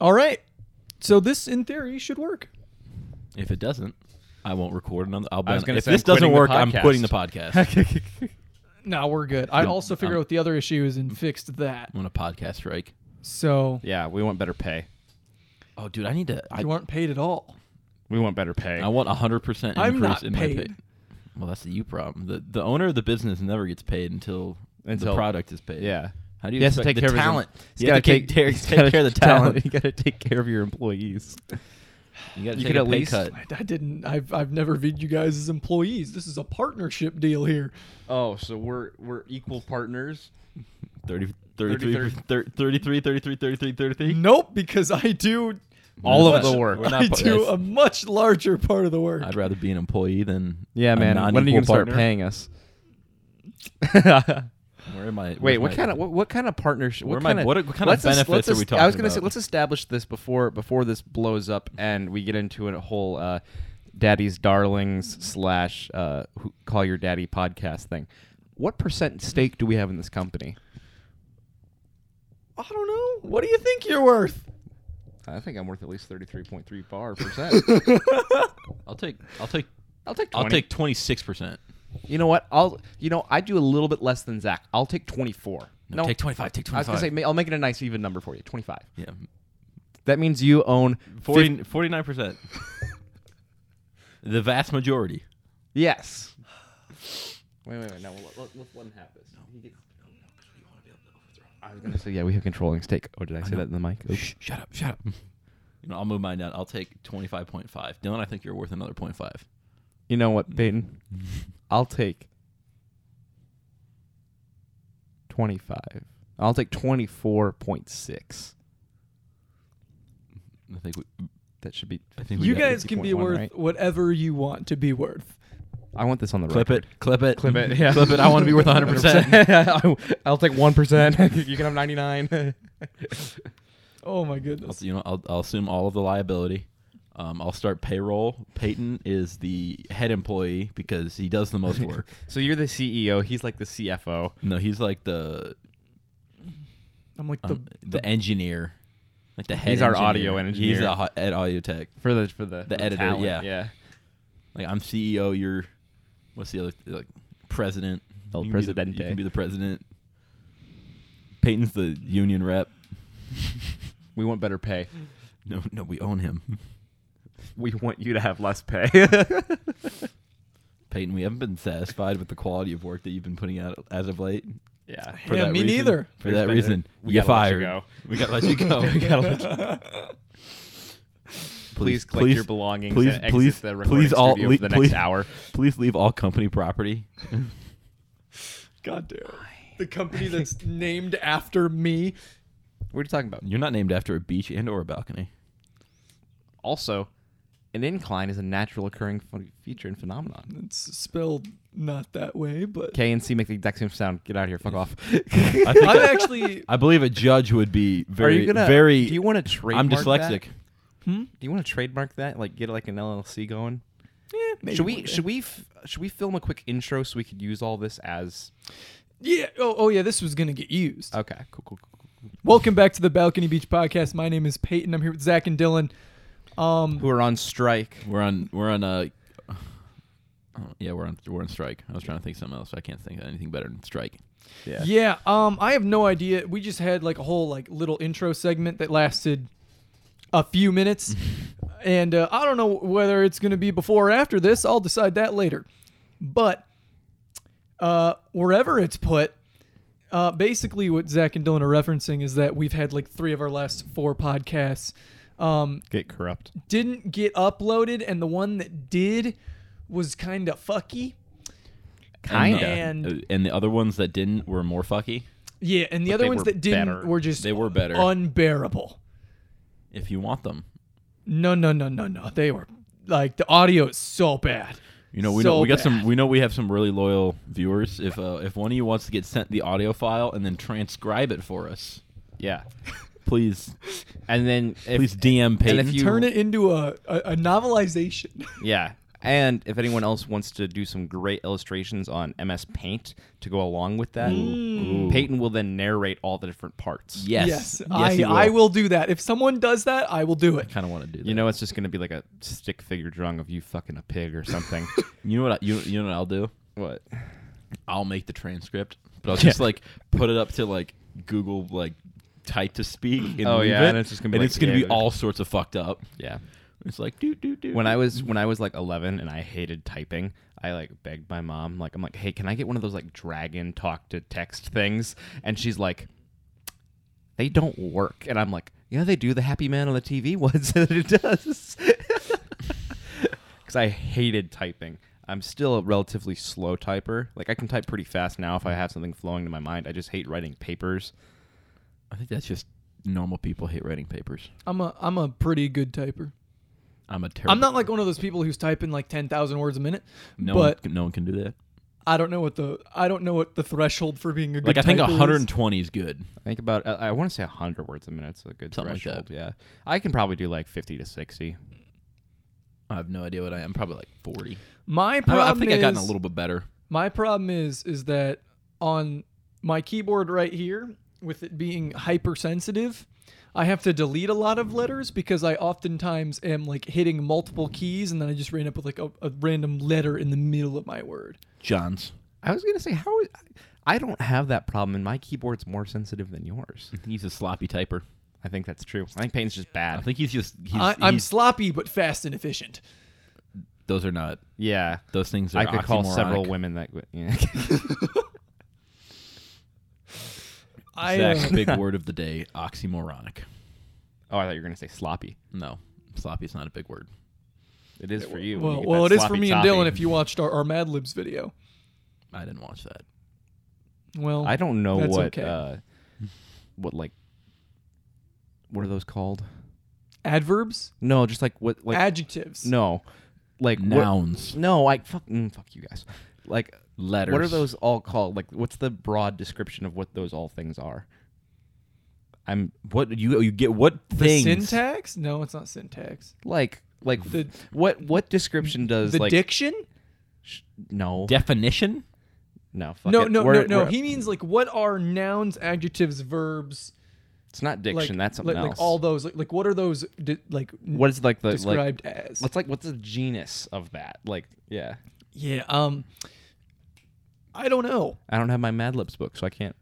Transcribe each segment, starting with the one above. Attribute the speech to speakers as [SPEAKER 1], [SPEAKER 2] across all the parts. [SPEAKER 1] All right. So this, in theory, should work.
[SPEAKER 2] If it doesn't, I won't record another. I'll be
[SPEAKER 3] I was
[SPEAKER 2] on-
[SPEAKER 3] gonna
[SPEAKER 2] if
[SPEAKER 3] say,
[SPEAKER 2] this
[SPEAKER 3] I'm
[SPEAKER 2] doesn't
[SPEAKER 3] quitting the
[SPEAKER 2] work, I'm
[SPEAKER 3] podcast.
[SPEAKER 2] quitting the podcast. I'm
[SPEAKER 1] No, we're good. I also figured
[SPEAKER 2] I'm-
[SPEAKER 1] out the other issue is and fixed that.
[SPEAKER 2] on a podcast strike.
[SPEAKER 1] So
[SPEAKER 3] Yeah, we want better pay.
[SPEAKER 2] Oh, dude, I need to. I,
[SPEAKER 1] you weren't paid at all.
[SPEAKER 3] We want better pay.
[SPEAKER 2] I want a hundred percent increase
[SPEAKER 1] I'm not
[SPEAKER 2] in my pay.
[SPEAKER 1] paid.
[SPEAKER 2] Well, that's the you problem. The the owner of the business never gets paid until, the
[SPEAKER 3] Until-
[SPEAKER 2] product is paid.
[SPEAKER 3] yeah.
[SPEAKER 2] How do you
[SPEAKER 3] He has to
[SPEAKER 2] expect
[SPEAKER 3] take
[SPEAKER 2] the
[SPEAKER 3] care of his em-
[SPEAKER 2] talent?
[SPEAKER 3] He's
[SPEAKER 2] You
[SPEAKER 3] got to
[SPEAKER 2] have to
[SPEAKER 3] take,
[SPEAKER 2] take, care-
[SPEAKER 3] he's
[SPEAKER 2] take
[SPEAKER 3] gotta-
[SPEAKER 2] care of the talent.
[SPEAKER 3] You got to take care of your employees.
[SPEAKER 2] You got to
[SPEAKER 3] You
[SPEAKER 2] take
[SPEAKER 3] could
[SPEAKER 2] a
[SPEAKER 3] at
[SPEAKER 2] pay
[SPEAKER 3] least-
[SPEAKER 2] cut.
[SPEAKER 1] I, I didn't. I've I've never viewed you guys as employees. This is a partnership deal here.
[SPEAKER 3] Oh, so we're we're equal partners.
[SPEAKER 2] 30, 33, 33, 33, 33, 33.
[SPEAKER 1] Nope, because I do.
[SPEAKER 3] All of
[SPEAKER 1] much-
[SPEAKER 3] the work.
[SPEAKER 2] We're not
[SPEAKER 1] I
[SPEAKER 2] part-
[SPEAKER 1] do
[SPEAKER 2] that's-
[SPEAKER 1] a much larger part of the work.
[SPEAKER 2] I'd rather be an employee than
[SPEAKER 3] Yeah,
[SPEAKER 2] a
[SPEAKER 3] man. When are you
[SPEAKER 2] non-equal
[SPEAKER 3] gonna start
[SPEAKER 2] partner.
[SPEAKER 3] paying us?
[SPEAKER 2] Where am I?
[SPEAKER 3] Wait,
[SPEAKER 2] where's
[SPEAKER 3] what
[SPEAKER 2] my-
[SPEAKER 3] kind of what, what kind of partnership?
[SPEAKER 2] Where
[SPEAKER 3] What
[SPEAKER 2] am I-
[SPEAKER 3] kind of
[SPEAKER 2] what- what kind of benefits are we
[SPEAKER 3] I was
[SPEAKER 2] talking
[SPEAKER 3] gonna say
[SPEAKER 2] about?
[SPEAKER 3] let's establish this before before this blows up and we get into a whole uh, "Daddy's Darlings" slash uh, who, "Call Your Daddy" podcast thing. What percent stake do we have in this company?
[SPEAKER 1] I don't know. What do you think you're worth?
[SPEAKER 3] I think I'm worth at least thirty three point three bar percent.
[SPEAKER 2] I'll take. I'll take.
[SPEAKER 3] I'll take. 20.
[SPEAKER 2] I'll take twenty six percent.
[SPEAKER 3] You know what? I'll. You know, I do a little bit less than Zach. I'll take twenty four.
[SPEAKER 2] No, take 25, take
[SPEAKER 3] I was gonna
[SPEAKER 2] 25.
[SPEAKER 3] say ma- I'll make it a nice even number for you. Twenty five.
[SPEAKER 2] Yeah,
[SPEAKER 3] That means you own 50
[SPEAKER 2] 49 percent. The vast majority.
[SPEAKER 3] Yes. Wait, wait, wait. No, let, let, let, let him have this. I was gonna say yeah, we have controlling stake. Oh, did I say that in the mic? Oops.
[SPEAKER 2] Shut up! Shut up! You know, I'll move mine down. I'll take twenty five point five. Dylan, I think you're worth another point five.
[SPEAKER 3] You know what, Peyton? I'll take twenty-five. I'll take twenty-four point six.
[SPEAKER 2] I think. We,
[SPEAKER 3] That should be.
[SPEAKER 2] I think we
[SPEAKER 1] You
[SPEAKER 2] got it.
[SPEAKER 1] guys can be
[SPEAKER 3] 50.1,
[SPEAKER 1] worth
[SPEAKER 3] right?
[SPEAKER 1] whatever you want to be worth.
[SPEAKER 3] I want this on the
[SPEAKER 2] clip
[SPEAKER 3] record.
[SPEAKER 2] it. Clip it.
[SPEAKER 3] Clip it, yeah.
[SPEAKER 2] Clip it. I want to be worth one hundred percent.
[SPEAKER 3] I'll take one percent. you can have ninety-nine.
[SPEAKER 1] Oh my goodness.
[SPEAKER 2] You know, I'll, I'll assume all of the liability. Um, I'll start payroll. Peyton is the head employee because he does the most work.
[SPEAKER 3] so you're the CEO. He's like the CFO.
[SPEAKER 2] no, he's like the
[SPEAKER 1] I'm like the
[SPEAKER 2] um, the, engineer, like the head.
[SPEAKER 3] He's our
[SPEAKER 2] engineer.
[SPEAKER 3] audio engineer.
[SPEAKER 2] He's a ho- at audio tech.
[SPEAKER 3] For the for the, for
[SPEAKER 2] editor,
[SPEAKER 3] talent,
[SPEAKER 2] yeah.
[SPEAKER 3] yeah.
[SPEAKER 2] Like I'm CEO. You're what's the other like president?
[SPEAKER 3] El
[SPEAKER 2] You can be the-
[SPEAKER 3] presidente.
[SPEAKER 2] You can be the president. Peyton's the union rep.
[SPEAKER 3] We want better pay.
[SPEAKER 2] No, no, we own him.
[SPEAKER 3] We want you to have less pay.
[SPEAKER 2] Peyton, we haven't been satisfied with the quality of work that you've been putting out as of late.
[SPEAKER 3] yeah.
[SPEAKER 2] For
[SPEAKER 1] Yeah,
[SPEAKER 2] that
[SPEAKER 1] me
[SPEAKER 2] reason-
[SPEAKER 1] neither.
[SPEAKER 2] For that
[SPEAKER 3] There's
[SPEAKER 2] reason,
[SPEAKER 3] better-
[SPEAKER 2] we
[SPEAKER 3] we
[SPEAKER 2] get
[SPEAKER 3] gotta let
[SPEAKER 2] fired.
[SPEAKER 3] you go.
[SPEAKER 2] We gotta let you go.
[SPEAKER 3] We gotta let you Please collect your belongings
[SPEAKER 2] Please,
[SPEAKER 3] and exit
[SPEAKER 2] please,
[SPEAKER 3] the recording
[SPEAKER 2] please, all
[SPEAKER 3] studio
[SPEAKER 2] le-
[SPEAKER 3] for the
[SPEAKER 2] please,
[SPEAKER 3] next hour.
[SPEAKER 2] Please leave all company property.
[SPEAKER 1] God damn. it. The company that's named after me.
[SPEAKER 3] What are you talking about?
[SPEAKER 2] You're not named after a beach and or a balcony.
[SPEAKER 3] Also, an incline is a natural occurring ph- feature and phenomenon.
[SPEAKER 1] It's spelled not that way, but
[SPEAKER 3] K and C make the exact same sound. Get out of here. Fuck off.
[SPEAKER 2] I think
[SPEAKER 1] I'm
[SPEAKER 2] I,
[SPEAKER 1] actually
[SPEAKER 2] I believe a judge would be
[SPEAKER 3] are
[SPEAKER 2] very,
[SPEAKER 3] you gonna?
[SPEAKER 2] very.
[SPEAKER 3] do you want to trademark?
[SPEAKER 2] I'm dyslexic.
[SPEAKER 3] That?
[SPEAKER 1] hmm?
[SPEAKER 3] Do you want to trademark that? Like get like an LLC going?
[SPEAKER 1] yeah, maybe
[SPEAKER 3] should
[SPEAKER 1] one
[SPEAKER 3] we?
[SPEAKER 1] day.
[SPEAKER 3] Should we? F- should we film a quick intro so we could use all this as?
[SPEAKER 1] Yeah. Oh, oh yeah, this was going to get used.
[SPEAKER 3] Okay. Cool. Cool. cool, cool.
[SPEAKER 1] Welcome back to the Balcony Beach podcast. My name is Peyton. I'm here with Zach and Dylan. Um
[SPEAKER 3] Who are on strike?
[SPEAKER 2] We're on. We're on a. Yeah, we're on. We're on strike. I was trying to think of something else. I can't think of anything better than strike.
[SPEAKER 1] yeah, um I have no idea. We just had like a whole like little intro segment that lasted a few minutes. and uh, I don't know whether it's going to be before or after this. I'll decide that later. But uh, wherever it's put, uh, basically what Zach and Dylan are referencing is that we've had like three of our last four podcasts um,
[SPEAKER 3] Get corrupt.
[SPEAKER 1] didn't get uploaded, and the one that did was kind of fucky.
[SPEAKER 3] Kinda.
[SPEAKER 2] And, uh,
[SPEAKER 1] And-
[SPEAKER 2] and the other ones that didn't were more fucky.
[SPEAKER 1] Yeah, and the other
[SPEAKER 3] they
[SPEAKER 1] ones
[SPEAKER 3] were
[SPEAKER 1] that didn't
[SPEAKER 3] better.
[SPEAKER 1] were just
[SPEAKER 2] They were better.
[SPEAKER 1] unbearable.
[SPEAKER 2] if you want them,
[SPEAKER 1] No, no, no, no, no. They were like the audio is so bad.
[SPEAKER 2] you know we
[SPEAKER 1] So
[SPEAKER 2] know we got some.
[SPEAKER 1] bad.
[SPEAKER 2] We know we have some really loyal viewers. If uh, if one of you wants to get sent the audio file and then transcribe it for us,
[SPEAKER 3] Yeah.
[SPEAKER 2] please
[SPEAKER 3] And then if,
[SPEAKER 2] please DM Peyton.
[SPEAKER 3] if you-
[SPEAKER 1] turn it into a, a, a novelization.
[SPEAKER 3] yeah. And if anyone else wants to do some great illustrations on MS Paint to go along with that, Peyton will then narrate all the different parts.
[SPEAKER 2] Yes.
[SPEAKER 1] Yes,
[SPEAKER 2] Yes,
[SPEAKER 1] I,
[SPEAKER 2] he
[SPEAKER 1] I will do that. If someone does that, I will do it.
[SPEAKER 2] Kind of want to do that.
[SPEAKER 3] You know, it's just going to be like a stick figure drawing of you fucking a pig or something.
[SPEAKER 2] You know what? I, you, you know what I'll do?
[SPEAKER 3] what?
[SPEAKER 2] I'll make the transcript, but I'll just
[SPEAKER 3] Yeah.
[SPEAKER 2] like put it up to like Google like type to speak. And
[SPEAKER 3] Oh,
[SPEAKER 2] leave
[SPEAKER 3] yeah,
[SPEAKER 2] it,
[SPEAKER 3] and it's just gonna be
[SPEAKER 2] and
[SPEAKER 3] like,
[SPEAKER 2] it's gonna be
[SPEAKER 3] yeah,
[SPEAKER 2] all sorts of fucked up.
[SPEAKER 3] Yeah.
[SPEAKER 2] It's like do do do.
[SPEAKER 3] When I was when I was like 11 and I hated typing, I like begged my mom like I'm like, "Hey, can I get one of those like dragon talk to text things?" And she's like, "They don't work." And I'm like, "Yeah, they do. The happy man on the TV was that it does." Cuz I hated typing. I'm still a relatively slow typer. Like I can type pretty fast now if I have something flowing to my mind. I just hate writing papers.
[SPEAKER 2] I think that's just normal people hate writing papers.
[SPEAKER 1] I'm a I'm a pretty good typer.
[SPEAKER 2] I'm a terrible.
[SPEAKER 1] I'm not like one of those people who's typing like ten thousand words a minute.
[SPEAKER 2] no
[SPEAKER 1] but
[SPEAKER 2] one, no one can do that.
[SPEAKER 1] I don't know what the I don't know what the threshold for being a good
[SPEAKER 2] Like I think
[SPEAKER 1] typer is.
[SPEAKER 2] 120 is good.
[SPEAKER 3] Think about uh, I, I want to say 100 words a minute's a good
[SPEAKER 2] Something like
[SPEAKER 3] threshold.
[SPEAKER 2] that.
[SPEAKER 3] Yeah. I can probably do like 50 to 60.
[SPEAKER 2] I have no idea what I am. Probably like 40.
[SPEAKER 1] My
[SPEAKER 2] I,
[SPEAKER 1] problem
[SPEAKER 2] I think
[SPEAKER 1] is
[SPEAKER 2] I've gotten a little bit better.
[SPEAKER 1] my problem is is that on my keyboard right here, with it being hypersensitive, I have to delete a lot of letters because I oftentimes am like hitting multiple keys and then I just ran up with like a, a random letter in the middle of my word.
[SPEAKER 2] John's.
[SPEAKER 3] I was gonna say how I don't have that problem, and my keyboard's more sensitive than yours.
[SPEAKER 2] He's a sloppy typer.
[SPEAKER 3] I think that's true. I think Payne's just bad.
[SPEAKER 2] I think he's just. He's,
[SPEAKER 1] I, I'm
[SPEAKER 2] he's-
[SPEAKER 1] sloppy but fast and efficient.
[SPEAKER 2] those are not.
[SPEAKER 3] yeah,
[SPEAKER 2] Those things are.
[SPEAKER 3] I could call several
[SPEAKER 2] oxymoronic.
[SPEAKER 3] women that. would- Yeah.
[SPEAKER 1] I uh,
[SPEAKER 2] Zach's big word of the day: oxymoronic.
[SPEAKER 3] oh, I thought you were gonna say sloppy.
[SPEAKER 2] No, sloppy is not a big word.
[SPEAKER 3] It is for you. when you
[SPEAKER 1] well,
[SPEAKER 3] get
[SPEAKER 1] well, it
[SPEAKER 3] that
[SPEAKER 1] is for
[SPEAKER 3] sloppy
[SPEAKER 1] me and
[SPEAKER 3] toppy.
[SPEAKER 1] Dylan if you watched our, our Mad Libs video.
[SPEAKER 2] I didn't watch that.
[SPEAKER 1] Well,
[SPEAKER 3] I don't know
[SPEAKER 1] That's
[SPEAKER 3] what
[SPEAKER 1] okay.
[SPEAKER 3] uh, what like what are those called?
[SPEAKER 1] adverbs,
[SPEAKER 3] No, just like what like
[SPEAKER 1] adjectives.
[SPEAKER 3] no, like what-
[SPEAKER 2] Nouns,
[SPEAKER 3] no, like fuck, mm, fuck you guys. Like
[SPEAKER 2] letters.
[SPEAKER 3] What are those all called? Like, what's the broad description of what those all things are? I'm
[SPEAKER 2] What you you get? What
[SPEAKER 1] the
[SPEAKER 2] things?
[SPEAKER 1] syntax? No, it's not syntax.
[SPEAKER 3] like, like,
[SPEAKER 1] The-
[SPEAKER 3] what what description does
[SPEAKER 1] The
[SPEAKER 3] like
[SPEAKER 1] diction?
[SPEAKER 3] sh- no
[SPEAKER 2] Definition.
[SPEAKER 3] no fuck
[SPEAKER 1] No,
[SPEAKER 3] it.
[SPEAKER 1] no,
[SPEAKER 3] We're-
[SPEAKER 1] no, no.
[SPEAKER 3] we're-
[SPEAKER 1] He means like what are nouns, adjectives, verbs?
[SPEAKER 3] it's not
[SPEAKER 1] Like,
[SPEAKER 3] diction. that's something
[SPEAKER 1] like, like
[SPEAKER 3] else.
[SPEAKER 1] all those. Like, like what are those? Di- like
[SPEAKER 3] what is like the like?
[SPEAKER 1] described as?
[SPEAKER 3] What's like what's the genus of that? Like, yeah,
[SPEAKER 1] Yeah. Um, I don't know,
[SPEAKER 3] I don't have my Mad Libs book, so I can't.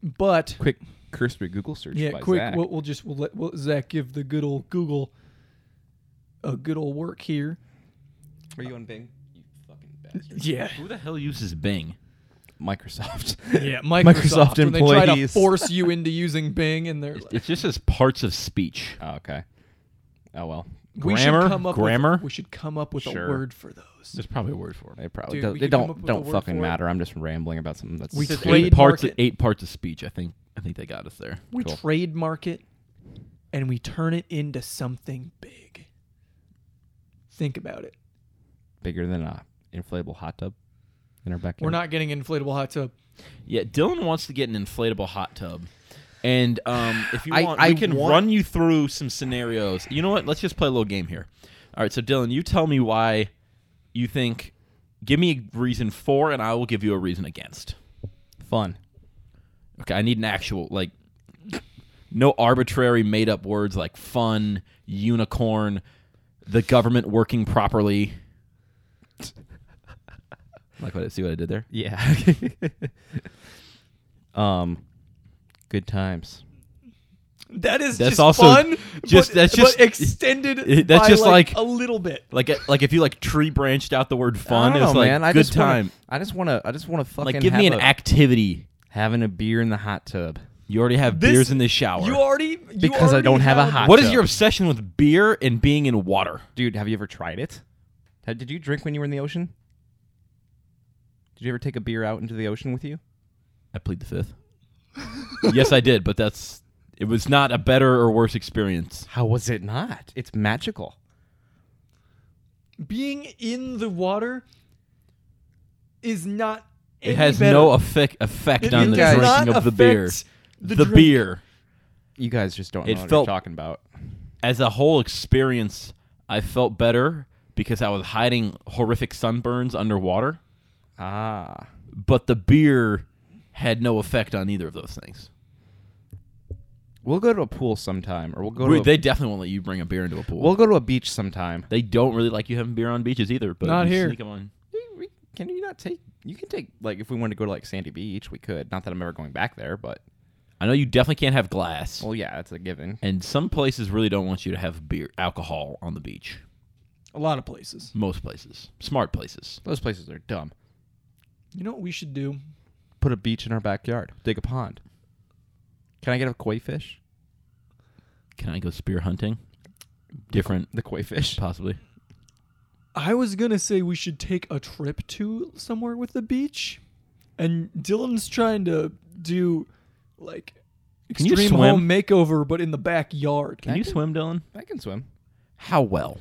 [SPEAKER 1] but
[SPEAKER 3] Quick cursory Google search.
[SPEAKER 1] yeah,
[SPEAKER 3] by
[SPEAKER 1] quick.
[SPEAKER 3] Zach.
[SPEAKER 1] We'll, we'll just we'll let we'll, Zach give the good old Google a good old work here.
[SPEAKER 3] Are you on Bing? You fucking bastard.
[SPEAKER 1] Yeah.
[SPEAKER 2] Who the hell uses Bing?
[SPEAKER 3] Microsoft.
[SPEAKER 1] Yeah, Microsoft,
[SPEAKER 3] Microsoft
[SPEAKER 1] when They try to
[SPEAKER 3] employees.
[SPEAKER 1] force you into using Bing, and they're like,
[SPEAKER 2] It just says parts of speech.
[SPEAKER 3] oh, okay. Oh well,
[SPEAKER 1] we
[SPEAKER 2] grammar?
[SPEAKER 1] should come up
[SPEAKER 2] Grammar?
[SPEAKER 1] With, we should come up with
[SPEAKER 3] Sure.
[SPEAKER 1] a word for those.
[SPEAKER 2] There's probably a word for it.
[SPEAKER 3] They probably
[SPEAKER 1] Dude,
[SPEAKER 3] don't,
[SPEAKER 1] we
[SPEAKER 3] they
[SPEAKER 1] could come up
[SPEAKER 3] don't
[SPEAKER 1] with a
[SPEAKER 3] don't
[SPEAKER 1] word
[SPEAKER 3] fucking
[SPEAKER 1] for it.
[SPEAKER 3] matter. I'm just rambling about something that's
[SPEAKER 1] We
[SPEAKER 2] It says
[SPEAKER 1] trade
[SPEAKER 2] eight parts.
[SPEAKER 1] market.
[SPEAKER 2] Eight parts of speech. I think. I think they got us there.
[SPEAKER 1] We
[SPEAKER 3] Cool.
[SPEAKER 1] trademark it, and we turn it into something big. Think about it.
[SPEAKER 3] bigger than a inflatable hot tub in our backyard.
[SPEAKER 1] We're not getting inflatable hot tub.
[SPEAKER 2] Yeah, Dylan wants to get an inflatable hot tub. And um, if you
[SPEAKER 3] I-
[SPEAKER 2] want,
[SPEAKER 3] I
[SPEAKER 2] we can
[SPEAKER 3] want-
[SPEAKER 2] run you through some scenarios. You know what? Let's just play a little game here. All right, so Dylan, you tell me why you think. Give me a reason for, and I will give you a reason against.
[SPEAKER 3] fun.
[SPEAKER 2] Okay, I need an actual like, no arbitrary made up words like fun, unicorn, the government working properly. like what? I See what I did there?
[SPEAKER 3] Yeah. um, good times.
[SPEAKER 1] That is
[SPEAKER 2] That's
[SPEAKER 1] just
[SPEAKER 2] also
[SPEAKER 1] fun.
[SPEAKER 2] just-
[SPEAKER 1] but,
[SPEAKER 2] that's
[SPEAKER 1] but
[SPEAKER 2] just-
[SPEAKER 1] extended.
[SPEAKER 2] it- that's
[SPEAKER 1] by,
[SPEAKER 2] just
[SPEAKER 1] like,
[SPEAKER 2] like-
[SPEAKER 1] a little bit.
[SPEAKER 2] Like it, like if you like tree branched out the word fun,
[SPEAKER 3] I
[SPEAKER 2] it's
[SPEAKER 3] don't know,
[SPEAKER 2] like
[SPEAKER 3] man. I
[SPEAKER 2] good
[SPEAKER 3] just wanna-
[SPEAKER 2] time.
[SPEAKER 3] I just want to. I just want to fucking
[SPEAKER 2] like give me an
[SPEAKER 3] have a-
[SPEAKER 2] activity.
[SPEAKER 3] having a beer in the hot tub.
[SPEAKER 2] You already have
[SPEAKER 1] This-
[SPEAKER 2] beers in the shower.
[SPEAKER 1] You already you
[SPEAKER 3] Because I
[SPEAKER 1] already
[SPEAKER 3] don't have a hot-
[SPEAKER 2] what is
[SPEAKER 3] tub.
[SPEAKER 2] your obsession with beer and being in water?
[SPEAKER 3] Dude, have you ever tried it? Had- Did you drink when you were in the ocean? Did you ever take a beer out into the ocean with you?
[SPEAKER 2] I plead the fifth. yes, I did, but that's it was not a better or worse experience.
[SPEAKER 3] How was it not? It's magical.
[SPEAKER 1] being in the water is not.
[SPEAKER 2] It
[SPEAKER 1] any
[SPEAKER 2] has
[SPEAKER 1] better.
[SPEAKER 2] no effect effect
[SPEAKER 1] It
[SPEAKER 2] on the
[SPEAKER 1] does
[SPEAKER 2] drinking
[SPEAKER 1] not
[SPEAKER 2] of the beer.
[SPEAKER 1] affect
[SPEAKER 2] The,
[SPEAKER 1] drink.
[SPEAKER 2] beer
[SPEAKER 3] You guys just don't know
[SPEAKER 2] It
[SPEAKER 3] what
[SPEAKER 2] felt-
[SPEAKER 3] you're talking about.
[SPEAKER 2] as a whole experience, I felt better because I was hiding horrific sunburns underwater,
[SPEAKER 3] Ah.
[SPEAKER 2] but the beer had no effect on either of those things.
[SPEAKER 3] We'll go to a pool sometime, or we'll go
[SPEAKER 2] We-
[SPEAKER 3] to a,
[SPEAKER 2] they definitely won't let you bring a beer into a pool.
[SPEAKER 3] we'll go to a beach sometime.
[SPEAKER 2] they don't really like you having beer on beaches either. But
[SPEAKER 1] Not
[SPEAKER 2] you
[SPEAKER 1] here.
[SPEAKER 2] Sneak 'em on.
[SPEAKER 3] We- we- Can you not take? You can take like if we wanted to go to like Sandy Beach, we could. Not that I'm ever going back there, but
[SPEAKER 2] I know you definitely can't have glass,
[SPEAKER 3] well, yeah, it's a given.
[SPEAKER 2] and some places really don't want you to have beer alcohol on the beach.
[SPEAKER 1] A lot of places.
[SPEAKER 2] Most places, smart places.
[SPEAKER 3] Those places are dumb.
[SPEAKER 1] You know what we should do?
[SPEAKER 3] Put a beach in our backyard. Dig a pond. Can I get a koi fish?
[SPEAKER 2] Can I go spear hunting? Different,
[SPEAKER 3] The koi fish.
[SPEAKER 2] possibly.
[SPEAKER 1] I was gonna say we should take a trip to somewhere with the beach, and Dylan's trying to do like
[SPEAKER 2] Can you
[SPEAKER 1] extreme
[SPEAKER 2] swim?
[SPEAKER 1] home makeover, but in the backyard.
[SPEAKER 2] Can you swim, Dylan?
[SPEAKER 3] I can swim.
[SPEAKER 2] How well?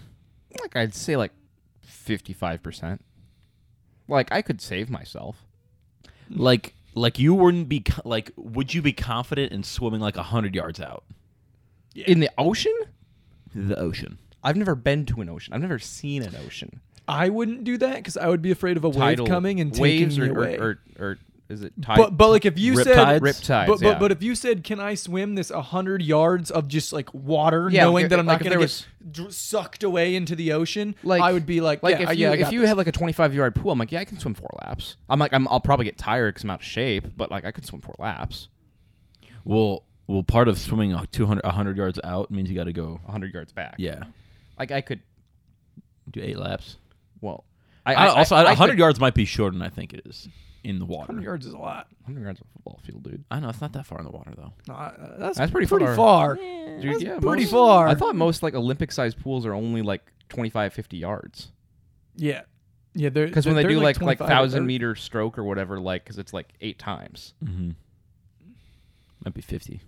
[SPEAKER 3] Like I'd say like fifty-five percent. Like I could save myself.
[SPEAKER 2] Like, like you wouldn't be co- like. Would you be confident in swimming like hundred yards out
[SPEAKER 3] In the ocean?
[SPEAKER 2] the ocean?
[SPEAKER 3] I've never been to an ocean. I've never seen an ocean.
[SPEAKER 1] I wouldn't do that because I would be afraid of a wave
[SPEAKER 3] Tidal
[SPEAKER 1] coming and
[SPEAKER 3] waves
[SPEAKER 1] taking me
[SPEAKER 3] or,
[SPEAKER 1] away.
[SPEAKER 3] Or, or, or is it tide?
[SPEAKER 1] but but like if you said
[SPEAKER 2] Riptides?
[SPEAKER 3] Riptides,
[SPEAKER 1] but, but
[SPEAKER 3] yeah.
[SPEAKER 1] but if you said can I swim this hundred yards of just like water,
[SPEAKER 3] Yeah,
[SPEAKER 1] knowing
[SPEAKER 3] like,
[SPEAKER 1] that I'm
[SPEAKER 3] like,
[SPEAKER 1] not
[SPEAKER 3] if
[SPEAKER 1] gonna
[SPEAKER 3] there
[SPEAKER 1] get
[SPEAKER 3] was-
[SPEAKER 1] dr- sucked away into the ocean, I would be like, yeah,
[SPEAKER 3] if
[SPEAKER 1] I-
[SPEAKER 3] you,
[SPEAKER 1] yeah, I
[SPEAKER 3] if
[SPEAKER 1] got
[SPEAKER 3] you
[SPEAKER 1] this.
[SPEAKER 3] had like a 25 yard pool, I'm like, yeah, I can swim four laps. I'm like, I'm, I'll probably get tired because I'm out of shape, but like, I could swim four laps,
[SPEAKER 2] Well, well, part of swimming a 200, 100 yards out means you got to go.
[SPEAKER 3] 100 yards back.
[SPEAKER 2] Yeah,
[SPEAKER 3] like I could.
[SPEAKER 2] do eight laps.
[SPEAKER 3] Well,
[SPEAKER 2] I, also
[SPEAKER 3] I
[SPEAKER 2] a hundred
[SPEAKER 3] could-
[SPEAKER 2] yards might be shorter than I think it is in the water.
[SPEAKER 1] 100 yards is a lot.
[SPEAKER 3] 100 yards of football field, dude.
[SPEAKER 2] I know it's not that far in the water though.
[SPEAKER 1] No, uh, that's,
[SPEAKER 3] That's pretty
[SPEAKER 1] pretty far.
[SPEAKER 3] far. Dude,
[SPEAKER 1] Eh, That's
[SPEAKER 3] yeah,
[SPEAKER 1] pretty
[SPEAKER 3] most-
[SPEAKER 1] far.
[SPEAKER 3] I thought most like Olympic sized pools are only like 25, 50 yards.
[SPEAKER 1] Yeah, yeah. Because
[SPEAKER 3] Because when they do like like thousand meter stroke or whatever, like because it's like eight times.
[SPEAKER 2] Mm-hmm. Might be fifty.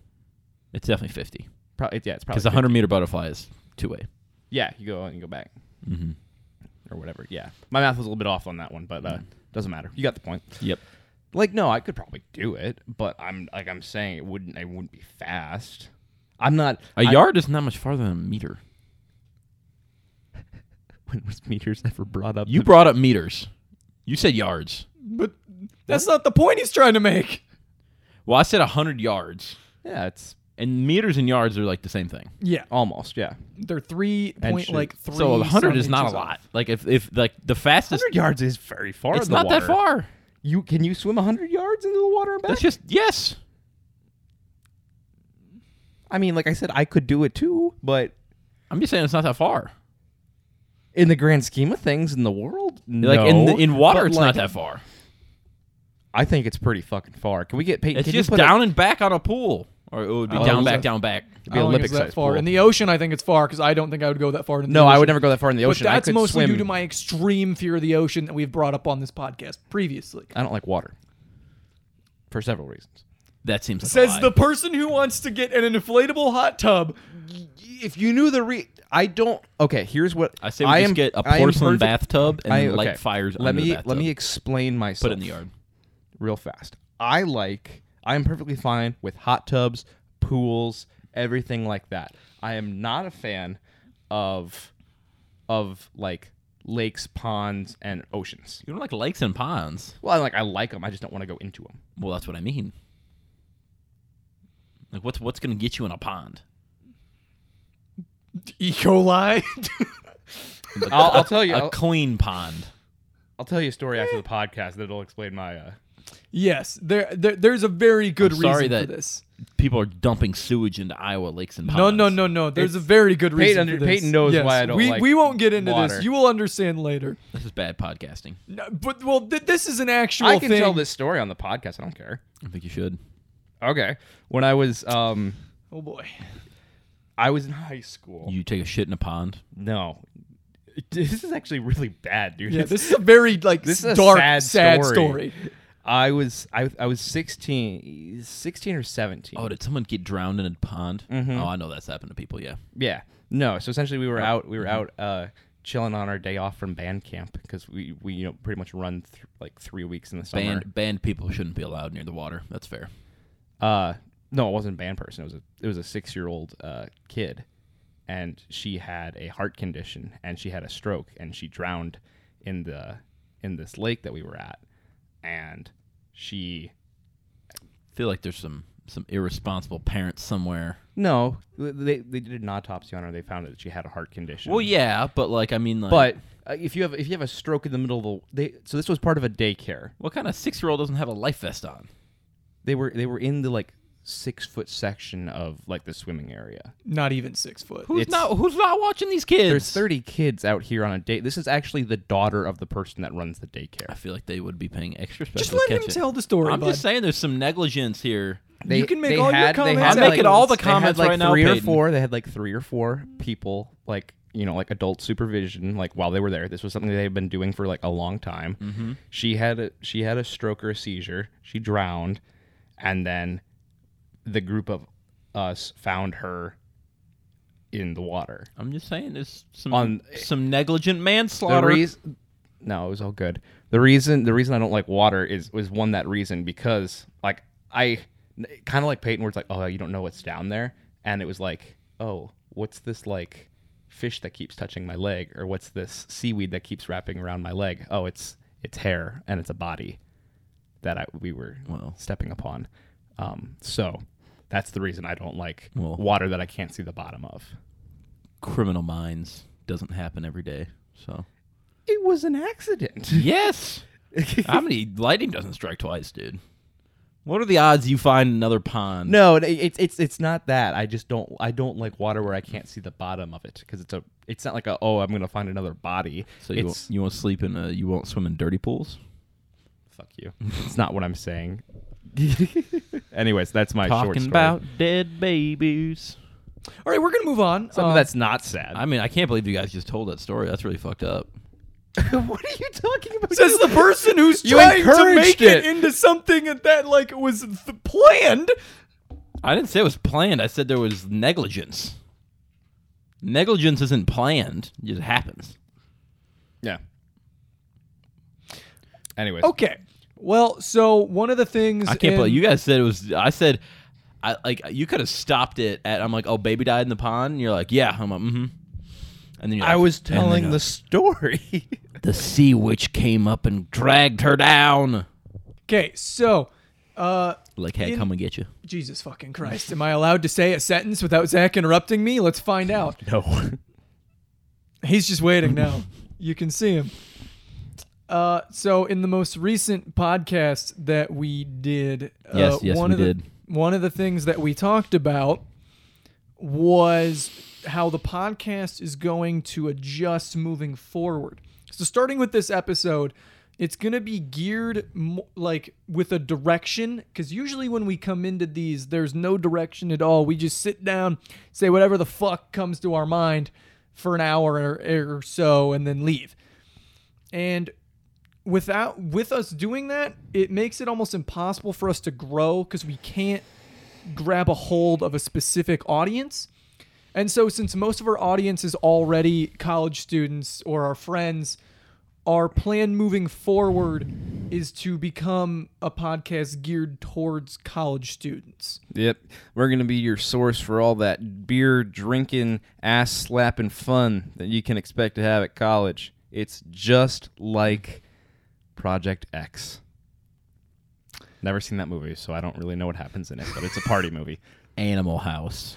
[SPEAKER 2] It's definitely fifty
[SPEAKER 3] Probably yeah, it's probably
[SPEAKER 2] because the hundred meter butterfly is two way.
[SPEAKER 3] Yeah, you go and you go back
[SPEAKER 2] Mm-hmm.
[SPEAKER 3] or whatever. Yeah, my math was a little bit off on that one, but uh,
[SPEAKER 1] Mm.
[SPEAKER 3] doesn't matter. You got the point.
[SPEAKER 2] Yep.
[SPEAKER 3] Like, no, I could probably do it, but I'm like I'm saying it wouldn't. It wouldn't be fast. I'm not
[SPEAKER 2] A yard is not much farther than a meter.
[SPEAKER 3] When was meters ever brought up?
[SPEAKER 2] You brought up meters. You said yards.
[SPEAKER 1] But that's not the point he's trying to make.
[SPEAKER 2] Well, I said hundred yards,
[SPEAKER 3] yeah, it's
[SPEAKER 2] and meters and yards are like the same thing.
[SPEAKER 1] Yeah,
[SPEAKER 3] almost yeah.
[SPEAKER 1] they're three
[SPEAKER 3] And
[SPEAKER 1] point
[SPEAKER 3] shoot.
[SPEAKER 1] like three.
[SPEAKER 2] so a hundred
[SPEAKER 1] some
[SPEAKER 2] is not a
[SPEAKER 1] inches
[SPEAKER 2] lot.
[SPEAKER 1] off.
[SPEAKER 2] Like if if like the fastest,
[SPEAKER 3] Hundred yards is very far.
[SPEAKER 2] it's
[SPEAKER 3] in the
[SPEAKER 2] not that
[SPEAKER 3] water.
[SPEAKER 2] far.
[SPEAKER 3] You can you swim hundred yards into the water and back?
[SPEAKER 2] That's just yes.
[SPEAKER 3] I mean, like I said, I could do it too, but
[SPEAKER 2] I'm just saying it's not that far.
[SPEAKER 3] in the grand scheme of things in the world,
[SPEAKER 2] Like in
[SPEAKER 3] no.
[SPEAKER 2] the, in water,
[SPEAKER 3] But,
[SPEAKER 2] it's not
[SPEAKER 3] like,
[SPEAKER 2] that far.
[SPEAKER 3] I think it's pretty fucking far. Can we get paid?
[SPEAKER 2] It's
[SPEAKER 3] can
[SPEAKER 2] just
[SPEAKER 3] you put a-
[SPEAKER 2] down and back on a pool, or it would be
[SPEAKER 3] Oh,
[SPEAKER 2] down
[SPEAKER 3] is
[SPEAKER 2] back,
[SPEAKER 1] that-
[SPEAKER 2] down back.
[SPEAKER 3] It'd
[SPEAKER 1] I
[SPEAKER 3] be
[SPEAKER 1] don't think
[SPEAKER 3] Olympic
[SPEAKER 1] it's that
[SPEAKER 3] sized
[SPEAKER 1] far.
[SPEAKER 3] pool.
[SPEAKER 1] In the ocean, I think it's far because I don't think I would go that far. Into
[SPEAKER 3] no,
[SPEAKER 1] the
[SPEAKER 3] I would
[SPEAKER 1] ocean.
[SPEAKER 3] never go that far in the
[SPEAKER 1] But
[SPEAKER 3] ocean. I
[SPEAKER 1] that's
[SPEAKER 3] could
[SPEAKER 1] mostly
[SPEAKER 3] swim.
[SPEAKER 1] due to my extreme fear of the ocean that we've brought up on this podcast previously.
[SPEAKER 3] I don't like water for several reasons.
[SPEAKER 2] That seems like a
[SPEAKER 1] Says
[SPEAKER 2] lie.
[SPEAKER 1] the person who wants to get an inflatable hot tub.
[SPEAKER 3] If you knew the re, I don't. Okay, here's what
[SPEAKER 2] I say we just
[SPEAKER 3] am-
[SPEAKER 2] get a
[SPEAKER 3] I am
[SPEAKER 2] porcelain
[SPEAKER 3] perfect-
[SPEAKER 2] bathtub and
[SPEAKER 3] I-
[SPEAKER 2] then light
[SPEAKER 3] okay.
[SPEAKER 2] fires
[SPEAKER 3] Let
[SPEAKER 2] under
[SPEAKER 3] me
[SPEAKER 2] the bathtub.
[SPEAKER 3] let me explain myself.
[SPEAKER 2] put it in the yard.
[SPEAKER 3] real fast. I like. I am perfectly fine with hot tubs, pools, everything like that. I am not a fan of of like lakes, ponds, and oceans.
[SPEAKER 2] You don't like lakes and ponds.
[SPEAKER 3] Well, I like I like them. I just don't want to go into them.
[SPEAKER 2] Well, that's what I mean. Like what's what's going to get you in a pond?
[SPEAKER 1] E. coli.
[SPEAKER 3] I'll, I'll tell you.
[SPEAKER 2] A
[SPEAKER 3] I'll,
[SPEAKER 2] clean pond.
[SPEAKER 3] I'll tell you a story after the podcast that'll explain my. Uh,
[SPEAKER 1] yes, there, there, there's a very good
[SPEAKER 2] I'm sorry
[SPEAKER 1] reason
[SPEAKER 2] that-
[SPEAKER 1] for this.
[SPEAKER 2] People are dumping sewage into Iowa lakes and ponds.
[SPEAKER 1] No, no, no, no. There's a very good reason.
[SPEAKER 3] under-
[SPEAKER 1] for this.
[SPEAKER 3] Peyton knows
[SPEAKER 1] Yes.
[SPEAKER 3] why I don't
[SPEAKER 1] we,
[SPEAKER 3] like
[SPEAKER 1] We won't get into
[SPEAKER 3] water.
[SPEAKER 1] this. You will understand later.
[SPEAKER 2] This is bad podcasting.
[SPEAKER 1] No, but well, th- this is an actual.
[SPEAKER 3] I can
[SPEAKER 1] thing.
[SPEAKER 3] tell this story on the podcast. I don't care.
[SPEAKER 2] I think you should.
[SPEAKER 3] Okay. When I was um,
[SPEAKER 1] Oh boy.
[SPEAKER 3] I was in high school.
[SPEAKER 2] You take a shit in a pond.
[SPEAKER 3] no, this is actually really bad, dude.
[SPEAKER 1] Yeah, this is a very like
[SPEAKER 3] This is a
[SPEAKER 1] dark,
[SPEAKER 3] sad
[SPEAKER 1] sad,
[SPEAKER 3] story.
[SPEAKER 1] story.
[SPEAKER 3] I was I, I was 16, 16 or 17.
[SPEAKER 2] Oh, did someone get drowned in a pond?
[SPEAKER 3] Mm-hmm.
[SPEAKER 2] Oh, I know that's happened to people. Yeah.
[SPEAKER 3] Yeah. No, so essentially we were
[SPEAKER 1] Oh.
[SPEAKER 3] out we were out uh chilling on our day off from band camp cuz we we you know pretty much run th- like 3 weeks in the summer.
[SPEAKER 2] Banned banned people shouldn't be allowed near the water. That's fair.
[SPEAKER 3] Uh no, it wasn't a band person. It was a it was a 6-year-old uh kid. and she had a heart condition and she had a stroke and she drowned in the in this lake that we were at and she
[SPEAKER 2] feel like there's some some irresponsible parents somewhere.
[SPEAKER 3] no they, they did an autopsy on her they found that she had a heart condition
[SPEAKER 2] Well, yeah, but like I mean, like,
[SPEAKER 3] but uh, if you have if you have a stroke in the middle of the they so this was part of a daycare
[SPEAKER 2] what kind of six year old doesn't have a life vest on?
[SPEAKER 3] they were they were in the like six foot section of like the swimming area
[SPEAKER 1] Not even six foot.
[SPEAKER 2] Who's
[SPEAKER 3] It's-
[SPEAKER 2] not Who's not watching these kids?
[SPEAKER 3] there's 30 kids out here on a date this is actually the daughter of the person that runs the
[SPEAKER 2] I
[SPEAKER 3] daycare
[SPEAKER 2] feel like they would be paying extra special.
[SPEAKER 1] Just let him
[SPEAKER 2] attention.
[SPEAKER 1] tell the story,
[SPEAKER 2] I'm
[SPEAKER 1] bud.
[SPEAKER 2] just saying, there's some negligence here.
[SPEAKER 3] they,
[SPEAKER 1] You can make
[SPEAKER 3] they
[SPEAKER 1] all your
[SPEAKER 3] had- they
[SPEAKER 1] comments
[SPEAKER 3] had,
[SPEAKER 1] I'm
[SPEAKER 3] like-
[SPEAKER 1] making all
[SPEAKER 2] the
[SPEAKER 3] they had,
[SPEAKER 2] comments
[SPEAKER 3] like
[SPEAKER 2] right now,
[SPEAKER 3] three or
[SPEAKER 2] Peyton.
[SPEAKER 3] four they had like three or four people like you know like adult supervision like while they were there this was something they had been doing for like a long time
[SPEAKER 1] Mm-hmm.
[SPEAKER 3] she had a she had a stroke or a seizure she drowned and then the group of us found her in the water
[SPEAKER 2] I'm just saying, there's some
[SPEAKER 3] On-
[SPEAKER 2] some negligent
[SPEAKER 3] the
[SPEAKER 2] manslaughter.
[SPEAKER 3] reason no it was all good the reason the reason i don't like water is was one that reason because like i kind of like peyton where it's like oh you don't know what's down there and it was like oh what's this like fish that keeps touching my leg or what's this seaweed that keeps wrapping around my leg oh it's it's hair and it's a body that I, we were
[SPEAKER 2] Well.
[SPEAKER 3] stepping upon um so that's the reason i don't like
[SPEAKER 2] Well.
[SPEAKER 3] water that i can't see the bottom of
[SPEAKER 2] Criminal Minds doesn't happen every day, so
[SPEAKER 3] it was an accident
[SPEAKER 2] yes. How many lightning doesn't strike twice, dude? What are the odds you find another pond?
[SPEAKER 3] No, it- it's it's it's not that. I just don't I don't like water where I can't see the bottom of it because it's a it's not like a oh I'm gonna find another body.
[SPEAKER 2] So you won't,
[SPEAKER 3] it's
[SPEAKER 2] you won't sleep in uh you won't swim in dirty pools.
[SPEAKER 3] fuck you. it's not what I'm saying. Anyways, that's my short
[SPEAKER 2] Talking
[SPEAKER 3] story.
[SPEAKER 2] about dead babies.
[SPEAKER 1] All right, we're gonna move on.
[SPEAKER 3] something
[SPEAKER 2] uh,
[SPEAKER 1] Um,
[SPEAKER 3] that's not sad.
[SPEAKER 2] I mean, I can't believe you guys just told that story. That's really fucked up.
[SPEAKER 3] what are you talking about?
[SPEAKER 1] says the person who's
[SPEAKER 3] You
[SPEAKER 1] trying to
[SPEAKER 3] encouraged
[SPEAKER 1] make it.
[SPEAKER 3] it.
[SPEAKER 1] into something that like was th- planned.
[SPEAKER 2] I didn't say it was planned. I said there was negligence. Negligence isn't planned; it just happens.
[SPEAKER 3] yeah. Anyways,
[SPEAKER 1] Okay. Well, so one of the things
[SPEAKER 2] I can't
[SPEAKER 1] in-
[SPEAKER 2] believe you guys said it was. I said, I like you could have stopped it at. I'm like, oh, baby died in the pond. And you're like, yeah. I'm like, mm-hmm. And then you're
[SPEAKER 3] I
[SPEAKER 2] like,
[SPEAKER 3] was
[SPEAKER 2] "And then,
[SPEAKER 3] telling
[SPEAKER 2] uh,
[SPEAKER 3] the story.
[SPEAKER 2] the sea witch came up and dragged her down.
[SPEAKER 1] Okay, so uh
[SPEAKER 2] Like, hey,
[SPEAKER 1] In-
[SPEAKER 2] come and get you.
[SPEAKER 1] Jesus fucking Christ. Am I allowed to say a sentence without Zach interrupting me? Let's find out.
[SPEAKER 3] no.
[SPEAKER 1] He's just waiting now. You can see him. Uh, so in the most recent podcast that we did, uh,
[SPEAKER 2] Yes, yes,
[SPEAKER 1] one
[SPEAKER 2] we
[SPEAKER 1] of the,
[SPEAKER 2] did.
[SPEAKER 1] One of the things that we talked about was how the podcast is going to adjust moving forward. So starting with this episode, it's going to be geared mo- like with a direction cuz usually when we come into these there's no direction at all. We just sit down, say whatever the fuck comes to our mind for an hour or, or so and then leave. And without with us doing that, it makes it almost impossible for us to grow cuz we can't grab a hold of a specific audience. And so, since most of our audience is already college students or our friends, our plan moving forward is to become a podcast geared towards college students.
[SPEAKER 3] Yep. We're going to be your source for all that beer drinking, ass slapping fun that you can expect to have at college. It's just like Project X. Never seen that movie, so I don't really know what happens in it, but it's a party movie.
[SPEAKER 2] Animal House.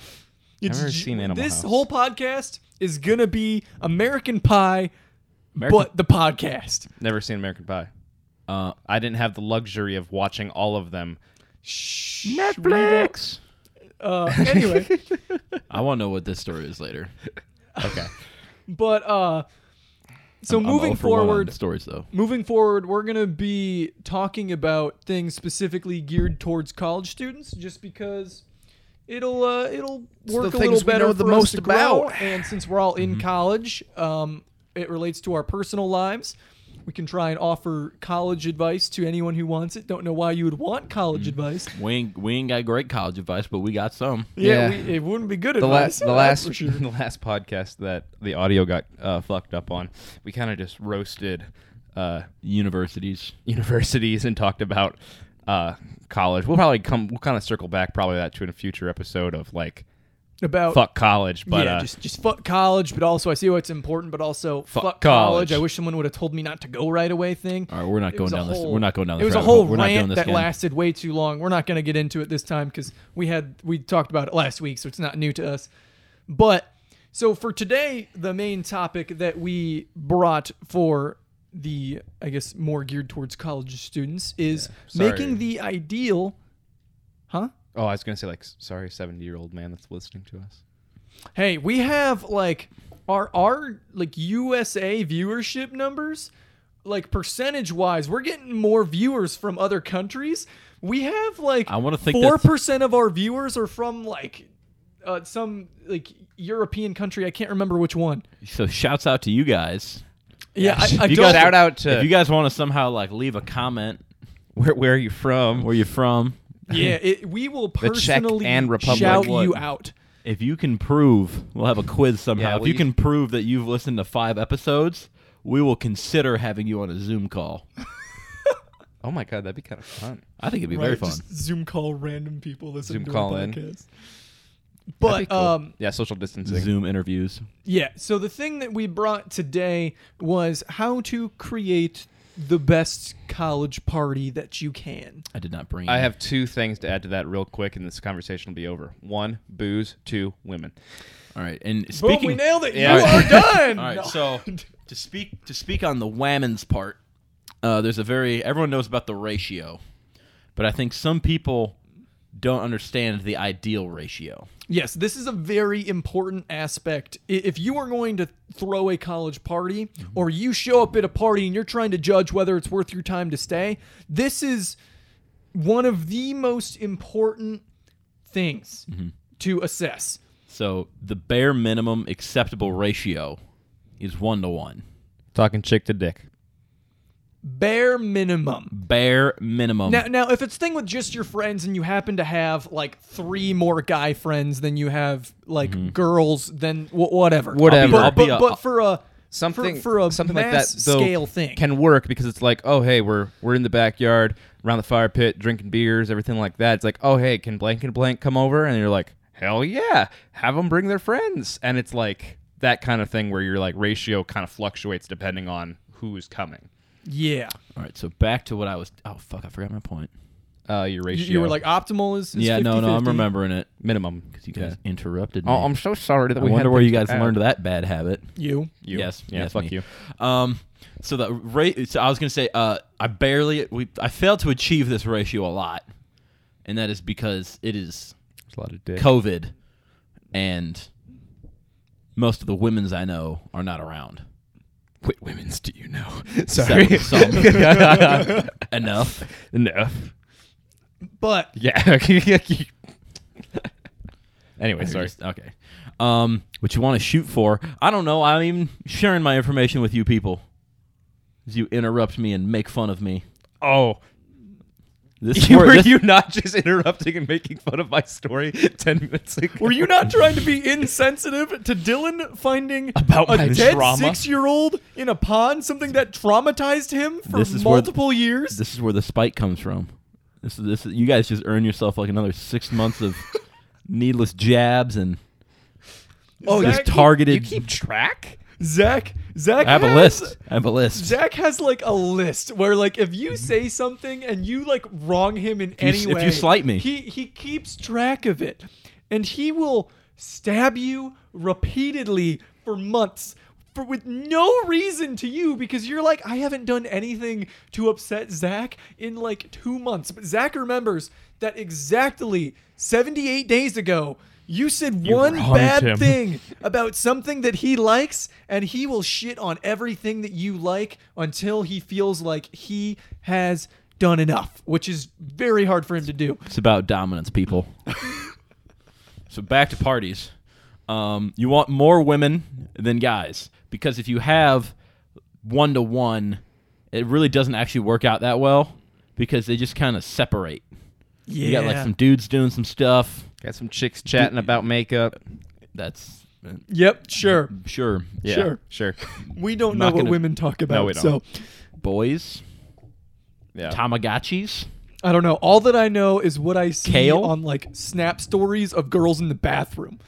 [SPEAKER 1] It's
[SPEAKER 3] Never seen Animal
[SPEAKER 1] this
[SPEAKER 3] House.
[SPEAKER 1] whole podcast is going to be American Pie, but the podcast.
[SPEAKER 3] Never seen American Pie.
[SPEAKER 2] uh,
[SPEAKER 3] I didn't have the luxury of watching all of them.
[SPEAKER 1] Shh, we don't- Uh, anyway,
[SPEAKER 2] I want to know what this story is later.
[SPEAKER 3] Okay.
[SPEAKER 1] but uh, so
[SPEAKER 2] I'm
[SPEAKER 1] moving
[SPEAKER 2] 0 for one on
[SPEAKER 1] forward,
[SPEAKER 2] stories though.
[SPEAKER 1] moving forward, we're going to be talking about things specifically geared towards college students, just because it'll uh, it'll work
[SPEAKER 3] the
[SPEAKER 1] a little
[SPEAKER 3] things we
[SPEAKER 1] better
[SPEAKER 3] know the
[SPEAKER 1] for us
[SPEAKER 3] most
[SPEAKER 1] to grow.
[SPEAKER 3] about.
[SPEAKER 1] And since we're all in
[SPEAKER 3] Mm-hmm.
[SPEAKER 1] college, um, it relates to our personal lives. We can try and offer college advice to anyone who wants it. Don't know why you would want college
[SPEAKER 3] Mm.
[SPEAKER 1] advice.
[SPEAKER 2] We ain't, we ain't got great college advice, but we got some.
[SPEAKER 1] Yeah,
[SPEAKER 3] Yeah.
[SPEAKER 1] We, it wouldn't be good
[SPEAKER 3] the
[SPEAKER 1] advice.
[SPEAKER 3] last the
[SPEAKER 1] that's
[SPEAKER 3] last
[SPEAKER 1] for sure.
[SPEAKER 3] the last podcast that the audio got uh, fucked up on, we kind of just roasted uh,
[SPEAKER 2] Universities.
[SPEAKER 3] universities and talked about uh, college. We'll probably come. We'll kind of circle back probably that to in a future episode of like
[SPEAKER 1] about
[SPEAKER 3] Fuck college, but
[SPEAKER 1] Oh, yeah,
[SPEAKER 3] uh,
[SPEAKER 1] just just fuck college, but also I see why it's important, but also fuck, college.
[SPEAKER 3] college.
[SPEAKER 1] I wish someone would have told me not to go right away thing.
[SPEAKER 2] All right, we're not
[SPEAKER 1] It
[SPEAKER 2] going
[SPEAKER 1] was a
[SPEAKER 2] down this.
[SPEAKER 1] whole-
[SPEAKER 2] We're not going down this.
[SPEAKER 1] It was a
[SPEAKER 2] rabbit hole.
[SPEAKER 1] whole
[SPEAKER 2] We're not doing
[SPEAKER 1] rant
[SPEAKER 2] this
[SPEAKER 1] that
[SPEAKER 2] again.
[SPEAKER 1] lasted way too long. We're not going to get into it this time because we had we talked about it last week, so it's not new to us. But so for today, the main topic that we brought for the I guess more geared towards college students is
[SPEAKER 3] sorry.
[SPEAKER 1] making the ideal, huh?
[SPEAKER 3] oh, I was gonna say like, s- sorry, seventy-year-old man that's listening to us.
[SPEAKER 1] Hey, we have like our our like USA viewership numbers, like percentage wise, we're getting more viewers from other countries. We have like
[SPEAKER 2] I wanna think
[SPEAKER 1] four percent of our viewers are from like uh, some like European country. I can't remember which one.
[SPEAKER 2] So shouts out to you guys.
[SPEAKER 1] Yeah, I, I
[SPEAKER 2] you
[SPEAKER 1] don't.
[SPEAKER 2] guys-
[SPEAKER 3] Shout out to
[SPEAKER 2] if you guys want to somehow like leave a comment,
[SPEAKER 3] where where are you from?
[SPEAKER 2] where you from,
[SPEAKER 1] yeah, it, we will
[SPEAKER 3] Czech
[SPEAKER 1] personally
[SPEAKER 3] and Republic.
[SPEAKER 1] shout
[SPEAKER 2] What?
[SPEAKER 1] you out.
[SPEAKER 2] if you can prove, we'll have a quiz somehow.
[SPEAKER 3] Yeah,
[SPEAKER 2] if
[SPEAKER 3] well,
[SPEAKER 2] you,
[SPEAKER 3] you-
[SPEAKER 2] can prove that you've listened to five episodes, we will consider having you on a Zoom call.
[SPEAKER 3] Oh my god, that'd be kind of fun.
[SPEAKER 2] I think it'd be
[SPEAKER 1] Right,
[SPEAKER 2] very fun.
[SPEAKER 1] just Zoom call random people listening
[SPEAKER 3] Zoom
[SPEAKER 1] to
[SPEAKER 3] call
[SPEAKER 1] our
[SPEAKER 3] in.
[SPEAKER 1] podcast. But um,
[SPEAKER 3] yeah, social distancing.
[SPEAKER 2] Zoom interviews.
[SPEAKER 1] Yeah. So the thing that we brought today was how to create the best college party that you can.
[SPEAKER 2] I did not bring.
[SPEAKER 3] I have two things to add to that real quick, and this conversation will be over. One, booze. Two, women.
[SPEAKER 2] All right, and
[SPEAKER 1] Boom,
[SPEAKER 2] speaking.
[SPEAKER 1] we nailed it.
[SPEAKER 3] Yeah.
[SPEAKER 1] You
[SPEAKER 3] All
[SPEAKER 1] are done.
[SPEAKER 2] All right,
[SPEAKER 1] No.
[SPEAKER 2] so to speak to speak on the whammons part, uh, there's a very everyone knows about the ratio, but I think some people don't understand the ideal ratio.
[SPEAKER 1] yes, this is a very important aspect. I- If you are going to throw a college party
[SPEAKER 2] Mm-hmm.
[SPEAKER 1] or you show up at a party and you're trying to judge whether it's worth your time to stay, this is one of the most important things
[SPEAKER 2] Mm-hmm.
[SPEAKER 1] to assess.
[SPEAKER 2] So the bare minimum acceptable ratio is one to one.
[SPEAKER 3] Talking chick to dick.
[SPEAKER 1] Bare minimum.
[SPEAKER 2] Bare minimum.
[SPEAKER 1] Now, now, if it's thing with just your friends and you happen to have like three more guy friends than you have like girls, then w- whatever.
[SPEAKER 3] Whatever.
[SPEAKER 1] But,
[SPEAKER 2] I'll be
[SPEAKER 1] but,
[SPEAKER 2] a-
[SPEAKER 1] but for a
[SPEAKER 3] Something
[SPEAKER 1] for, for a
[SPEAKER 3] something like that
[SPEAKER 1] mass
[SPEAKER 3] though,
[SPEAKER 1] scale thing.
[SPEAKER 3] can work because it's like, oh hey, we're we're in the backyard around the fire pit drinking beers, everything like that. It's like, oh hey, can blank and blank come over? And you're like, hell yeah, have them bring their friends. And it's like that kind of thing where your like ratio kind of fluctuates depending on who's coming.
[SPEAKER 1] yeah,
[SPEAKER 2] All right, so back to what I was. Oh fuck, I forgot my point.
[SPEAKER 3] Uh, your
[SPEAKER 1] you,
[SPEAKER 3] ratio.
[SPEAKER 1] you were like optimal is, is
[SPEAKER 2] yeah, no, no, I'm
[SPEAKER 1] 50-50.
[SPEAKER 2] remembering it
[SPEAKER 3] minimum.
[SPEAKER 2] because you guys interrupted me.
[SPEAKER 3] Oh, I'm so sorry that
[SPEAKER 2] I
[SPEAKER 3] we.
[SPEAKER 2] wonder
[SPEAKER 3] had
[SPEAKER 2] where you
[SPEAKER 3] things to
[SPEAKER 2] guys
[SPEAKER 3] add.
[SPEAKER 2] learned that bad habit.
[SPEAKER 1] You
[SPEAKER 3] You.
[SPEAKER 2] Yes,
[SPEAKER 3] Yeah.
[SPEAKER 2] yes,
[SPEAKER 3] fuck
[SPEAKER 2] me.
[SPEAKER 3] you.
[SPEAKER 2] Um, so the rate. So I was gonna say, uh, I barely we I failed to achieve this ratio a lot, and that is because it is
[SPEAKER 3] There's a lot of dick.
[SPEAKER 2] COVID, and most of the women's I know are not around.
[SPEAKER 3] Quit women's. Do you know?
[SPEAKER 2] Sorry.
[SPEAKER 3] Enough.
[SPEAKER 2] Enough.
[SPEAKER 1] but
[SPEAKER 3] Yeah. anyway,
[SPEAKER 2] You're
[SPEAKER 3] sorry.
[SPEAKER 2] just- okay. Um, what you want to shoot for? I don't know. I'm even sharing my information with you people. As you interrupt me and make fun of me.
[SPEAKER 3] Oh.
[SPEAKER 2] This,
[SPEAKER 3] were
[SPEAKER 2] this-
[SPEAKER 3] you not just interrupting and making fun of my story 10 minutes ago?
[SPEAKER 1] were you not trying to be insensitive to Dylan finding
[SPEAKER 3] About my
[SPEAKER 1] a dead
[SPEAKER 3] trauma?
[SPEAKER 1] six year old in a pond, something that traumatized him for
[SPEAKER 2] This is where-
[SPEAKER 1] multiple years?
[SPEAKER 2] this is where the spike comes from. This is this. Is, you guys just earn yourself like another six months of needless jabs and
[SPEAKER 1] Oh,
[SPEAKER 2] just
[SPEAKER 1] Zach,
[SPEAKER 2] targeted.
[SPEAKER 3] You keep track?
[SPEAKER 1] Zach, Zach,
[SPEAKER 2] I have a
[SPEAKER 1] has-
[SPEAKER 2] list. I have a list.
[SPEAKER 1] Zach has like a list where like if you say something and you like wrong him in
[SPEAKER 2] you
[SPEAKER 1] any
[SPEAKER 2] s- if
[SPEAKER 1] way,
[SPEAKER 2] you slight me.
[SPEAKER 1] he he keeps track of it, and he will stab you repeatedly for months. For, with no reason to you because you're like I haven't done anything to upset Zach in like two months, but Zach remembers that exactly 78 days ago you said one
[SPEAKER 3] wronged
[SPEAKER 1] bad
[SPEAKER 3] him.
[SPEAKER 1] thing thing about something that he likes, and he will shit on everything that you like until he feels like he has done enough, which is very hard for him to do.
[SPEAKER 2] It's about dominance, people. so back to parties. Um, you want more women than guys because if you have one to one, it really doesn't actually work out that well because they just kind of separate.
[SPEAKER 1] Yeah.
[SPEAKER 2] You got like some dudes doing some stuff.
[SPEAKER 3] Got some chicks chatting about makeup.
[SPEAKER 2] That's uh,
[SPEAKER 1] yep, sure.
[SPEAKER 2] sure.
[SPEAKER 3] Yeah,
[SPEAKER 1] Sure.
[SPEAKER 3] Sure.
[SPEAKER 1] We don't
[SPEAKER 2] Not
[SPEAKER 1] know what
[SPEAKER 2] gonna-
[SPEAKER 1] women talk about,
[SPEAKER 3] we don't.
[SPEAKER 1] so
[SPEAKER 2] Boys,
[SPEAKER 3] Yeah.
[SPEAKER 2] Tamagotchis.
[SPEAKER 1] I don't know. All that I know is what I see
[SPEAKER 2] Kale?
[SPEAKER 1] on like snap stories of girls in the bathroom.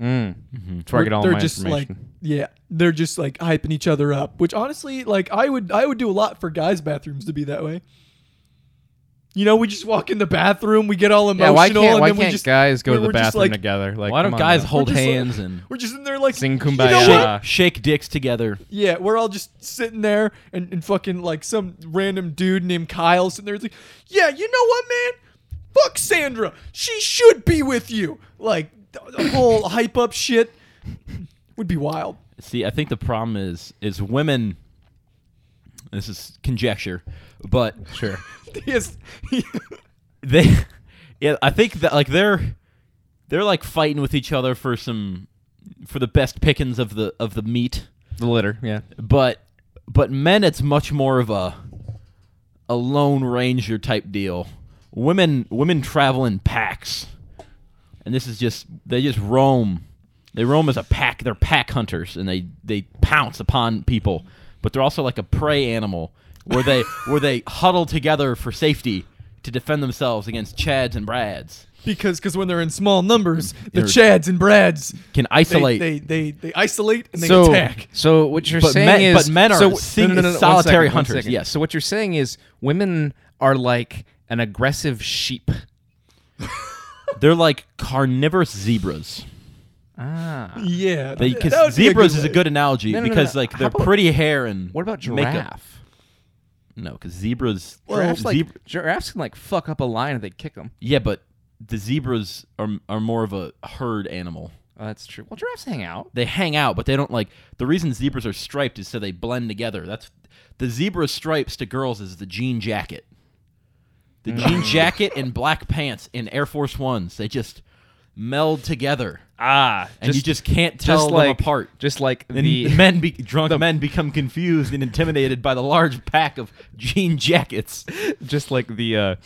[SPEAKER 3] Mm. That's where I
[SPEAKER 1] We're-
[SPEAKER 3] get all
[SPEAKER 1] they're
[SPEAKER 3] my
[SPEAKER 1] just like
[SPEAKER 3] information.
[SPEAKER 1] yeah they're just like hyping each other up which honestly like i would i would do a lot for guys bathrooms to be that way you know we just walk in the bathroom we get all emotional
[SPEAKER 3] yeah, why can't
[SPEAKER 1] and
[SPEAKER 3] why
[SPEAKER 1] then we
[SPEAKER 3] can't
[SPEAKER 1] just
[SPEAKER 3] guys go to
[SPEAKER 1] we're
[SPEAKER 3] the
[SPEAKER 1] just
[SPEAKER 3] bathroom
[SPEAKER 1] like,
[SPEAKER 3] together? Like,
[SPEAKER 2] Why don't
[SPEAKER 3] come on
[SPEAKER 2] guys
[SPEAKER 3] now.
[SPEAKER 2] hold
[SPEAKER 1] just like-
[SPEAKER 2] hands and
[SPEAKER 1] we're just in there like
[SPEAKER 3] Sing
[SPEAKER 1] you
[SPEAKER 3] Kumbaya.
[SPEAKER 1] know what?
[SPEAKER 3] Yeah.
[SPEAKER 2] shake dicks together?
[SPEAKER 1] yeah we're all just sitting there and, and fucking like some random dude named kyle sitting there it's like yeah you know what man fuck sandra she should be with you like the- the whole hype up shit would be wild
[SPEAKER 2] See, I think the problem is is women. This is conjecture, but
[SPEAKER 3] Sure.
[SPEAKER 1] yes
[SPEAKER 2] they yeah i think that like they're they're like fighting with each other for some for the best pickings of the of the meat
[SPEAKER 3] The litter, yeah.
[SPEAKER 2] but but men it's much more of a a lone ranger type deal women women travel in packs and this is just they just roam they roam as a pack they're pack hunters and they they pounce upon people but they're also like a prey animal where they where they huddle together for safety to defend themselves against chads and brads
[SPEAKER 1] because because when they're in small numbers, the
[SPEAKER 2] They're-
[SPEAKER 1] Chads and Brads
[SPEAKER 2] can
[SPEAKER 1] they,
[SPEAKER 2] isolate
[SPEAKER 1] They, they they isolate and they
[SPEAKER 3] so,
[SPEAKER 1] attack.
[SPEAKER 3] So what you're
[SPEAKER 2] But
[SPEAKER 3] saying
[SPEAKER 2] men-
[SPEAKER 3] is,
[SPEAKER 2] but men are
[SPEAKER 3] so, no,
[SPEAKER 2] sing-
[SPEAKER 3] no, no, no, one
[SPEAKER 2] solitary
[SPEAKER 3] second, one
[SPEAKER 2] hunters,
[SPEAKER 3] second.
[SPEAKER 2] yes.
[SPEAKER 3] So what you're saying is, women are like an aggressive sheep.
[SPEAKER 2] they're like carnivorous zebras
[SPEAKER 3] Ah.
[SPEAKER 1] Yeah, th- that would
[SPEAKER 2] because
[SPEAKER 1] be a
[SPEAKER 2] zebras
[SPEAKER 1] good
[SPEAKER 2] is a
[SPEAKER 1] way.
[SPEAKER 2] good analogy
[SPEAKER 3] No, no, no,
[SPEAKER 2] because
[SPEAKER 3] no.
[SPEAKER 2] like
[SPEAKER 3] How
[SPEAKER 2] they're
[SPEAKER 3] about-
[SPEAKER 2] pretty hair and
[SPEAKER 3] What about
[SPEAKER 2] Makeup.
[SPEAKER 3] giraffe?
[SPEAKER 2] No, because zebras.
[SPEAKER 1] Well,
[SPEAKER 3] giraffes, like,
[SPEAKER 2] zebra-
[SPEAKER 3] giraffes can like fuck up a lion if they kick them.
[SPEAKER 2] yeah, but the zebras are are more of a herd animal.
[SPEAKER 3] Oh, that's true. Well, giraffes hang out.
[SPEAKER 2] They hang out, but they don't like. The reason zebras are striped is so they blend together. That's the zebra stripes to girls is the jean jacket. The
[SPEAKER 3] Mm.
[SPEAKER 2] jean jacket and black pants in Air Force Ones. They just meld together,
[SPEAKER 3] Ah,
[SPEAKER 2] and you just can't tell them
[SPEAKER 3] like,
[SPEAKER 2] apart.
[SPEAKER 3] Just like
[SPEAKER 2] And
[SPEAKER 3] the
[SPEAKER 2] men be, drunk men become confused and intimidated by the large pack of jean jackets.
[SPEAKER 3] just like the uh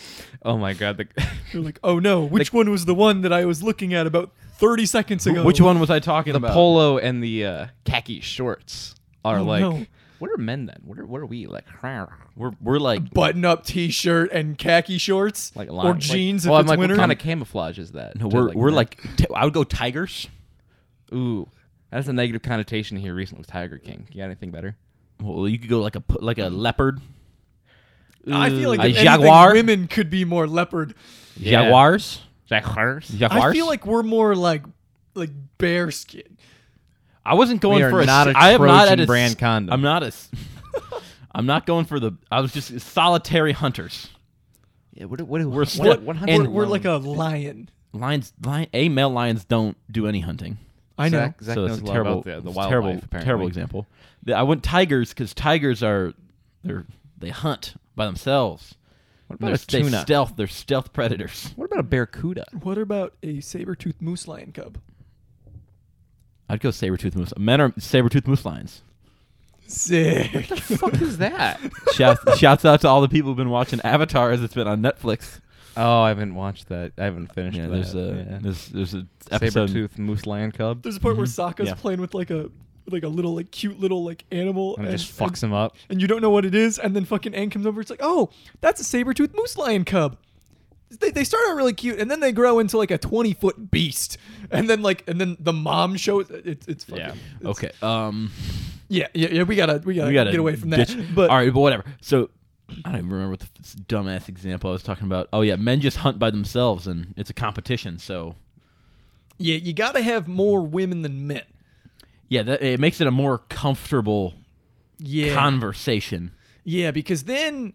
[SPEAKER 3] oh my god the
[SPEAKER 1] You're like, oh no, which one was the one that I was looking at about thirty seconds ago?
[SPEAKER 2] Which one was I talking
[SPEAKER 3] the
[SPEAKER 2] about?
[SPEAKER 3] polo and the uh khaki shorts are
[SPEAKER 1] Oh,
[SPEAKER 3] like
[SPEAKER 1] no.
[SPEAKER 3] what are men then what are what are we like like
[SPEAKER 2] We're we're like
[SPEAKER 1] Button up T-shirt and khaki shorts,
[SPEAKER 3] lion-
[SPEAKER 1] or
[SPEAKER 3] like-
[SPEAKER 1] jeans
[SPEAKER 3] well,
[SPEAKER 1] if
[SPEAKER 3] I'm
[SPEAKER 1] it's
[SPEAKER 3] like,
[SPEAKER 1] winter.
[SPEAKER 3] what kind of camouflage is that
[SPEAKER 2] no,
[SPEAKER 3] to,
[SPEAKER 2] we're we're
[SPEAKER 3] men?
[SPEAKER 2] like t- I would go tigers.
[SPEAKER 3] ooh that's a negative connotation here recently with Tiger King you got anything better
[SPEAKER 2] Well, you could go like a pu- like a leopard,
[SPEAKER 1] I feel like
[SPEAKER 2] A
[SPEAKER 1] if anything,
[SPEAKER 2] jaguar?
[SPEAKER 1] women could be more leopard.
[SPEAKER 3] Yeah.
[SPEAKER 2] jaguars,
[SPEAKER 3] Jaguars
[SPEAKER 2] jaguars.
[SPEAKER 1] I feel like we're more like like bear skin.
[SPEAKER 2] I wasn't going
[SPEAKER 3] We are
[SPEAKER 2] for a.
[SPEAKER 3] not
[SPEAKER 2] s-
[SPEAKER 3] a
[SPEAKER 2] I am not
[SPEAKER 3] Trojan
[SPEAKER 2] at a s-
[SPEAKER 3] brand condom.
[SPEAKER 2] I'm not a. s- I'm not going for the. I was just solitary hunters.
[SPEAKER 3] yeah, what, what,
[SPEAKER 2] We're
[SPEAKER 3] what,
[SPEAKER 2] split
[SPEAKER 3] what
[SPEAKER 2] and-
[SPEAKER 1] We're, we're like a lion.
[SPEAKER 2] Lions, lion, a male lions don't do any hunting.
[SPEAKER 1] I know.
[SPEAKER 3] Zach, Zach
[SPEAKER 2] so
[SPEAKER 3] knows
[SPEAKER 2] it's a
[SPEAKER 3] a lot
[SPEAKER 2] terrible,
[SPEAKER 3] about the, the
[SPEAKER 2] it's a
[SPEAKER 3] wildlife
[SPEAKER 2] terrible,
[SPEAKER 3] apparently.
[SPEAKER 2] terrible example. The- I went tigers because tigers are they're they hunt by themselves.
[SPEAKER 3] what
[SPEAKER 2] They're,
[SPEAKER 3] about a
[SPEAKER 2] they
[SPEAKER 3] tuna
[SPEAKER 2] stealth. They're stealth predators.
[SPEAKER 3] what about a barracuda
[SPEAKER 1] What about a saber-toothed moose lion cub?
[SPEAKER 2] I'd go saber tooth moose. Men are saber tooth moose lions.
[SPEAKER 1] Sick.
[SPEAKER 3] what the fuck is that
[SPEAKER 2] Shout, shouts out to all the people who've been watching Avatar as it's been on Netflix.
[SPEAKER 3] oh I haven't watched that I haven't finished
[SPEAKER 2] Yeah,
[SPEAKER 3] that
[SPEAKER 2] there's a
[SPEAKER 3] yeah.
[SPEAKER 2] there's there's a episode.
[SPEAKER 3] Saber-toothed moose lion cub.
[SPEAKER 1] There's a part where
[SPEAKER 3] Mm-hmm.
[SPEAKER 1] Sokka's
[SPEAKER 2] Yeah.
[SPEAKER 1] playing with like a with like a little like cute little like animal
[SPEAKER 3] And it just fucks him up.
[SPEAKER 1] and you don't know what it is, and then fucking Aang comes over. It's like, oh, that's a saber-toothed moose lion cub. They, they start out really cute, and then they grow into like a twenty foot beast, and then like and then the mom shows. It's it's fucking,
[SPEAKER 3] Yeah.
[SPEAKER 1] it's-
[SPEAKER 2] Okay. Um,
[SPEAKER 1] yeah yeah yeah. We gotta we gotta,
[SPEAKER 2] we gotta
[SPEAKER 1] Uh, get away from
[SPEAKER 2] ditch-
[SPEAKER 1] that. But
[SPEAKER 2] all right, but whatever. So I don't even remember what the f- dumbass example I was talking about. Oh yeah, men just hunt by themselves and it's a competition. So
[SPEAKER 1] yeah, you gotta have more women than men.
[SPEAKER 2] yeah, that, it makes it a more comfortable
[SPEAKER 1] Yeah,
[SPEAKER 2] conversation.
[SPEAKER 1] Yeah, because then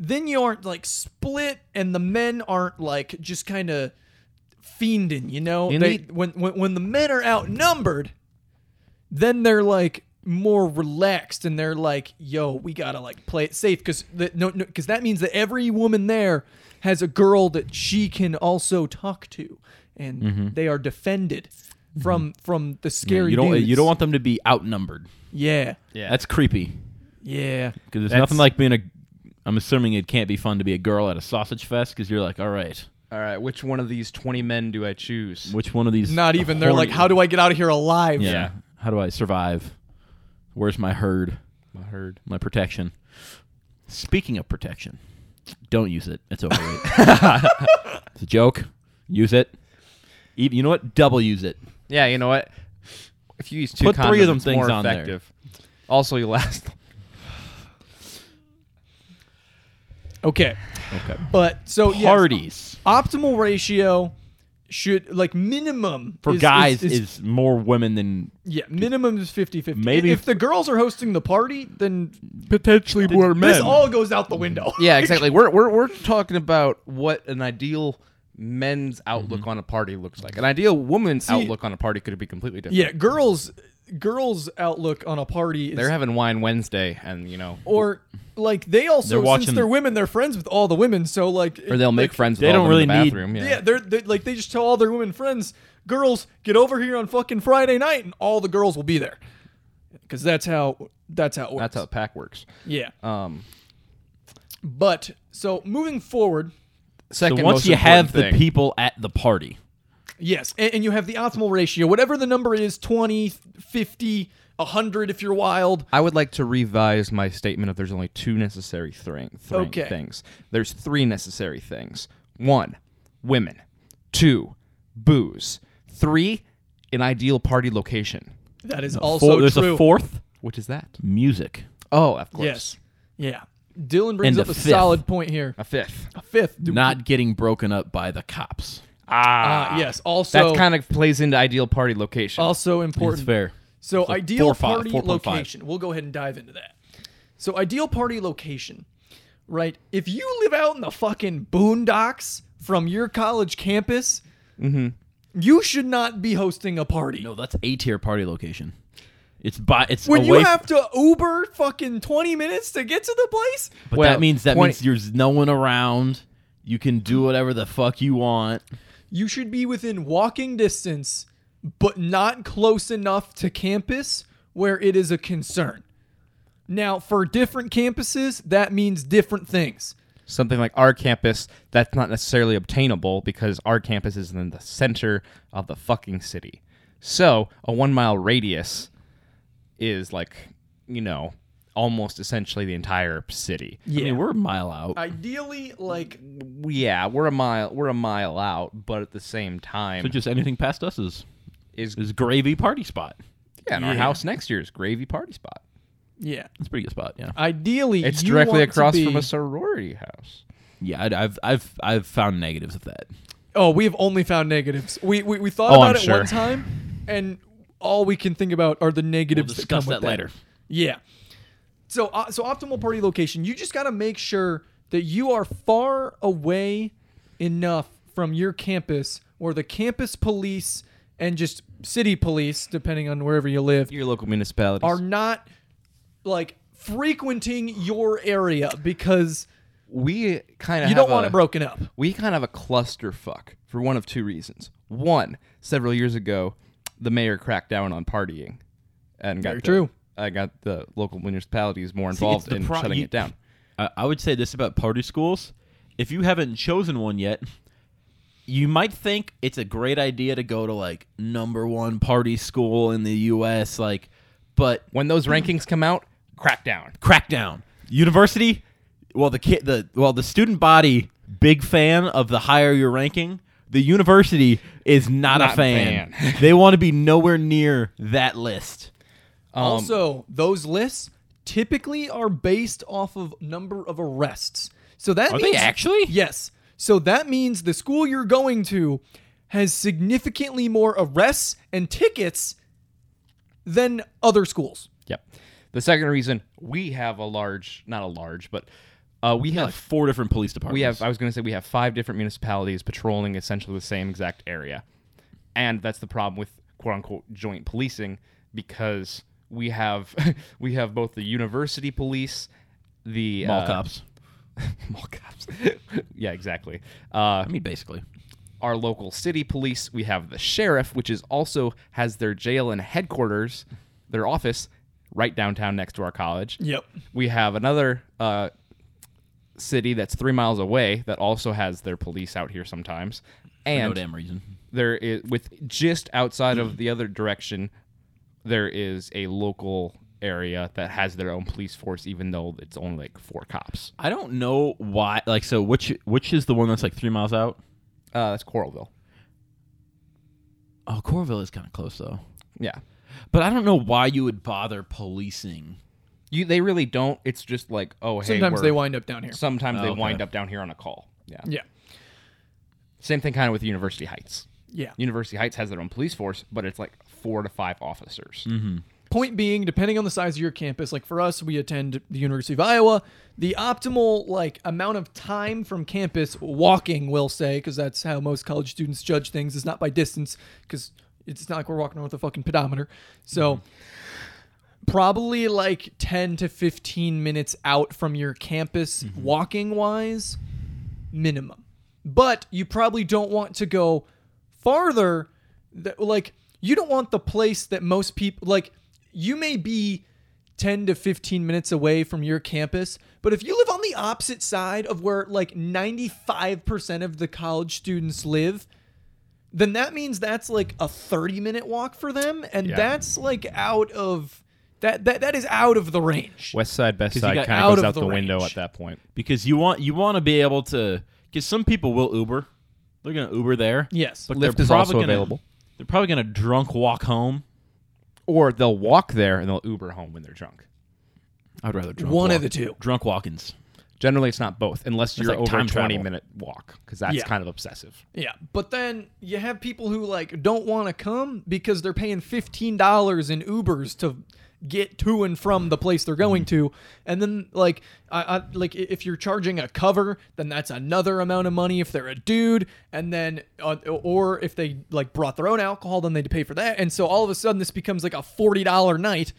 [SPEAKER 1] then you aren't like split and the men aren't like just kind of fiending, you know?
[SPEAKER 3] You
[SPEAKER 1] they,
[SPEAKER 3] need-
[SPEAKER 1] when, when when the men are outnumbered, then they're like more relaxed and they're like, "Yo, we got to like play it safe cuz no, no cuz that means that every woman there has a girl that she can also talk to and they are defended from from the
[SPEAKER 2] Mm-hmm. Yeah,
[SPEAKER 1] scary
[SPEAKER 2] you don't you
[SPEAKER 1] dudes.
[SPEAKER 2] don't want them to be outnumbered.
[SPEAKER 1] Yeah.
[SPEAKER 3] Yeah.
[SPEAKER 2] That's creepy.
[SPEAKER 1] Yeah.
[SPEAKER 2] Because there's
[SPEAKER 3] That's-
[SPEAKER 2] nothing like being a. I'm assuming it can't be fun to be a girl at a sausage fest because you're like, all right,
[SPEAKER 3] All right, which one of these 20 men do I choose?
[SPEAKER 2] which one of these?
[SPEAKER 1] Not even they're like,
[SPEAKER 2] horny-
[SPEAKER 1] "How do I get out of here alive?"
[SPEAKER 2] Yeah.
[SPEAKER 3] Yeah.
[SPEAKER 2] How do I survive? Where's my herd?
[SPEAKER 3] I heard.
[SPEAKER 2] My protection. Speaking of protection, don't use it. It's overrated. it's a joke. Use it. Even, you know E, what? Double use it.
[SPEAKER 3] Yeah, you know what? If you use two
[SPEAKER 2] Put
[SPEAKER 3] condoms,
[SPEAKER 2] three of them
[SPEAKER 3] it's
[SPEAKER 2] things
[SPEAKER 3] more
[SPEAKER 2] on there.
[SPEAKER 3] effective. Also, you last.
[SPEAKER 1] Okay.
[SPEAKER 2] Okay.
[SPEAKER 1] But so yes,
[SPEAKER 2] Parties
[SPEAKER 1] optimal ratio should like minimum
[SPEAKER 2] for
[SPEAKER 1] is-
[SPEAKER 2] guys is, more women than
[SPEAKER 1] yeah minimum is 50-50
[SPEAKER 2] Maybe-
[SPEAKER 1] if the girls are hosting the party then
[SPEAKER 2] potentially more
[SPEAKER 1] this all goes out the window
[SPEAKER 3] Yeah, exactly. we're, we're we're talking about what an ideal men's outlook on a party looks like. An ideal woman's outlook on a party could be completely different.
[SPEAKER 1] yeah girls girls outlook on a party is
[SPEAKER 3] They're having wine Wednesday, and you know,
[SPEAKER 1] or like they also
[SPEAKER 2] They're watching-
[SPEAKER 1] since they're women they're friends with all the women so like
[SPEAKER 3] or they'll make friends. With
[SPEAKER 2] they
[SPEAKER 3] all
[SPEAKER 2] don't
[SPEAKER 3] of them in
[SPEAKER 2] really
[SPEAKER 3] the
[SPEAKER 2] need-
[SPEAKER 3] bathroom.
[SPEAKER 1] yeah,
[SPEAKER 3] yeah.
[SPEAKER 1] they're, they like they just tell all their women friends girls get over here on fucking friday night and all the girls will be there because that's how that's how it works
[SPEAKER 3] that's how the pack works.
[SPEAKER 1] yeah
[SPEAKER 3] Um,
[SPEAKER 1] but so moving forward
[SPEAKER 3] second,
[SPEAKER 2] So once
[SPEAKER 3] most
[SPEAKER 2] you have
[SPEAKER 3] important
[SPEAKER 2] the
[SPEAKER 3] thing-
[SPEAKER 2] people at the party,
[SPEAKER 1] Yes, and, and you have the optimal ratio, whatever the number is 20, 50, 100 if you're wild.
[SPEAKER 3] I would like to revise my statement of there's only two necessary thring, thring-
[SPEAKER 1] Okay.
[SPEAKER 3] things. There's three necessary things. One, women. Two, booze. Three, an ideal party location.
[SPEAKER 1] That is also
[SPEAKER 2] Four- there's
[SPEAKER 1] true.
[SPEAKER 2] a fourth
[SPEAKER 3] What is that?
[SPEAKER 2] music.
[SPEAKER 3] Oh, of course.
[SPEAKER 1] Yes. Yeah. Dylan brings
[SPEAKER 2] And
[SPEAKER 1] up
[SPEAKER 2] the
[SPEAKER 1] a
[SPEAKER 2] fifth.
[SPEAKER 1] solid point here.
[SPEAKER 3] A fifth.
[SPEAKER 2] Uh,
[SPEAKER 1] A fifth. dude.
[SPEAKER 2] not getting broken up by the cops.
[SPEAKER 1] Ah, yes.
[SPEAKER 3] That
[SPEAKER 1] Also
[SPEAKER 3] kind of plays into ideal party location.
[SPEAKER 1] also
[SPEAKER 2] That's
[SPEAKER 1] important.
[SPEAKER 2] fair.
[SPEAKER 1] So
[SPEAKER 2] So
[SPEAKER 1] ideal
[SPEAKER 2] four, five-
[SPEAKER 1] party
[SPEAKER 2] 4.5.
[SPEAKER 1] location. We'll go ahead and dive into that. So ideal party location, right? If you live out in the fucking boondocks from your college campus,
[SPEAKER 2] Mm-hmm.
[SPEAKER 1] you should not be hosting a party.
[SPEAKER 2] No, that's A tier party location. It's by it's
[SPEAKER 1] when you
[SPEAKER 2] away.
[SPEAKER 1] have to Uber fucking 20 minutes to get to the place?
[SPEAKER 2] but
[SPEAKER 3] Well,
[SPEAKER 2] that means that
[SPEAKER 3] twenty-
[SPEAKER 2] means there's no one around. You can do whatever the fuck you want.
[SPEAKER 1] You should be within walking distance, but not close enough to campus where it is a concern. Now, for different campuses, that means different things.
[SPEAKER 3] Something like our campus, that's not necessarily obtainable because our campus is in the center of the fucking city. So a one mile radius is like, you know, almost essentially the entire city.
[SPEAKER 2] Yeah, I mean, we're a mile out.
[SPEAKER 1] Ideally, like,
[SPEAKER 3] Yeah, we're a mile we're a mile out, but at the same time
[SPEAKER 2] so just anything past us is
[SPEAKER 3] is
[SPEAKER 2] is gravy party spot.
[SPEAKER 3] yeah, and our house next year is gravy party spot.
[SPEAKER 1] yeah.
[SPEAKER 2] That's a pretty good spot. Yeah,
[SPEAKER 1] Ideally,
[SPEAKER 3] It's
[SPEAKER 1] you
[SPEAKER 3] directly
[SPEAKER 1] want to
[SPEAKER 3] across from
[SPEAKER 1] be-
[SPEAKER 3] a sorority house.
[SPEAKER 2] yeah. I, I've I've I've found negatives of that.
[SPEAKER 1] Oh, we have only found negatives. We we, we thought
[SPEAKER 3] Oh,
[SPEAKER 1] about
[SPEAKER 3] I'm
[SPEAKER 1] it
[SPEAKER 3] sure.
[SPEAKER 1] one time, and all we can think about are the negatives. that come
[SPEAKER 2] discuss
[SPEAKER 1] with
[SPEAKER 2] that later.
[SPEAKER 1] Yeah. So uh, so optimal party location. You just got to make sure that you are far away enough from your campus, or the campus police and just city police, depending on wherever you live,
[SPEAKER 3] Your local municipalities.
[SPEAKER 1] are not like frequenting your area because
[SPEAKER 3] we kind of
[SPEAKER 1] you don't want it broken up.
[SPEAKER 3] we kind of have a clusterfuck for one of two reasons. One, several years ago, the mayor cracked down on partying, and got
[SPEAKER 1] Very
[SPEAKER 3] the-
[SPEAKER 1] true.
[SPEAKER 3] I got the local municipalities more
[SPEAKER 2] See, it's
[SPEAKER 3] involved
[SPEAKER 2] the
[SPEAKER 3] in
[SPEAKER 2] pro-
[SPEAKER 3] shutting
[SPEAKER 2] you-
[SPEAKER 3] it down.
[SPEAKER 2] I, I would say this about party schools: if you haven't chosen one yet, you might think it's a great idea to go to like number one party school in the U.S. Like, but
[SPEAKER 3] When those rankings come out, crack down.
[SPEAKER 2] crackdown university. Well, the kid, the well, the student body, big fan of the higher your ranking. The university is not,
[SPEAKER 3] Not
[SPEAKER 2] a
[SPEAKER 3] a
[SPEAKER 2] fan.
[SPEAKER 3] fan.
[SPEAKER 2] they want to be nowhere near that list. Um,
[SPEAKER 1] also, those lists typically are based off of number of arrests. So that
[SPEAKER 2] Are they
[SPEAKER 1] means,
[SPEAKER 2] actually?
[SPEAKER 1] yes. So that means the school you're going to has significantly more arrests and tickets than other schools.
[SPEAKER 3] Yep. The second reason we have a large, not a large, but uh, we
[SPEAKER 2] Like
[SPEAKER 3] have
[SPEAKER 2] four different police departments.
[SPEAKER 3] we have. uh, I was going to say we have five different municipalities patrolling essentially the same exact area, and that's the problem with quote unquote joint policing because we have we have both the university police, the
[SPEAKER 2] mall
[SPEAKER 3] uh,
[SPEAKER 2] cops.
[SPEAKER 3] mall cops. yeah, exactly. Uh,
[SPEAKER 2] I mean, basically.
[SPEAKER 3] our local city police. We have the sheriff, which is also has their jail and headquarters, their office, right downtown next to our college.
[SPEAKER 1] Yep.
[SPEAKER 3] We have another uh, city that's three miles away that also has their police out here sometimes,
[SPEAKER 2] no
[SPEAKER 3] and
[SPEAKER 2] damn reason.
[SPEAKER 3] there is with just outside of the other direction, there is a local area that has their own police force, even though it's only like four cops.
[SPEAKER 2] I don't know why. Like, so which which is the one that's like three miles out?
[SPEAKER 3] Uh, that's Coralville.
[SPEAKER 2] Oh, Corville is kind of close though.
[SPEAKER 3] Yeah.
[SPEAKER 2] But I don't know why you would bother policing.
[SPEAKER 3] You they really don't. It's just like, oh hey.
[SPEAKER 1] Sometimes
[SPEAKER 3] we're-
[SPEAKER 1] they wind up down here.
[SPEAKER 3] Sometimes
[SPEAKER 2] Oh,
[SPEAKER 3] they
[SPEAKER 2] okay.
[SPEAKER 3] wind up down here on a call. Yeah.
[SPEAKER 1] Yeah.
[SPEAKER 3] Same thing kind of with University Heights.
[SPEAKER 1] Yeah.
[SPEAKER 3] University Heights has their own police force, but it's like four to five officers.
[SPEAKER 1] Point being, depending on the size of your campus, like for us, we attend the University of Iowa. The optimal like amount of time from campus walking, we'll say, because that's how most college students judge things, is not by distance, because it's not like we're walking around with a fucking pedometer. So probably like 10 to 15 minutes out from your campus walking wise minimum but you probably don't want to go farther that, like you don't want the place that most people like you may be 10 to 15 minutes away from your campus but if you live on the opposite side of where like 95% of the college students live then that means that's like a 30 minute walk for them and
[SPEAKER 4] Yeah.
[SPEAKER 1] that's like out of that that, that is out of the range
[SPEAKER 4] West Side, Best
[SPEAKER 2] 'Cause you
[SPEAKER 4] Side
[SPEAKER 2] got
[SPEAKER 4] kind
[SPEAKER 1] out
[SPEAKER 4] of
[SPEAKER 1] of
[SPEAKER 4] goes out
[SPEAKER 1] the
[SPEAKER 4] the, window
[SPEAKER 1] range.
[SPEAKER 4] at that point.
[SPEAKER 2] because you want you want to be able to because some people will Uber. They're gonna Uber there.
[SPEAKER 1] Yes.
[SPEAKER 2] but
[SPEAKER 3] Lyft
[SPEAKER 2] they're
[SPEAKER 3] is
[SPEAKER 2] probably
[SPEAKER 3] also
[SPEAKER 2] gonna-
[SPEAKER 3] available.
[SPEAKER 2] They're probably gonna drunk walk home.
[SPEAKER 3] Or they'll walk there and they'll Uber home when they're drunk.
[SPEAKER 2] I'd rather drunk
[SPEAKER 1] one of
[SPEAKER 2] walk-
[SPEAKER 1] the two
[SPEAKER 2] drunk walkins.
[SPEAKER 3] Generally, it's not both, unless you're
[SPEAKER 2] like
[SPEAKER 3] over
[SPEAKER 2] time
[SPEAKER 3] a 20
[SPEAKER 2] travel.
[SPEAKER 3] minute walk, because that's
[SPEAKER 1] Yeah.
[SPEAKER 3] kind of obsessive.
[SPEAKER 1] Yeah, but then you have people who like don't want to come because they're paying fifteen dollars in Ubers to get to and from the place they're going to, and then like I, I like i- if you're charging a cover, then that's another amount of money if they're a dude, and then uh, or if they like brought their own alcohol, then they'd pay for that, and so all of a sudden this becomes like a forty dollar night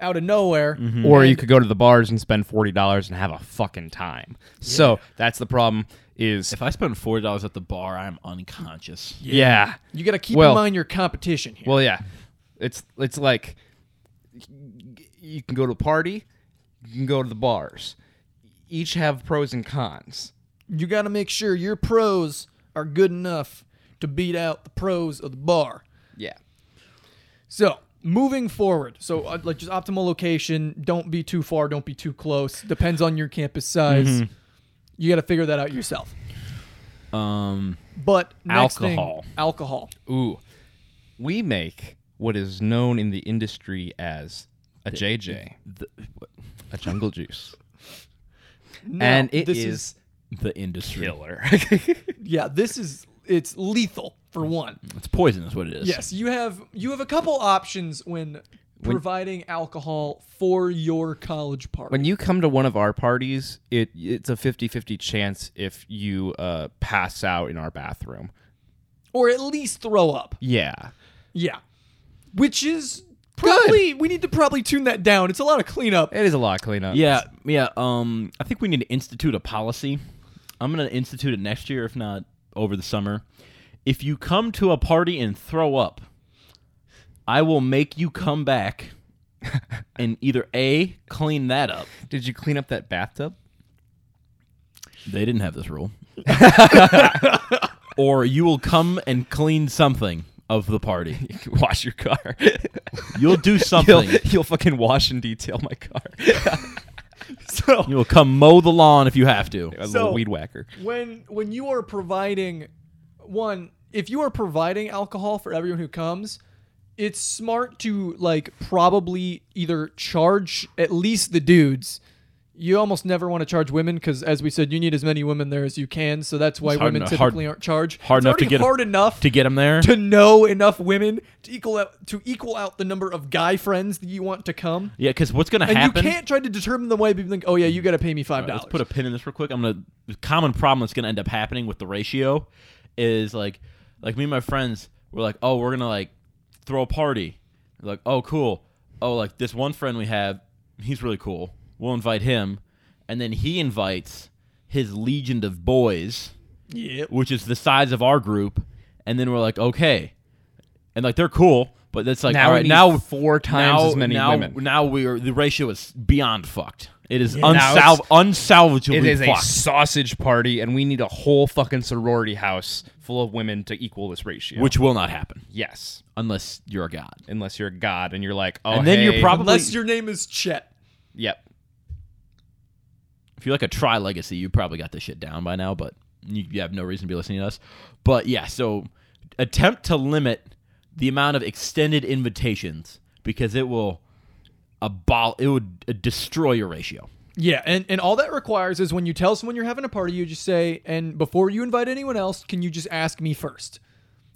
[SPEAKER 1] out of nowhere.
[SPEAKER 3] Or you could go to the bars and spend $40 and have a fucking time. So that's the problem is,
[SPEAKER 2] If I spend forty dollars at the bar, I'm unconscious.
[SPEAKER 3] yeah.
[SPEAKER 1] You got to keep
[SPEAKER 3] Well-
[SPEAKER 1] in mind your competition here.
[SPEAKER 3] Well, yeah. It's, it's like you can go to a party, you can go to the bars. Each have pros and cons.
[SPEAKER 1] you got to make sure your pros are good enough to beat out the pros of the bar.
[SPEAKER 3] Yeah.
[SPEAKER 1] So moving forward, so uh, like just optimal location. Don't be too far. Don't be too close. Depends on your campus size. You got to figure that out yourself.
[SPEAKER 2] Um,
[SPEAKER 1] But next thing-
[SPEAKER 2] Alcohol.
[SPEAKER 1] alcohol.
[SPEAKER 3] Ooh. We make what is known in the industry as a JJ,
[SPEAKER 2] the, what-
[SPEAKER 3] a jungle juice.
[SPEAKER 1] No,
[SPEAKER 3] and it
[SPEAKER 1] this
[SPEAKER 3] is
[SPEAKER 2] the industry.
[SPEAKER 3] killer.
[SPEAKER 1] yeah. This is it's lethal for one.
[SPEAKER 2] It's poison, is what it is.
[SPEAKER 1] Yes, you have you have a couple options when. Providing alcohol for your college party.
[SPEAKER 3] when you come to one of our parties, it it's a 50-50 chance if you uh, pass out in our bathroom.
[SPEAKER 1] or at least throw up.
[SPEAKER 3] Yeah.
[SPEAKER 1] Yeah. Which is probably we need to probably tune that down. It's a lot of cleanup.
[SPEAKER 3] It is a lot of cleanup.
[SPEAKER 2] Yeah, yeah. Um, I think we need to institute a policy. I'm gonna institute it next year, if not over the summer. If you come to a party and throw up, I will make you come back and either a clean that up.
[SPEAKER 3] Did you clean up that bathtub?
[SPEAKER 2] They didn't have this rule. or you will come and clean something of the party.
[SPEAKER 3] You can wash your car.
[SPEAKER 2] You'll do
[SPEAKER 3] you'll,
[SPEAKER 2] something.
[SPEAKER 3] you'll fucking wash and detail my car.
[SPEAKER 1] So
[SPEAKER 2] You will come mow the lawn if you have to.
[SPEAKER 3] a
[SPEAKER 1] So-
[SPEAKER 3] little weed whacker.
[SPEAKER 1] when when you are providing one, if you are providing alcohol for everyone who comes, it's smart to like probably either charge at least the dudes. You almost never want to charge women because, as we said, you need as many women there as you can. So that's why
[SPEAKER 2] It's hard
[SPEAKER 1] women
[SPEAKER 2] enough- hard-
[SPEAKER 1] typically aren't charged.
[SPEAKER 2] hard
[SPEAKER 1] It's
[SPEAKER 2] enough to
[SPEAKER 1] already
[SPEAKER 2] get 'em-
[SPEAKER 1] hard enough
[SPEAKER 2] To get them there,
[SPEAKER 1] to know enough women to equal out to equal out the number of guy friends that you want to come.
[SPEAKER 2] yeah. Because what's gonna
[SPEAKER 1] And
[SPEAKER 2] happen?
[SPEAKER 1] you can't try to determine the way people think, oh yeah, you got to pay me five dollars.
[SPEAKER 2] Let's put a pin in this real quick. I'm gonna the common problem that's gonna end up happening with the ratio is like like me and my friends were like, oh, we're gonna like throw a party. Like, oh, cool. Oh, like this one friend we have, he's really cool. We'll invite him, and then he invites his legion of boys,
[SPEAKER 1] yep.
[SPEAKER 2] which is the size of our group, and then we're like, okay, and like they're cool, but that's like
[SPEAKER 3] Now
[SPEAKER 2] all
[SPEAKER 3] we
[SPEAKER 2] right,
[SPEAKER 3] need
[SPEAKER 2] now
[SPEAKER 3] four times
[SPEAKER 2] now-
[SPEAKER 3] as many
[SPEAKER 2] now,
[SPEAKER 3] women.
[SPEAKER 2] Now we are the ratio is beyond fucked. It is
[SPEAKER 3] Now
[SPEAKER 2] unsalv- unsalvageably
[SPEAKER 3] It is a
[SPEAKER 2] fucked.
[SPEAKER 3] sausage party, and we need a whole fucking sorority house full of women to equal this ratio.
[SPEAKER 2] which will not happen
[SPEAKER 3] yes,
[SPEAKER 2] unless you're a god.
[SPEAKER 3] unless you're a god and you're like, oh,
[SPEAKER 2] And then you're
[SPEAKER 3] hey.
[SPEAKER 2] probably-
[SPEAKER 1] Unless your name is Chet.
[SPEAKER 3] yep.
[SPEAKER 2] If you're like a tri legacy, you probably got this shit down by now, but you, you have no reason to be listening to us. But yeah, so attempt to limit the amount of extended invitations because it will abol- it would uh, destroy your ratio.
[SPEAKER 1] Yeah, and, and all that requires is when you tell someone you're having a party, you just say, and before you invite anyone else, can you just ask me first?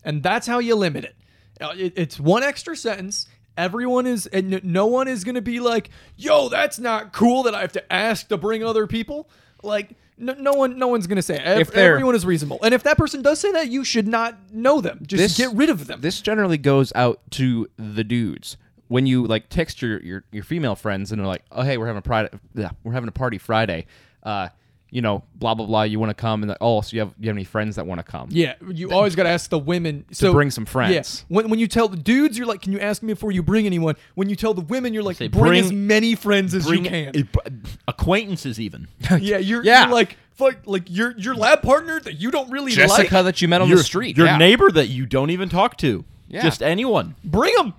[SPEAKER 1] And that's how you limit it. Uh, it- it's one extra sentence. Everyone is, and n- no one is going to be like, yo, that's not cool that I have to ask to bring other people. Like, no, no one, no one's going to say it. Ev-
[SPEAKER 3] If they're-
[SPEAKER 1] everyone is reasonable. And if that person does say that, you should not know them. Just
[SPEAKER 3] This-
[SPEAKER 1] get rid of them.
[SPEAKER 3] This generally goes out to the dudes. When you like text your, your, your female friends and they're like, "Oh hey, we're having a Friday, yeah, we're having a party Friday," uh, you know, blah blah blah. You want to come and like, oh, so you have you have any friends that want to come?
[SPEAKER 1] Yeah, you always got to ask the women to so,
[SPEAKER 3] bring some friends.
[SPEAKER 1] Yeah, when, when you tell the dudes, you're like, "Can you ask me before you bring anyone?" When you tell the women, you're like,
[SPEAKER 2] Say,
[SPEAKER 1] bring, as
[SPEAKER 2] "Bring-
[SPEAKER 1] many friends as
[SPEAKER 2] Bring uh,
[SPEAKER 1] you can."
[SPEAKER 2] acquaintances even.
[SPEAKER 1] yeah, you're,
[SPEAKER 3] Yeah.
[SPEAKER 1] you're like, "Fuck!" Like your your lab partner that you don't really
[SPEAKER 3] Jessica
[SPEAKER 1] like.
[SPEAKER 3] that you met on the street.
[SPEAKER 2] your
[SPEAKER 3] yeah.
[SPEAKER 2] neighbor that you don't even talk to,
[SPEAKER 3] Yeah.
[SPEAKER 2] just anyone.
[SPEAKER 1] Bring them.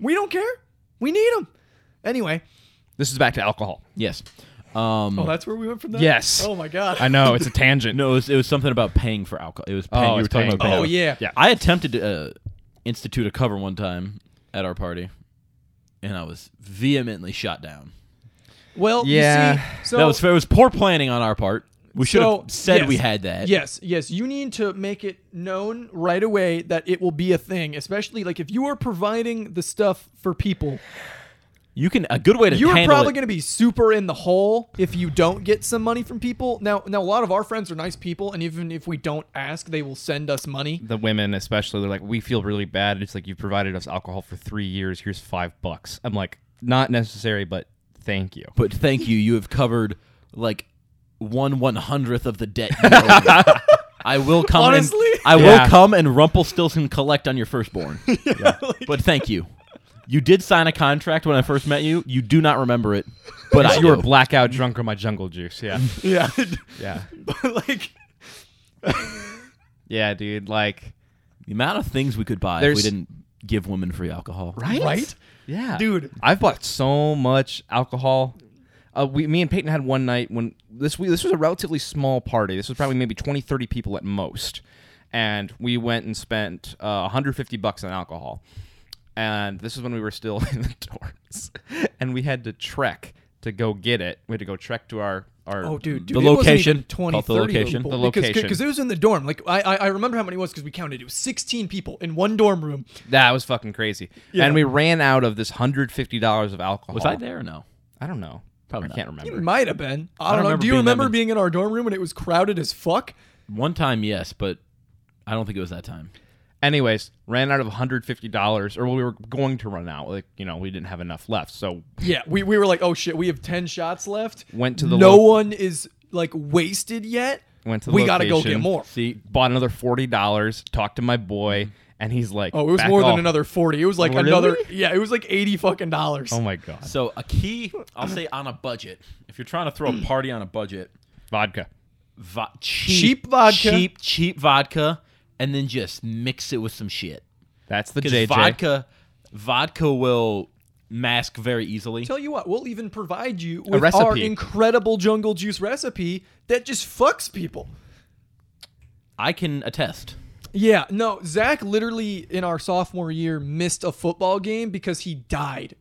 [SPEAKER 1] We don't care. We need them. Anyway,
[SPEAKER 3] This is back to alcohol.
[SPEAKER 2] Yes. Um,
[SPEAKER 1] oh, that's where we went from that.
[SPEAKER 3] Yes.
[SPEAKER 1] Oh my god.
[SPEAKER 3] I know it's a tangent.
[SPEAKER 2] no, it was, it was something about paying for alcohol. It was paying,
[SPEAKER 3] Oh,
[SPEAKER 2] you were
[SPEAKER 3] it's
[SPEAKER 2] talking
[SPEAKER 3] paying.
[SPEAKER 2] about paying.
[SPEAKER 1] Oh yeah.
[SPEAKER 3] Yeah.
[SPEAKER 2] I attempted to uh, institute a cover one time at our party, and I was vehemently shot down.
[SPEAKER 1] Well, you
[SPEAKER 3] Yeah.
[SPEAKER 1] see, so
[SPEAKER 2] that was it was poor planning on our part. We should
[SPEAKER 1] So,
[SPEAKER 2] have said we
[SPEAKER 1] yes.
[SPEAKER 2] had that.
[SPEAKER 1] Yes, yes. You need to make it known right away that it will be a thing, especially like if you are providing the stuff for people.
[SPEAKER 2] you can a good way to
[SPEAKER 1] You're
[SPEAKER 2] handle
[SPEAKER 1] probably
[SPEAKER 2] it-
[SPEAKER 1] going to be super in the hole if you don't get some money from people. Now, now a lot of our friends are nice people, and even if we don't ask, they will send us money.
[SPEAKER 3] The women, especially, they're like, "We feel really bad. It's like you've provided us alcohol for three years. Here's five bucks." I'm like, "Not necessary, but thank you."
[SPEAKER 2] But thank you, you have covered like one one hundredth of the debt. you owe me. I will come.
[SPEAKER 1] Honestly?
[SPEAKER 2] and, I
[SPEAKER 3] Yeah.
[SPEAKER 2] will come and Rumpelstiltskin collect on your firstborn. But thank you. You did sign a contract when I first met you. You do not remember it, but I
[SPEAKER 3] you were
[SPEAKER 2] do.
[SPEAKER 3] blackout drunk on my jungle juice. Yeah,
[SPEAKER 1] Yeah,
[SPEAKER 3] yeah,
[SPEAKER 1] like
[SPEAKER 3] yeah, dude. Like,
[SPEAKER 2] the amount of things we could buy if
[SPEAKER 3] There's-
[SPEAKER 2] we didn't give women free alcohol.
[SPEAKER 3] right,
[SPEAKER 1] Right?
[SPEAKER 3] yeah,
[SPEAKER 1] Dude.
[SPEAKER 3] I've bought so much alcohol. Uh, we, me and Peyton had one night when this we, this was a relatively small party. This was probably maybe 20, 30 people at most, and we went and spent uh, 150 bucks on alcohol. And this is when we were still in the dorms, and we had to trek to go get it. We had to go trek to our our
[SPEAKER 1] oh, dude, dude
[SPEAKER 2] The
[SPEAKER 1] it wasn't
[SPEAKER 2] location.
[SPEAKER 1] even 20,
[SPEAKER 2] Called the
[SPEAKER 1] 30
[SPEAKER 2] location.
[SPEAKER 1] people,
[SPEAKER 3] The location.
[SPEAKER 1] because it was in the dorm. Like I, I, I remember how many it was because we counted. It was sixteen people in one dorm room.
[SPEAKER 3] That was fucking crazy.
[SPEAKER 1] Yeah.
[SPEAKER 3] And we ran out of this hundred fifty dollars of alcohol.
[SPEAKER 2] Was I there or no?
[SPEAKER 3] I don't know.
[SPEAKER 2] Probably
[SPEAKER 3] I
[SPEAKER 2] not.
[SPEAKER 3] can't
[SPEAKER 1] It
[SPEAKER 3] remember.
[SPEAKER 1] might have been. I don't,
[SPEAKER 2] don't
[SPEAKER 1] know.
[SPEAKER 2] remember
[SPEAKER 1] Do you
[SPEAKER 2] being that
[SPEAKER 1] remember
[SPEAKER 2] many-
[SPEAKER 1] being in our dorm room and it was crowded as fuck?
[SPEAKER 2] One time, yes, but I don't think it was that time.
[SPEAKER 3] Anyways, ran out of hundred fifty dollars, or we were going to run out. Like you know, we didn't have enough left, so
[SPEAKER 1] Yeah, we, we were like, oh shit, we have ten shots left.
[SPEAKER 3] Went to the
[SPEAKER 1] no
[SPEAKER 3] lo-
[SPEAKER 1] one is like wasted yet.
[SPEAKER 3] Went to the
[SPEAKER 1] we gotta go get
[SPEAKER 3] location.
[SPEAKER 1] more. Mm-hmm.
[SPEAKER 2] See,
[SPEAKER 3] bought another forty dollars. Talked to my boy, and he's like,
[SPEAKER 1] Oh, it was
[SPEAKER 3] "Back
[SPEAKER 1] more
[SPEAKER 3] off."
[SPEAKER 1] than another forty. It was like
[SPEAKER 3] Really?
[SPEAKER 1] another yeah, it was like eighty fucking dollars.
[SPEAKER 3] Oh my god,
[SPEAKER 2] so a key, I'll say on a budget. If you're trying to throw a party on a budget,
[SPEAKER 3] vodka.
[SPEAKER 2] vo-
[SPEAKER 1] Cheap vodka.
[SPEAKER 2] cheap, cheap vodka, and then just mix it with some shit.
[SPEAKER 3] That's the
[SPEAKER 2] Because
[SPEAKER 3] JJ.
[SPEAKER 2] vodka, vodka will mask very easily.
[SPEAKER 1] Tell you what, we'll even provide you with our
[SPEAKER 3] recipe.
[SPEAKER 1] incredible jungle juice recipe that just fucks people.
[SPEAKER 2] I can attest.
[SPEAKER 1] Yeah, no, Zach literally in our sophomore year missed a football game because he died.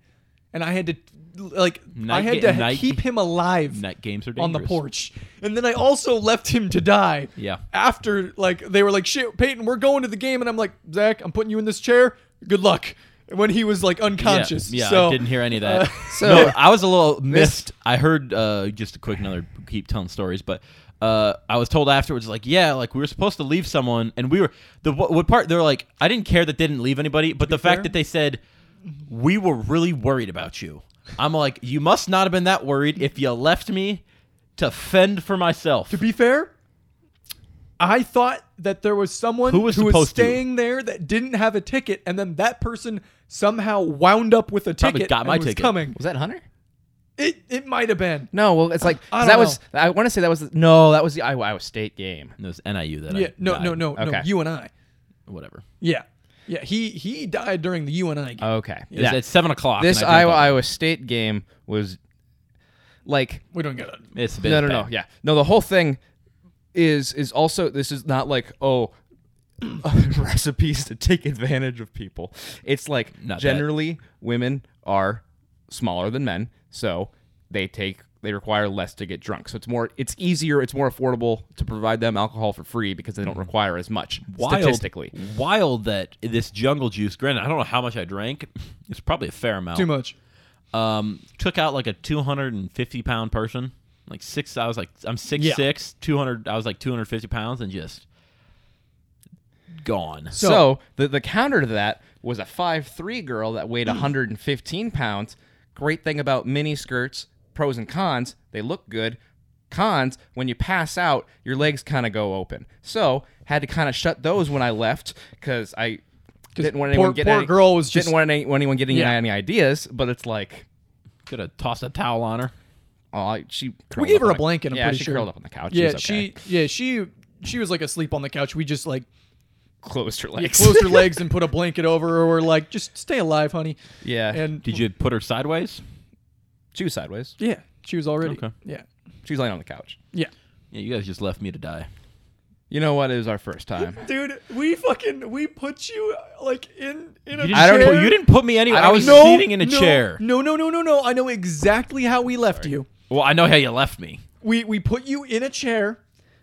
[SPEAKER 1] And I had to like I
[SPEAKER 2] Night
[SPEAKER 1] had
[SPEAKER 2] ga-
[SPEAKER 1] to
[SPEAKER 2] night-
[SPEAKER 1] keep him alive.
[SPEAKER 2] Night games are dangerous.
[SPEAKER 1] on the porch. And then I also left him to die.
[SPEAKER 2] Yeah.
[SPEAKER 1] After like they were like, shit, Peyton, we're going to the game, and I'm like, Zach, I'm putting you in this chair. Good luck. When he was like
[SPEAKER 2] Yeah,
[SPEAKER 1] unconscious.
[SPEAKER 2] Yeah,
[SPEAKER 1] so, uh,
[SPEAKER 2] I didn't hear any of that.
[SPEAKER 3] so-
[SPEAKER 2] no, I was a little missed. I heard uh, just a quick another keep telling stories, but uh, I was told afterwards like, yeah, like we were supposed to leave someone, and we were the what, what part? They're like, I didn't care that they didn't leave anybody, but the
[SPEAKER 1] fair.
[SPEAKER 2] fact that they said we were really worried about you. I'm like, you must not have been that worried if you left me to fend for myself.
[SPEAKER 1] To be fair, I thought that there was someone
[SPEAKER 2] Who was
[SPEAKER 1] who was
[SPEAKER 2] supposed to?
[SPEAKER 1] staying there that didn't have a ticket, and then that person somehow wound up with a
[SPEAKER 2] Probably
[SPEAKER 1] ticket
[SPEAKER 2] got
[SPEAKER 1] and
[SPEAKER 2] my
[SPEAKER 1] was
[SPEAKER 2] ticket.
[SPEAKER 1] coming.
[SPEAKER 3] was that Hunter?
[SPEAKER 1] It it might have been.
[SPEAKER 3] No, well, it's like
[SPEAKER 1] I
[SPEAKER 3] 'cause
[SPEAKER 1] don't
[SPEAKER 3] that was. I want to say that was no, that was the Iowa, Iowa State game.
[SPEAKER 2] And it was NIU that
[SPEAKER 1] Yeah,
[SPEAKER 2] I
[SPEAKER 1] no,
[SPEAKER 2] died.
[SPEAKER 1] no, no, no.
[SPEAKER 3] Okay.
[SPEAKER 1] You and I.
[SPEAKER 2] whatever.
[SPEAKER 1] Yeah. Yeah. He he died during the you and
[SPEAKER 2] Oh.
[SPEAKER 1] I game.
[SPEAKER 3] Okay,
[SPEAKER 2] It was at seven o'clock.
[SPEAKER 3] This
[SPEAKER 2] and I drank
[SPEAKER 3] Iowa
[SPEAKER 2] all-
[SPEAKER 3] Iowa State game was like
[SPEAKER 1] we don't get it.
[SPEAKER 2] It's been
[SPEAKER 3] no, no,
[SPEAKER 2] bad.
[SPEAKER 3] no. Yeah, no. The whole thing is is also this is not like oh recipes to take advantage of people. It's like
[SPEAKER 2] Not that.
[SPEAKER 3] generally women are smaller than men, so they take they require less to get drunk. So it's more it's easier, it's more affordable to provide them alcohol for free because they don't require as much
[SPEAKER 2] Mm-hmm. Wild,
[SPEAKER 3] statistically.
[SPEAKER 2] wild that this jungle juice. Granted, I don't know how much I drank. It's probably a fair amount.
[SPEAKER 1] Too much.
[SPEAKER 2] um, took out like a 250 pound person like six i was like i'm six
[SPEAKER 1] Yeah.
[SPEAKER 2] six 200 i was like 250 pounds and just gone
[SPEAKER 3] So, the, the counter to that was a 5'3 girl that
[SPEAKER 1] Mm.
[SPEAKER 3] weighed 115 pounds. Great thing about mini skirts, pros and cons, they look good. Cons, when you pass out, your legs kind of go open. So, had to kind of shut those when I left because I didn't want anyone
[SPEAKER 1] poor-
[SPEAKER 3] get
[SPEAKER 1] poor
[SPEAKER 3] any,
[SPEAKER 1] girl was
[SPEAKER 3] didn't
[SPEAKER 1] just-
[SPEAKER 3] want any, anyone getting
[SPEAKER 2] Yeah.
[SPEAKER 3] any ideas. But it's like,
[SPEAKER 2] could have tossed a towel on her
[SPEAKER 3] oh, I- she. curled
[SPEAKER 1] gave
[SPEAKER 3] up
[SPEAKER 1] her
[SPEAKER 3] on
[SPEAKER 1] a
[SPEAKER 3] the-
[SPEAKER 1] blanket, I'm
[SPEAKER 3] yeah,
[SPEAKER 1] pretty
[SPEAKER 3] she
[SPEAKER 1] sure.
[SPEAKER 3] curled up on the couch.
[SPEAKER 1] Yeah,
[SPEAKER 3] was okay.
[SPEAKER 1] she yeah, she she was like asleep on the couch. We just like
[SPEAKER 3] closed her legs.
[SPEAKER 1] closed her legs and put a blanket over her. We're like, just stay alive, honey.
[SPEAKER 3] yeah, and
[SPEAKER 1] And
[SPEAKER 2] did you put her sideways
[SPEAKER 3] she was sideways.
[SPEAKER 1] yeah, she was already
[SPEAKER 2] Okay.
[SPEAKER 1] yeah.
[SPEAKER 3] She was laying on the couch.
[SPEAKER 1] Yeah.
[SPEAKER 2] yeah you guys just left me to die
[SPEAKER 3] You know what? It was our first time.
[SPEAKER 1] Dude, we fucking we put you like in in a
[SPEAKER 2] you didn't,
[SPEAKER 3] I don't-
[SPEAKER 2] put-
[SPEAKER 3] chair?
[SPEAKER 2] you didn't put me anywhere
[SPEAKER 3] I
[SPEAKER 2] i,
[SPEAKER 3] don't
[SPEAKER 2] was
[SPEAKER 3] know.
[SPEAKER 2] sitting in a
[SPEAKER 1] no,
[SPEAKER 2] chair
[SPEAKER 1] No, no, no, no, no. I know exactly how we left you.
[SPEAKER 2] well i know how you left me
[SPEAKER 1] We we put you in a chair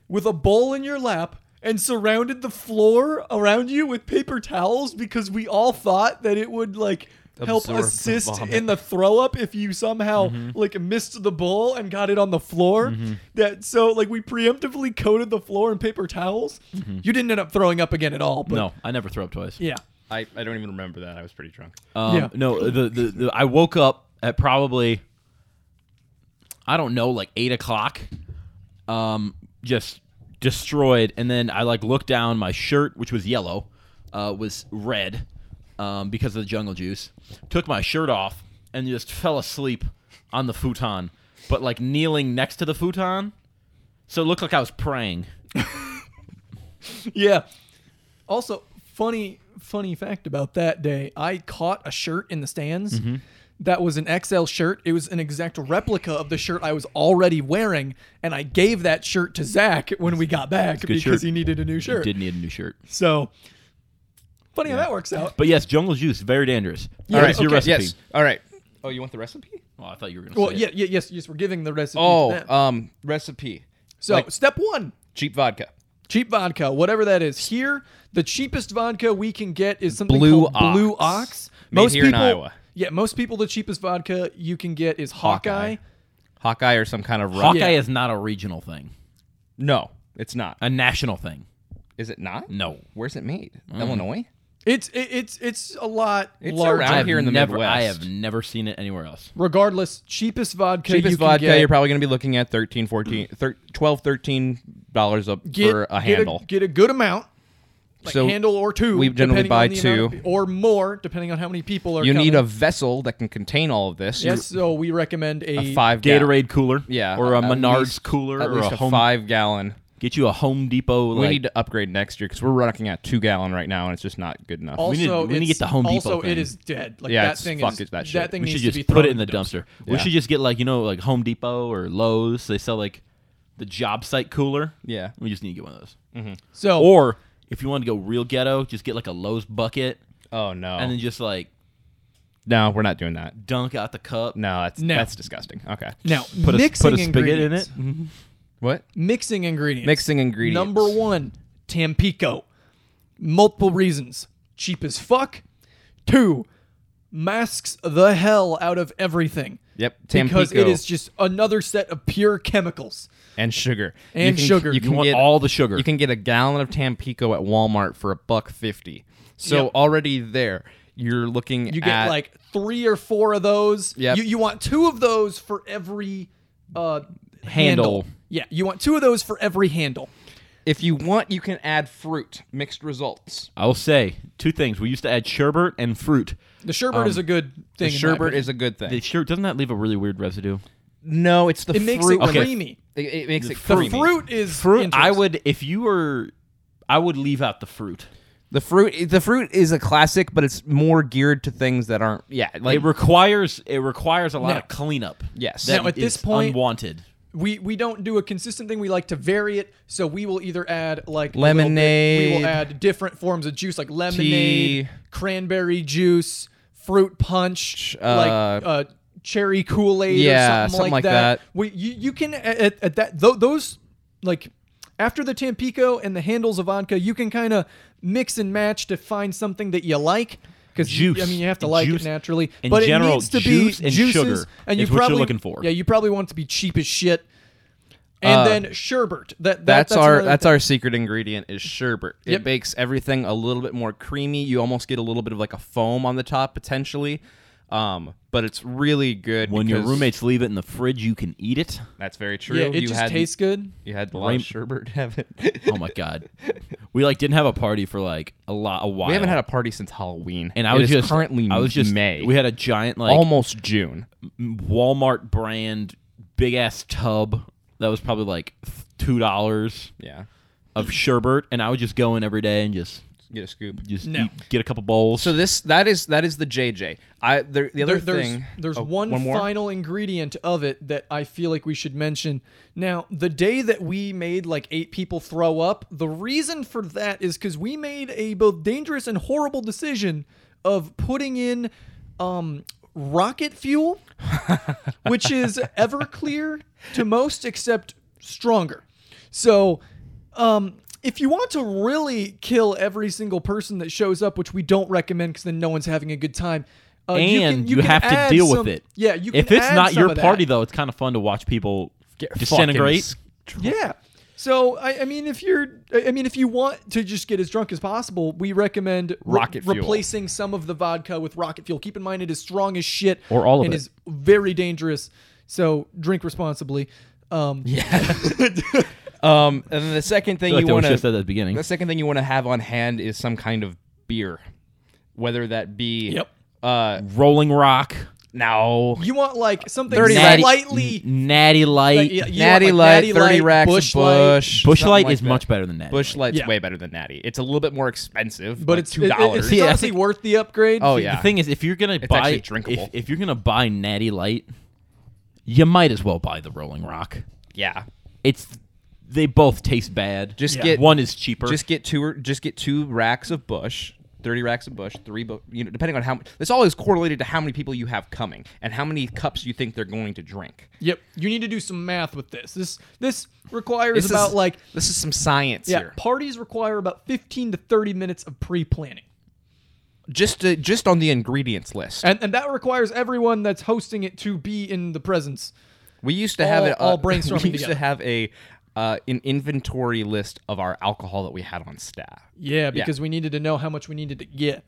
[SPEAKER 1] with a bowl in your lap and surrounded the floor around you with paper towels because we all thought that it would like help
[SPEAKER 3] Absorb the
[SPEAKER 1] assist
[SPEAKER 3] vomit.
[SPEAKER 1] in the throw up if you somehow
[SPEAKER 2] Mm-hmm.
[SPEAKER 1] like missed the bowl and got it on the floor. That so like we preemptively coated the floor in paper towels. You didn't end up throwing up again at all, but
[SPEAKER 2] Mm-hmm. no i never throw up twice
[SPEAKER 1] yeah.
[SPEAKER 3] I, I don't even remember that. I was pretty drunk.
[SPEAKER 2] Um,
[SPEAKER 1] Yeah.
[SPEAKER 2] No, the, the, the I woke up at probably I don't know, like eight o'clock. Um, just destroyed, and then I like looked down. My shirt, which was yellow, uh, was red um, because of the jungle juice. Took my shirt off and just fell asleep on the futon, but like kneeling next to the futon, so it looked like I was praying.
[SPEAKER 1] Yeah. Also, funny funny fact about that day, I caught a shirt in the stands. That was an XL shirt. It was an exact replica of the shirt I was already wearing, and I gave that shirt to Zach when we got back
[SPEAKER 2] good
[SPEAKER 1] because
[SPEAKER 2] shirt.
[SPEAKER 1] he needed a new shirt.
[SPEAKER 2] Did need a new shirt,
[SPEAKER 1] So funny how that works out.
[SPEAKER 2] but yes, jungle juice very dangerous.
[SPEAKER 1] Yeah,
[SPEAKER 2] All right, your
[SPEAKER 1] okay,
[SPEAKER 2] recipe.
[SPEAKER 3] Yes. All right. Oh, you want the recipe?
[SPEAKER 2] Oh, I thought you were gonna.
[SPEAKER 1] Well,
[SPEAKER 2] say it.
[SPEAKER 1] yeah, yeah, yes, yes, we're giving the recipe. to
[SPEAKER 3] Oh,
[SPEAKER 1] them.
[SPEAKER 3] um, recipe.
[SPEAKER 1] so
[SPEAKER 3] like-
[SPEAKER 1] step one.
[SPEAKER 3] Cheap vodka.
[SPEAKER 1] Cheap vodka, whatever that is. Here, the cheapest vodka we can get is something
[SPEAKER 3] Blue
[SPEAKER 1] called Blue
[SPEAKER 3] Ox.
[SPEAKER 1] Ox.
[SPEAKER 3] Made here in Iowa.
[SPEAKER 1] Yeah, most people, the cheapest vodka you can get is Hawkeye.
[SPEAKER 3] Hawkeye. Hawkeye or some kind of rock.
[SPEAKER 2] Hawkeye
[SPEAKER 1] Yeah.
[SPEAKER 2] is not a regional thing,
[SPEAKER 3] No, it's not.
[SPEAKER 2] a national thing.
[SPEAKER 3] Is it not?
[SPEAKER 2] No. Mm.
[SPEAKER 3] Where's it made? Illinois.
[SPEAKER 1] It's it, it's it's a lot
[SPEAKER 3] It's
[SPEAKER 1] larger.
[SPEAKER 3] around
[SPEAKER 2] I have
[SPEAKER 3] here in the
[SPEAKER 2] never,
[SPEAKER 3] Midwest.
[SPEAKER 2] I have never seen it anywhere else.
[SPEAKER 1] Regardless, cheapest vodka
[SPEAKER 3] Cheapest
[SPEAKER 1] you can
[SPEAKER 3] vodka.
[SPEAKER 1] get.
[SPEAKER 3] You're probably going to be looking at 13, 14, thir- 12, 13 dollars up
[SPEAKER 1] get,
[SPEAKER 3] for a
[SPEAKER 1] get
[SPEAKER 3] handle.
[SPEAKER 1] Get a good amount. Like
[SPEAKER 3] So
[SPEAKER 1] handle or two.
[SPEAKER 3] we generally
[SPEAKER 1] depending
[SPEAKER 3] buy
[SPEAKER 1] on the amount
[SPEAKER 3] two.
[SPEAKER 1] of- or more, depending on how many people are.
[SPEAKER 3] you need a
[SPEAKER 1] coming.
[SPEAKER 3] vessel that can contain all of this.
[SPEAKER 1] yes. So we recommend a,
[SPEAKER 3] A five gal-
[SPEAKER 2] Gatorade cooler,
[SPEAKER 3] Yeah.
[SPEAKER 2] or a
[SPEAKER 3] at
[SPEAKER 2] Menards
[SPEAKER 3] least-
[SPEAKER 2] cooler,
[SPEAKER 3] At
[SPEAKER 2] or
[SPEAKER 3] least
[SPEAKER 2] a home.
[SPEAKER 3] five gallon.
[SPEAKER 2] Get you a Home Depot.
[SPEAKER 3] we
[SPEAKER 2] like,
[SPEAKER 3] need to upgrade next year because we're rocking at two gallon right now, and it's just not good enough.
[SPEAKER 1] Also,
[SPEAKER 2] need to- we need to
[SPEAKER 1] it's-
[SPEAKER 2] get the Home Depot
[SPEAKER 1] Also,
[SPEAKER 2] thing.
[SPEAKER 1] it is dead. Like
[SPEAKER 3] Yeah,
[SPEAKER 1] that
[SPEAKER 3] it's-
[SPEAKER 1] thing
[SPEAKER 3] fuck
[SPEAKER 1] is
[SPEAKER 3] it, that shit.
[SPEAKER 1] thing
[SPEAKER 2] we
[SPEAKER 1] needs
[SPEAKER 2] should
[SPEAKER 1] to be
[SPEAKER 2] just
[SPEAKER 1] thrown
[SPEAKER 2] put it in the dumpster.
[SPEAKER 3] Yeah.
[SPEAKER 2] We should just get like you know like Home Depot or Lowe's. They sell like the job site cooler.
[SPEAKER 3] yeah.
[SPEAKER 2] We just need to get one of those.
[SPEAKER 1] So
[SPEAKER 2] Or if you want to go real ghetto, just get like a Lowe's bucket
[SPEAKER 3] Oh no.
[SPEAKER 2] and then just like
[SPEAKER 3] no, we're not doing that.
[SPEAKER 2] dunk out the cup.
[SPEAKER 3] No, that's
[SPEAKER 1] No.
[SPEAKER 3] that's disgusting. Okay.
[SPEAKER 1] now
[SPEAKER 2] Put a,
[SPEAKER 1] mixing
[SPEAKER 2] put a spigot in
[SPEAKER 1] ingredients.
[SPEAKER 2] it. Mm-hmm.
[SPEAKER 3] What?
[SPEAKER 1] Mixing ingredients.
[SPEAKER 3] Mixing ingredients.
[SPEAKER 1] Number one, Tampico. Multiple reasons. Cheap as fuck. Two, masks the hell out of everything.
[SPEAKER 3] Yep. Tampico
[SPEAKER 1] Because it is just another set of pure chemicals.
[SPEAKER 3] and sugar.
[SPEAKER 1] And
[SPEAKER 3] you can,
[SPEAKER 1] sugar.
[SPEAKER 3] You
[SPEAKER 1] You
[SPEAKER 3] can
[SPEAKER 2] want
[SPEAKER 3] get
[SPEAKER 2] all the sugar.
[SPEAKER 3] You can get a gallon of Tampico at Walmart for a buck fifty. So
[SPEAKER 1] Yep.
[SPEAKER 3] already there, you're looking.
[SPEAKER 1] You get
[SPEAKER 3] at-
[SPEAKER 1] like three or four of those.
[SPEAKER 3] Yep.
[SPEAKER 1] You, you want two of those for every uh,
[SPEAKER 2] Handle.
[SPEAKER 1] Yeah, you want two of those for every handle.
[SPEAKER 3] if you want, you can add fruit. Mixed results.
[SPEAKER 2] I will say two things. We used to add sherbet and fruit.
[SPEAKER 1] The
[SPEAKER 2] Um,
[SPEAKER 1] sherbet is a good thing. in my
[SPEAKER 3] Sherbet
[SPEAKER 1] opinion.
[SPEAKER 3] is a good thing.
[SPEAKER 2] The sherbet doesn't that leave a really weird residue?
[SPEAKER 3] no, it's the
[SPEAKER 1] It makes
[SPEAKER 3] fruit.
[SPEAKER 1] it
[SPEAKER 2] Okay.
[SPEAKER 1] creamy.
[SPEAKER 3] It, it makes it
[SPEAKER 1] The
[SPEAKER 3] creamy.
[SPEAKER 1] fruit is
[SPEAKER 2] Fruit. I
[SPEAKER 1] interesting.
[SPEAKER 2] would if you were, I would leave out the fruit.
[SPEAKER 3] The fruit. The fruit is a classic, but it's more geared to things that aren't. Yeah, like
[SPEAKER 2] It requires it requires a lot
[SPEAKER 1] No.
[SPEAKER 2] of cleanup.
[SPEAKER 3] Yes.
[SPEAKER 2] that
[SPEAKER 1] Now, at this
[SPEAKER 2] is
[SPEAKER 1] point-
[SPEAKER 2] unwanted.
[SPEAKER 1] we we don't do a consistent thing. We like to vary it, so we will either add like a little bit- we
[SPEAKER 3] Lemonade.
[SPEAKER 1] will add different forms of juice, like lemonade,
[SPEAKER 3] Tea.
[SPEAKER 1] cranberry juice, fruit punch,
[SPEAKER 3] uh,
[SPEAKER 1] like uh, cherry Kool Aid,
[SPEAKER 3] yeah,
[SPEAKER 1] or something,
[SPEAKER 3] something like that.
[SPEAKER 1] We you, you can uh, at, at that tho- those like. After the Tampico and the handles of vodka, you can kind of mix and match to find something that you like. Because
[SPEAKER 2] Juice.
[SPEAKER 1] I mean, you have to like
[SPEAKER 2] Juice.
[SPEAKER 1] it naturally,
[SPEAKER 2] In
[SPEAKER 1] but it
[SPEAKER 2] general,
[SPEAKER 1] needs to
[SPEAKER 2] juice
[SPEAKER 1] be
[SPEAKER 2] and
[SPEAKER 1] juices,
[SPEAKER 2] sugar
[SPEAKER 1] and you
[SPEAKER 2] is what you're
[SPEAKER 1] probably
[SPEAKER 2] looking for.
[SPEAKER 1] Yeah, you probably want it to be cheap as shit. And
[SPEAKER 3] Uh,
[SPEAKER 1] then sherbet. That, that
[SPEAKER 3] that's, our
[SPEAKER 1] another
[SPEAKER 3] that's
[SPEAKER 1] thing.
[SPEAKER 3] our secret ingredient is sherbet. It
[SPEAKER 1] Yep.
[SPEAKER 3] makes everything a little bit more creamy. You almost get a little bit of like a foam on the top potentially, um, but it's really good.
[SPEAKER 2] When your
[SPEAKER 3] because-
[SPEAKER 2] roommates leave it in the fridge, you can eat it.
[SPEAKER 3] that's very true.
[SPEAKER 1] Yeah, it
[SPEAKER 3] you
[SPEAKER 1] just
[SPEAKER 3] had,
[SPEAKER 1] tastes good.
[SPEAKER 3] You had a lot
[SPEAKER 2] Rain-
[SPEAKER 3] of sherbet, haven't?
[SPEAKER 2] Oh my god, we like didn't have a party for like a lot a while.
[SPEAKER 3] we haven't had a party since Halloween,
[SPEAKER 2] and I
[SPEAKER 3] It
[SPEAKER 2] was
[SPEAKER 3] is
[SPEAKER 2] just
[SPEAKER 3] currently
[SPEAKER 2] I was just
[SPEAKER 3] May.
[SPEAKER 2] We had a giant like
[SPEAKER 3] almost June.
[SPEAKER 2] Walmart brand big ass tub that was probably like two dollars
[SPEAKER 3] Yeah,
[SPEAKER 2] of sherbet, and I would just go in every day and just
[SPEAKER 3] get a scoop.
[SPEAKER 2] just
[SPEAKER 1] No.
[SPEAKER 2] eat, get a couple bowls.
[SPEAKER 3] So this that is that is the JJ. I the, the other
[SPEAKER 1] There- there's
[SPEAKER 3] thing.
[SPEAKER 1] there's
[SPEAKER 3] oh,
[SPEAKER 1] one
[SPEAKER 3] more?
[SPEAKER 1] final ingredient of it that I feel like we should mention. Now, the day that we made like eight people throw up, the reason for that is because we made a both dangerous and horrible decision of putting in um, rocket fuel, which is Everclear to most, except stronger. So, um, if you want to really kill every single person that shows up, which we don't recommend because then no one's having a good time. Uh,
[SPEAKER 2] and
[SPEAKER 1] you,
[SPEAKER 2] you,
[SPEAKER 1] can, you, can
[SPEAKER 2] have to
[SPEAKER 1] add
[SPEAKER 2] deal
[SPEAKER 1] some-
[SPEAKER 2] with it.
[SPEAKER 1] Yeah, you
[SPEAKER 2] if
[SPEAKER 1] can
[SPEAKER 2] it's
[SPEAKER 1] add
[SPEAKER 2] not
[SPEAKER 1] some
[SPEAKER 2] your
[SPEAKER 1] of that.
[SPEAKER 2] party though, it's kind of fun to watch people disintegrate.
[SPEAKER 1] Yeah. So I, I mean, if you're, I I mean, if you want to just get as drunk as possible, we recommend re-
[SPEAKER 3] Rocket fuel.
[SPEAKER 1] replacing some of the vodka with rocket fuel. Keep in mind, it is strong as shit,
[SPEAKER 2] Or all of
[SPEAKER 1] and
[SPEAKER 2] it.
[SPEAKER 1] is very dangerous. So drink responsibly. Um,
[SPEAKER 3] Um, and then the second thing
[SPEAKER 2] Like
[SPEAKER 3] you
[SPEAKER 2] that was
[SPEAKER 3] want
[SPEAKER 2] just at
[SPEAKER 3] to
[SPEAKER 2] the beginning.
[SPEAKER 3] the second thing you want to have on hand is some kind of beer, whether that be
[SPEAKER 1] Yep.
[SPEAKER 3] Uh,
[SPEAKER 2] Rolling Rock,
[SPEAKER 3] now
[SPEAKER 1] You want like something
[SPEAKER 3] Dirty Natty-
[SPEAKER 1] slightly.
[SPEAKER 2] Natty Light.
[SPEAKER 1] yeah, you want,
[SPEAKER 3] Natty
[SPEAKER 1] like,
[SPEAKER 3] Light,
[SPEAKER 1] Natty
[SPEAKER 3] thirty
[SPEAKER 1] Light,
[SPEAKER 3] racks,
[SPEAKER 1] Bush
[SPEAKER 3] Bush,
[SPEAKER 1] Light,
[SPEAKER 2] Bush
[SPEAKER 3] something
[SPEAKER 2] Light
[SPEAKER 3] like
[SPEAKER 2] is
[SPEAKER 3] that.
[SPEAKER 2] much better than Natty.
[SPEAKER 3] Bush
[SPEAKER 2] Light.
[SPEAKER 3] Light's
[SPEAKER 1] Yeah.
[SPEAKER 3] way better than Natty. It's a little bit more expensive,
[SPEAKER 1] but
[SPEAKER 3] like
[SPEAKER 1] it's
[SPEAKER 3] two dollars.
[SPEAKER 1] It, it,
[SPEAKER 2] Yeah,
[SPEAKER 1] it's
[SPEAKER 2] I
[SPEAKER 1] honestly
[SPEAKER 2] think-
[SPEAKER 1] worth the upgrade.
[SPEAKER 3] Oh, yeah.
[SPEAKER 2] The thing is, if you're gonna buy,
[SPEAKER 3] actually
[SPEAKER 2] if,
[SPEAKER 3] drinkable.
[SPEAKER 2] if you're gonna buy Natty Light, you might as well buy the Rolling Rock.
[SPEAKER 3] yeah,
[SPEAKER 2] It's they both taste bad.
[SPEAKER 3] Just Yeah. get-
[SPEAKER 2] one is cheaper.
[SPEAKER 3] just get two or just get two racks of Bush. 30 racks of bush three bu- you know depending on how this all is correlated to how many people you have coming and how many cups you think they're going to drink
[SPEAKER 1] Yep. You need to do some math with this. This this requires
[SPEAKER 3] This is-
[SPEAKER 1] about like
[SPEAKER 3] this is some science
[SPEAKER 1] yeah,
[SPEAKER 3] here
[SPEAKER 1] parties require about 15 to 30 minutes of pre-planning.
[SPEAKER 3] just to, just on the ingredients list
[SPEAKER 1] And and that requires everyone that's hosting it to be in the presence.
[SPEAKER 3] we used to have
[SPEAKER 1] all-
[SPEAKER 3] it uh,
[SPEAKER 1] all
[SPEAKER 3] we used
[SPEAKER 1] brainstorming
[SPEAKER 3] to
[SPEAKER 1] together.
[SPEAKER 3] have a uh, an inventory list of our alcohol that we had on staff
[SPEAKER 1] Yeah, because we needed to know how much we needed to get.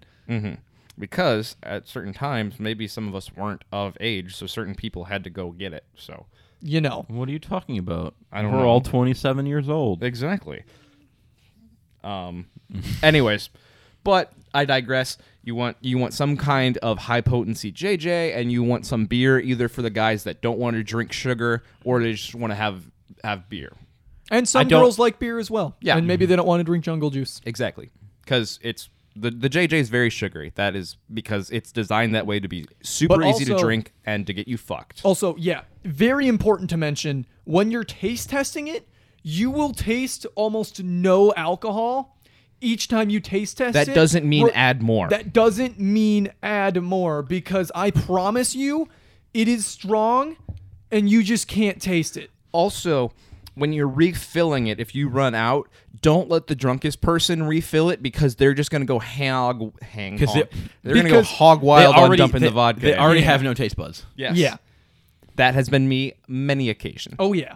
[SPEAKER 3] because at certain times maybe some of us weren't of age so certain people had to go get it so
[SPEAKER 1] You know.
[SPEAKER 2] what are you talking about?
[SPEAKER 3] I don't
[SPEAKER 2] We're
[SPEAKER 3] know.
[SPEAKER 2] all 27 years old.
[SPEAKER 3] Exactly. Um. anyways, but I digress. You want you want some kind of high potency JJ, and you want some beer either for the guys that don't want to drink sugar or they just want to have have beer.
[SPEAKER 1] And some
[SPEAKER 2] don't-
[SPEAKER 1] girls like beer as well.
[SPEAKER 3] Yeah. Mm-hmm.
[SPEAKER 1] And maybe they don't want to drink jungle juice.
[SPEAKER 3] Exactly, because it's the the JJ is very sugary. That is because it's designed that way to be super
[SPEAKER 1] But
[SPEAKER 3] easy to
[SPEAKER 1] also-
[SPEAKER 3] drink and to get you fucked.
[SPEAKER 1] Also, yeah, very important to mention when you're taste testing it, you will taste almost no alcohol each time you taste test
[SPEAKER 3] that
[SPEAKER 1] it.
[SPEAKER 3] doesn't mean
[SPEAKER 1] Re-
[SPEAKER 3] add more.
[SPEAKER 1] That doesn't mean add more because I promise you it is strong and you just can't taste it.
[SPEAKER 3] also when you're refilling it if you run out don't let the drunkest person refill it because they're just going to go hog hang
[SPEAKER 2] Because
[SPEAKER 3] hog.
[SPEAKER 2] it-
[SPEAKER 3] they're going to go
[SPEAKER 1] because
[SPEAKER 3] hog
[SPEAKER 2] They
[SPEAKER 3] wild on
[SPEAKER 2] already-
[SPEAKER 3] dumping
[SPEAKER 2] they-
[SPEAKER 3] the vodka
[SPEAKER 2] They
[SPEAKER 3] in.
[SPEAKER 2] already
[SPEAKER 1] Yeah.
[SPEAKER 2] have no taste buds.
[SPEAKER 3] Yes.
[SPEAKER 1] Yeah.
[SPEAKER 3] that has been me many occasions
[SPEAKER 1] Oh, yeah.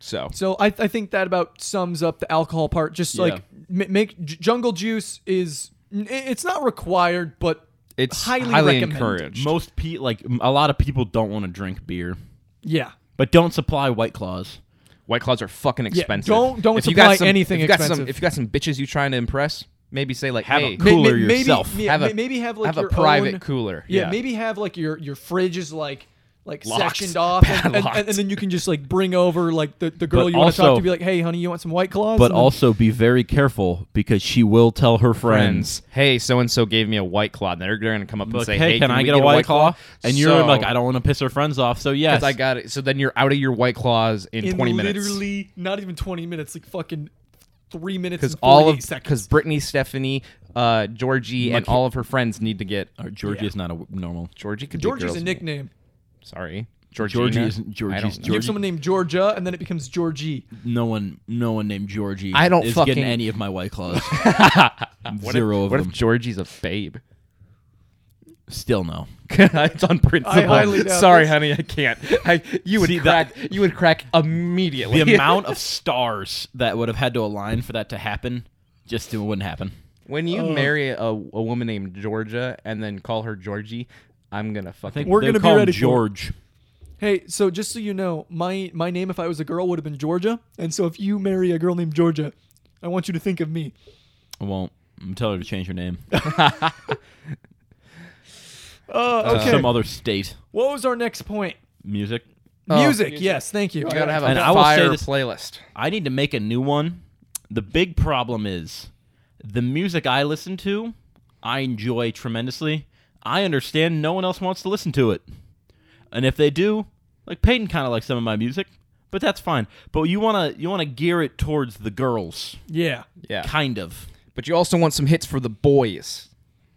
[SPEAKER 3] so
[SPEAKER 1] So I, I think that about sums up the alcohol part. Just like ma- make j- jungle juice is n- it's not required, but
[SPEAKER 3] it's
[SPEAKER 1] highly
[SPEAKER 3] highly,
[SPEAKER 1] recommended.
[SPEAKER 3] encouraged
[SPEAKER 2] Most pe like m- a lot of people don't want to drink beer,
[SPEAKER 1] yeah,
[SPEAKER 2] but don't supply White Claws.
[SPEAKER 3] white claws are fucking expensive
[SPEAKER 1] don't- don't
[SPEAKER 3] If you got
[SPEAKER 1] supply
[SPEAKER 3] some-
[SPEAKER 1] anything
[SPEAKER 3] if you got
[SPEAKER 1] expensive.
[SPEAKER 3] some if you got some bitches you trying to impress maybe say like
[SPEAKER 2] Have a
[SPEAKER 3] hey
[SPEAKER 2] cool- Cooler
[SPEAKER 1] May- may-
[SPEAKER 2] yourself.
[SPEAKER 1] Maybe, yeah,
[SPEAKER 3] have a
[SPEAKER 1] may- maybe have like
[SPEAKER 3] have
[SPEAKER 1] your
[SPEAKER 3] a private
[SPEAKER 1] own-
[SPEAKER 3] cooler
[SPEAKER 1] Yeah, maybe have like your your fridge is like like
[SPEAKER 2] Locked.
[SPEAKER 1] sectioned off, and, and,
[SPEAKER 3] locked.
[SPEAKER 1] and, and then you can just like bring over like the, the girl
[SPEAKER 2] But
[SPEAKER 1] you want to talk
[SPEAKER 2] also-
[SPEAKER 1] to, be like, hey, honey, you want some white claws?
[SPEAKER 2] But
[SPEAKER 1] And then-
[SPEAKER 2] also be very careful because she will tell her friends.
[SPEAKER 3] Hey, so and so gave me a white claw. And they're going to come up and
[SPEAKER 2] Like,
[SPEAKER 3] say,
[SPEAKER 2] hey, can, I
[SPEAKER 3] we
[SPEAKER 2] get a white claw? And you're
[SPEAKER 3] So-
[SPEAKER 2] like, I don't want to piss her friends off. So yes,
[SPEAKER 3] Because I got it. So then you're out of your white claws in,
[SPEAKER 1] in
[SPEAKER 3] 20 minutes.
[SPEAKER 1] literally not even twenty minutes, like fucking three minutes
[SPEAKER 3] Because
[SPEAKER 1] and
[SPEAKER 3] all of
[SPEAKER 1] seconds.
[SPEAKER 3] because Brittany, Stephanie, uh, Georgie, and all of her friends need to get
[SPEAKER 2] Or Georgie
[SPEAKER 1] Yeah.
[SPEAKER 2] is not a w- normal.
[SPEAKER 3] Georgie. Could be
[SPEAKER 1] Georgie's
[SPEAKER 3] girls'
[SPEAKER 1] a
[SPEAKER 3] name.
[SPEAKER 1] nickname.
[SPEAKER 3] Sorry, Georgina?
[SPEAKER 2] Georgie isn't-
[SPEAKER 3] I
[SPEAKER 2] Georgie's
[SPEAKER 3] don't know.
[SPEAKER 1] You
[SPEAKER 2] Georgie-
[SPEAKER 1] have someone named Georgia, and then it becomes Georgie.
[SPEAKER 2] No one, no one named Georgie.
[SPEAKER 3] I don't
[SPEAKER 2] is
[SPEAKER 3] fucking-
[SPEAKER 2] getting any of my white claws.
[SPEAKER 3] What if-
[SPEAKER 2] Zero of
[SPEAKER 3] what
[SPEAKER 2] them.
[SPEAKER 3] if Georgie's a babe?
[SPEAKER 2] Still no.
[SPEAKER 3] it's on principle.
[SPEAKER 1] highly doubt
[SPEAKER 3] Sorry,
[SPEAKER 1] this.
[SPEAKER 3] honey, I can't. I, you would
[SPEAKER 2] See,
[SPEAKER 3] crack.
[SPEAKER 2] that-
[SPEAKER 3] you would crack immediately.
[SPEAKER 2] The amount of stars that would have had to align for that to happen just it wouldn't happen.
[SPEAKER 3] when
[SPEAKER 2] Uh,
[SPEAKER 3] you marry a, a woman named Georgia and then call her Georgie, I'm gonna fucking.
[SPEAKER 1] We're
[SPEAKER 2] They
[SPEAKER 1] gonna
[SPEAKER 2] would
[SPEAKER 1] be
[SPEAKER 2] call him
[SPEAKER 1] ready for it.
[SPEAKER 2] George.
[SPEAKER 1] Hey, so just so you know, my my name if I was a girl would have been Georgia, and so if you marry a girl named Georgia, I want you to think of me.
[SPEAKER 2] I won't. I'm tell her to change her name.
[SPEAKER 1] Uh, okay.
[SPEAKER 2] Some other state
[SPEAKER 1] what was our next point?
[SPEAKER 2] music.
[SPEAKER 3] Oh.
[SPEAKER 1] music.
[SPEAKER 3] Music.
[SPEAKER 1] Yes, thank you.
[SPEAKER 3] You gotta have a
[SPEAKER 2] And I will
[SPEAKER 3] fire
[SPEAKER 2] say this-
[SPEAKER 3] playlist.
[SPEAKER 2] I need to make a new one. The big problem is the music I listen to, I enjoy tremendously. I understand no one else wants to listen to it. And if they do, like Peyton kind of likes some of my music, but that's fine. But you want to you want to gear it towards the girls,
[SPEAKER 1] yeah.
[SPEAKER 3] Yeah,
[SPEAKER 2] kind of.
[SPEAKER 3] but you also want some hits for the boys.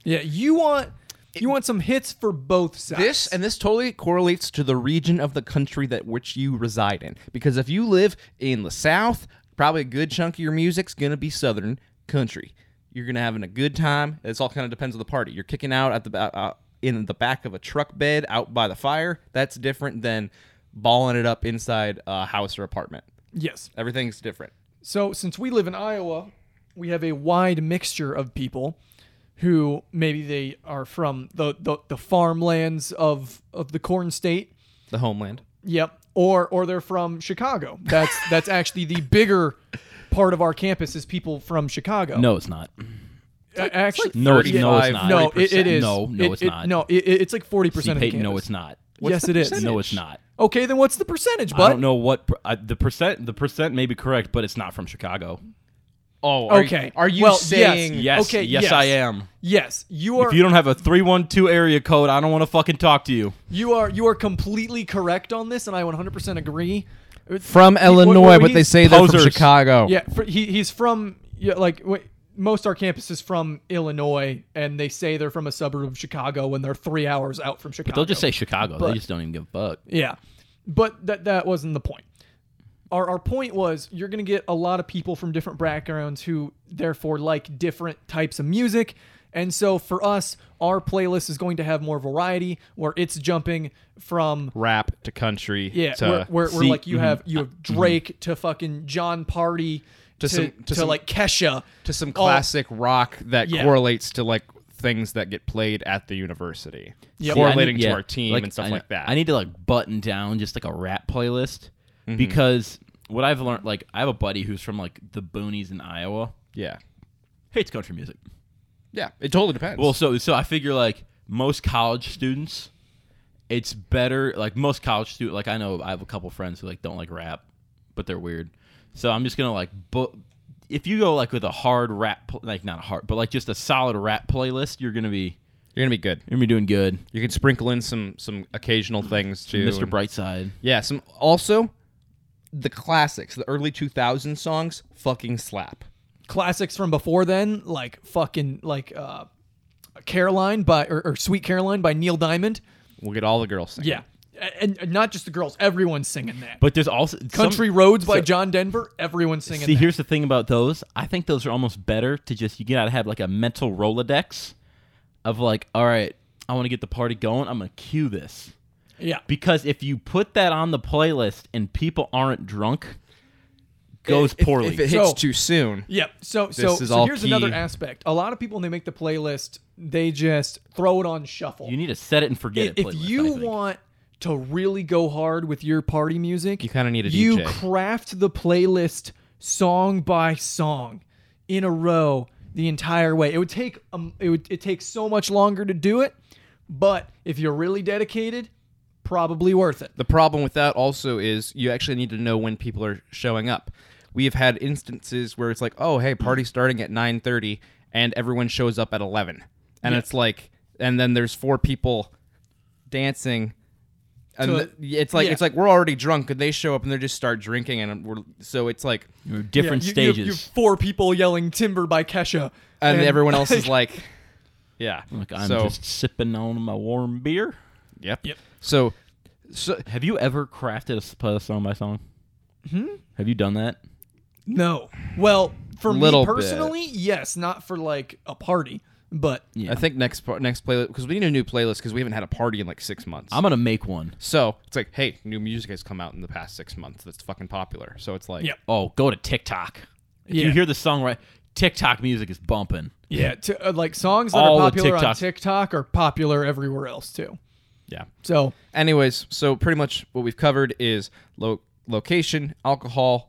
[SPEAKER 1] Yeah, you want you want some hits for both sides.
[SPEAKER 3] This and this totally correlates to the region of the country that which you reside in. Because if you live in the South, probably a good chunk of your music's gonna be Southern country. You're gonna having a good time. It's all kind of depends on the party. You're kicking out at the ba- uh, in the back of a truck bed out by the fire. That's different than balling it up inside a house or apartment.
[SPEAKER 1] yes.
[SPEAKER 3] Everything's different.
[SPEAKER 1] So since we live in Iowa, we have a wide mixture of people who maybe they are from the the, the farmlands of of the corn state.
[SPEAKER 3] The homeland.
[SPEAKER 1] Yep. Or or they're from Chicago. That's that's actually the bigger part of our campus is people from Chicago.
[SPEAKER 2] No, it's not.
[SPEAKER 1] actually,
[SPEAKER 2] No, it's, no, it's
[SPEAKER 3] 35,
[SPEAKER 2] not.
[SPEAKER 1] no, it, it is.
[SPEAKER 2] No, no,
[SPEAKER 1] It-
[SPEAKER 2] it's
[SPEAKER 1] it-
[SPEAKER 2] not.
[SPEAKER 1] No, it, it- it's like forty
[SPEAKER 2] See,
[SPEAKER 1] percent of the
[SPEAKER 2] Peyton, no,
[SPEAKER 1] campus.
[SPEAKER 2] it's not.
[SPEAKER 1] yes, it is.
[SPEAKER 2] No, it's not.
[SPEAKER 1] Okay, then what's the percentage, bud?
[SPEAKER 2] I don't know what per- uh, the percent. The percent may be correct, but it's not from Chicago.
[SPEAKER 3] Oh, are you-
[SPEAKER 1] Okay.
[SPEAKER 3] are you
[SPEAKER 1] Well, yes,
[SPEAKER 3] saying
[SPEAKER 2] Yes,
[SPEAKER 1] Okay,
[SPEAKER 2] yes,
[SPEAKER 1] yes.
[SPEAKER 2] I am.
[SPEAKER 1] Yes, you are.
[SPEAKER 2] If you don't have a 312 area code, I don't want to fucking talk to you.
[SPEAKER 1] You are you are completely correct on this, and I 100% agree.
[SPEAKER 3] from
[SPEAKER 1] He- what-
[SPEAKER 3] Illinois,
[SPEAKER 1] what
[SPEAKER 3] but
[SPEAKER 1] he's-
[SPEAKER 3] they say they're from
[SPEAKER 2] posers.
[SPEAKER 3] Chicago?
[SPEAKER 1] yeah, for, he, he's from yeah, like wait, most our campus is from Illinois, and they say they're from a suburb of Chicago when they're three hours out from Chicago.
[SPEAKER 2] They'll just say Chicago.
[SPEAKER 1] But-
[SPEAKER 2] they just don't even give a fuck.
[SPEAKER 1] yeah, but that that wasn't the point. Our our point was you're gonna get a lot of people from different backgrounds who therefore like different types of music. And so for us, our playlist is going to have more variety where it's jumping from
[SPEAKER 3] Rap to country.
[SPEAKER 1] Yeah,
[SPEAKER 3] to- mm-hmm.
[SPEAKER 1] where, where, where
[SPEAKER 2] see-
[SPEAKER 1] like you have you have Drake to fucking John Party to to,
[SPEAKER 3] some- to some-
[SPEAKER 1] like Kesha
[SPEAKER 3] to some
[SPEAKER 1] All-
[SPEAKER 3] classic rock that
[SPEAKER 1] Yeah.
[SPEAKER 3] correlates to like things that get played at the university,
[SPEAKER 1] Yeah, I
[SPEAKER 3] correlating
[SPEAKER 2] Yeah, I need-
[SPEAKER 3] to
[SPEAKER 2] yeah,
[SPEAKER 3] our team
[SPEAKER 2] like,
[SPEAKER 3] and stuff
[SPEAKER 2] I-
[SPEAKER 3] like that.
[SPEAKER 2] I need to like button down just like a rap playlist
[SPEAKER 3] Mm-hmm.
[SPEAKER 2] because what I've learned, like I have a buddy who's from like the boonies in Iowa,
[SPEAKER 3] yeah,
[SPEAKER 2] hates country music.
[SPEAKER 3] yeah. It totally depends.
[SPEAKER 2] Well, so so I figure like most college students, it's better like most college student like I know I have a couple friends who like don't like rap, but they're weird. So I'm just gonna like but if you go like with a hard rap pl- like not a hard but like just a solid rap playlist, you're gonna be
[SPEAKER 3] you're gonna be good.
[SPEAKER 2] you're gonna be doing good.
[SPEAKER 3] You can sprinkle in some some occasional things too.
[SPEAKER 2] Mr.
[SPEAKER 3] and-
[SPEAKER 2] Brightside.
[SPEAKER 3] Yeah. Some also the classics, the early 2000 songs, fucking slap.
[SPEAKER 1] classics from before then, like fucking like uh, Caroline by or, or Sweet Caroline by Neil Diamond.
[SPEAKER 3] We'll get all the girls singing.
[SPEAKER 1] Yeah, A- and, and not just the girls, everyone's singing that.
[SPEAKER 2] But there's also
[SPEAKER 1] Country
[SPEAKER 2] some,
[SPEAKER 1] Roads by John Denver, everyone's singing
[SPEAKER 2] See,
[SPEAKER 1] that.
[SPEAKER 2] here's the thing about those. I think those are almost better to just you gotta have like a mental Rolodex of like, all right, I want to get the party going. I'm gonna cue this.
[SPEAKER 1] yeah,
[SPEAKER 2] because if you put that on the playlist and people aren't drunk, goes
[SPEAKER 3] If-
[SPEAKER 2] poorly.
[SPEAKER 3] If, it
[SPEAKER 1] So-
[SPEAKER 3] hits too soon,
[SPEAKER 1] Yep. So so,
[SPEAKER 3] This is
[SPEAKER 1] so
[SPEAKER 3] all
[SPEAKER 1] here's another
[SPEAKER 3] key.
[SPEAKER 1] aspect. A lot of people when they make the playlist, they just throw it on shuffle.
[SPEAKER 2] you need to set it and forget it.
[SPEAKER 1] if
[SPEAKER 2] playlist, I
[SPEAKER 1] you
[SPEAKER 2] think.
[SPEAKER 1] want to really go hard with your party music,
[SPEAKER 3] You kinda need a
[SPEAKER 1] You
[SPEAKER 3] DJ.
[SPEAKER 1] craft the playlist song by song in a row the entire way. It would take um, it would it takes so much longer to do it, but if you're really dedicated, probably worth it.
[SPEAKER 3] The problem with that also is you actually need to know when people are showing up. We have had instances where it's like, oh hey, party starting at nine thirty, and everyone shows up at eleven, and it's like, and then there's four people dancing. And
[SPEAKER 1] To-
[SPEAKER 3] th- it's like
[SPEAKER 1] yeah.
[SPEAKER 3] it's like we're already drunk, and they show up and they just start drinking, and we're so it's like,
[SPEAKER 2] You're different
[SPEAKER 1] Yeah, you- you-
[SPEAKER 2] stages.
[SPEAKER 1] You, four people yelling "Timber" by Kesha,
[SPEAKER 3] and, everyone else is like, yeah.
[SPEAKER 2] Like I'm
[SPEAKER 3] so
[SPEAKER 2] just sipping on my warm beer.
[SPEAKER 3] yep.
[SPEAKER 1] Yep.
[SPEAKER 3] So, so
[SPEAKER 2] Have you ever crafted a s- play a song by song? Hmm? Have you done that?
[SPEAKER 1] No. Well, for
[SPEAKER 3] Little
[SPEAKER 1] me
[SPEAKER 3] bit.
[SPEAKER 1] personally, yes, not for like a party, but
[SPEAKER 2] Yeah.
[SPEAKER 3] I think next par- next playlist because we need a new playlist because we haven't had a party in like six months.
[SPEAKER 2] I'm gonna make one.
[SPEAKER 3] So it's like, hey, new music has come out in the past six months that's fucking popular. So it's like,
[SPEAKER 1] Yep.
[SPEAKER 2] Oh, go to TikTok. If you
[SPEAKER 1] Yeah.
[SPEAKER 2] hear the song right, TikTok music is bumping.
[SPEAKER 1] yeah, to, uh, like songs that
[SPEAKER 2] All
[SPEAKER 1] are
[SPEAKER 2] the
[SPEAKER 1] popular on
[SPEAKER 2] TikTok.
[SPEAKER 1] TikTok are popular everywhere else too.
[SPEAKER 3] yeah.
[SPEAKER 1] So
[SPEAKER 3] Anyways, so pretty much what we've covered is lo- location, alcohol.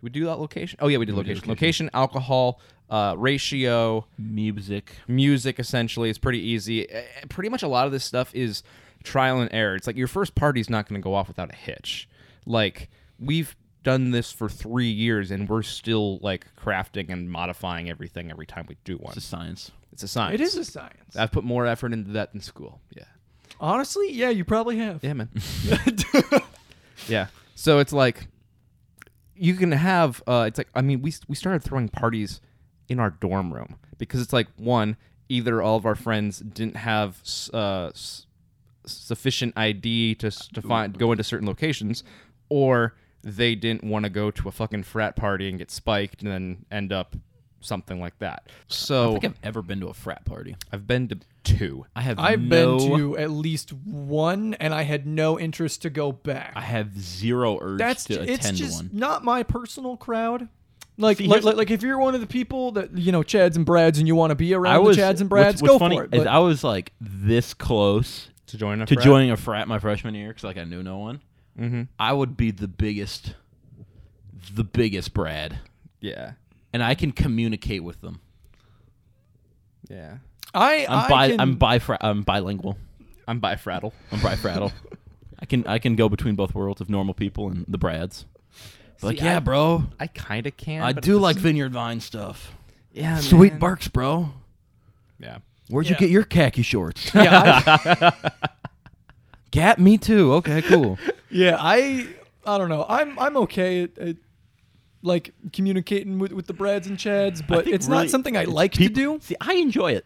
[SPEAKER 3] Did we do that location? Oh yeah, we did location. location. alcohol, uh, ratio,
[SPEAKER 2] Music.
[SPEAKER 3] music. Essentially, it's pretty easy. Eh, eh, Pretty much a lot of this stuff is trial and error. It's like your first party's not going to go off without a hitch. Like we've done this for three years and we're still like crafting and modifying everything every time we do one.
[SPEAKER 2] It's a science.
[SPEAKER 3] It's a science.
[SPEAKER 1] it is a science.
[SPEAKER 3] I've put more effort into that than school. Yeah.
[SPEAKER 1] Honestly, yeah, you probably have.
[SPEAKER 3] Yeah, man. yeah. So it's like you can have uh it's like I mean we we started throwing parties in our dorm room because it's like one either all of our friends didn't have s- uh s- sufficient ID to s- to find go into certain locations or they didn't want to go to a fucking frat party and get spiked and then end up something like that.
[SPEAKER 2] I
[SPEAKER 3] So
[SPEAKER 2] don't think I've ever been to a frat party.
[SPEAKER 3] I've been to two.
[SPEAKER 2] I have
[SPEAKER 1] I've
[SPEAKER 2] no,
[SPEAKER 1] been to at least one, and I had no interest to go back.
[SPEAKER 2] I have zero urge
[SPEAKER 1] That's
[SPEAKER 2] to
[SPEAKER 1] ju- it's
[SPEAKER 2] attend
[SPEAKER 1] just
[SPEAKER 2] one.
[SPEAKER 1] not my personal crowd. Like, like, like, like if you're one of the people that you know Chads and Brads, and you want to be around the Chads and Brads,
[SPEAKER 2] what's, what's
[SPEAKER 1] go
[SPEAKER 2] funny
[SPEAKER 1] for it.
[SPEAKER 2] is
[SPEAKER 1] but-
[SPEAKER 2] I was like this close
[SPEAKER 3] To join a
[SPEAKER 2] to
[SPEAKER 3] frat?
[SPEAKER 2] joining a frat Mm-hmm. my freshman year because like I knew no one. I would be the biggest, the biggest Brad,
[SPEAKER 3] Yeah.
[SPEAKER 2] and I can communicate with them.
[SPEAKER 3] Yeah.
[SPEAKER 1] I,
[SPEAKER 2] I'm
[SPEAKER 1] I
[SPEAKER 2] bi,
[SPEAKER 1] can-
[SPEAKER 2] I'm bi, I'm bilingual.
[SPEAKER 3] I'm by frattle.
[SPEAKER 2] I'm bi fraddle. I can I can go between both worlds of normal people and the Brads. But like,
[SPEAKER 3] See,
[SPEAKER 2] yeah,
[SPEAKER 3] I-
[SPEAKER 2] bro,
[SPEAKER 3] I kind of can.
[SPEAKER 2] I
[SPEAKER 3] but
[SPEAKER 2] do
[SPEAKER 3] it's-
[SPEAKER 2] like Vineyard Vine stuff.
[SPEAKER 3] yeah,
[SPEAKER 2] Sweet
[SPEAKER 3] man.
[SPEAKER 2] barks, bro.
[SPEAKER 3] Yeah.
[SPEAKER 2] Where'd
[SPEAKER 1] Yeah.
[SPEAKER 2] you get your khaki shorts?
[SPEAKER 1] yeah, I,
[SPEAKER 2] Gap, me too. Okay, cool.
[SPEAKER 1] Yeah, I I don't know. I'm I'm okay at, at like communicating with, with the Brads and Chads, but it's not something I like to do.
[SPEAKER 2] See, I enjoy it.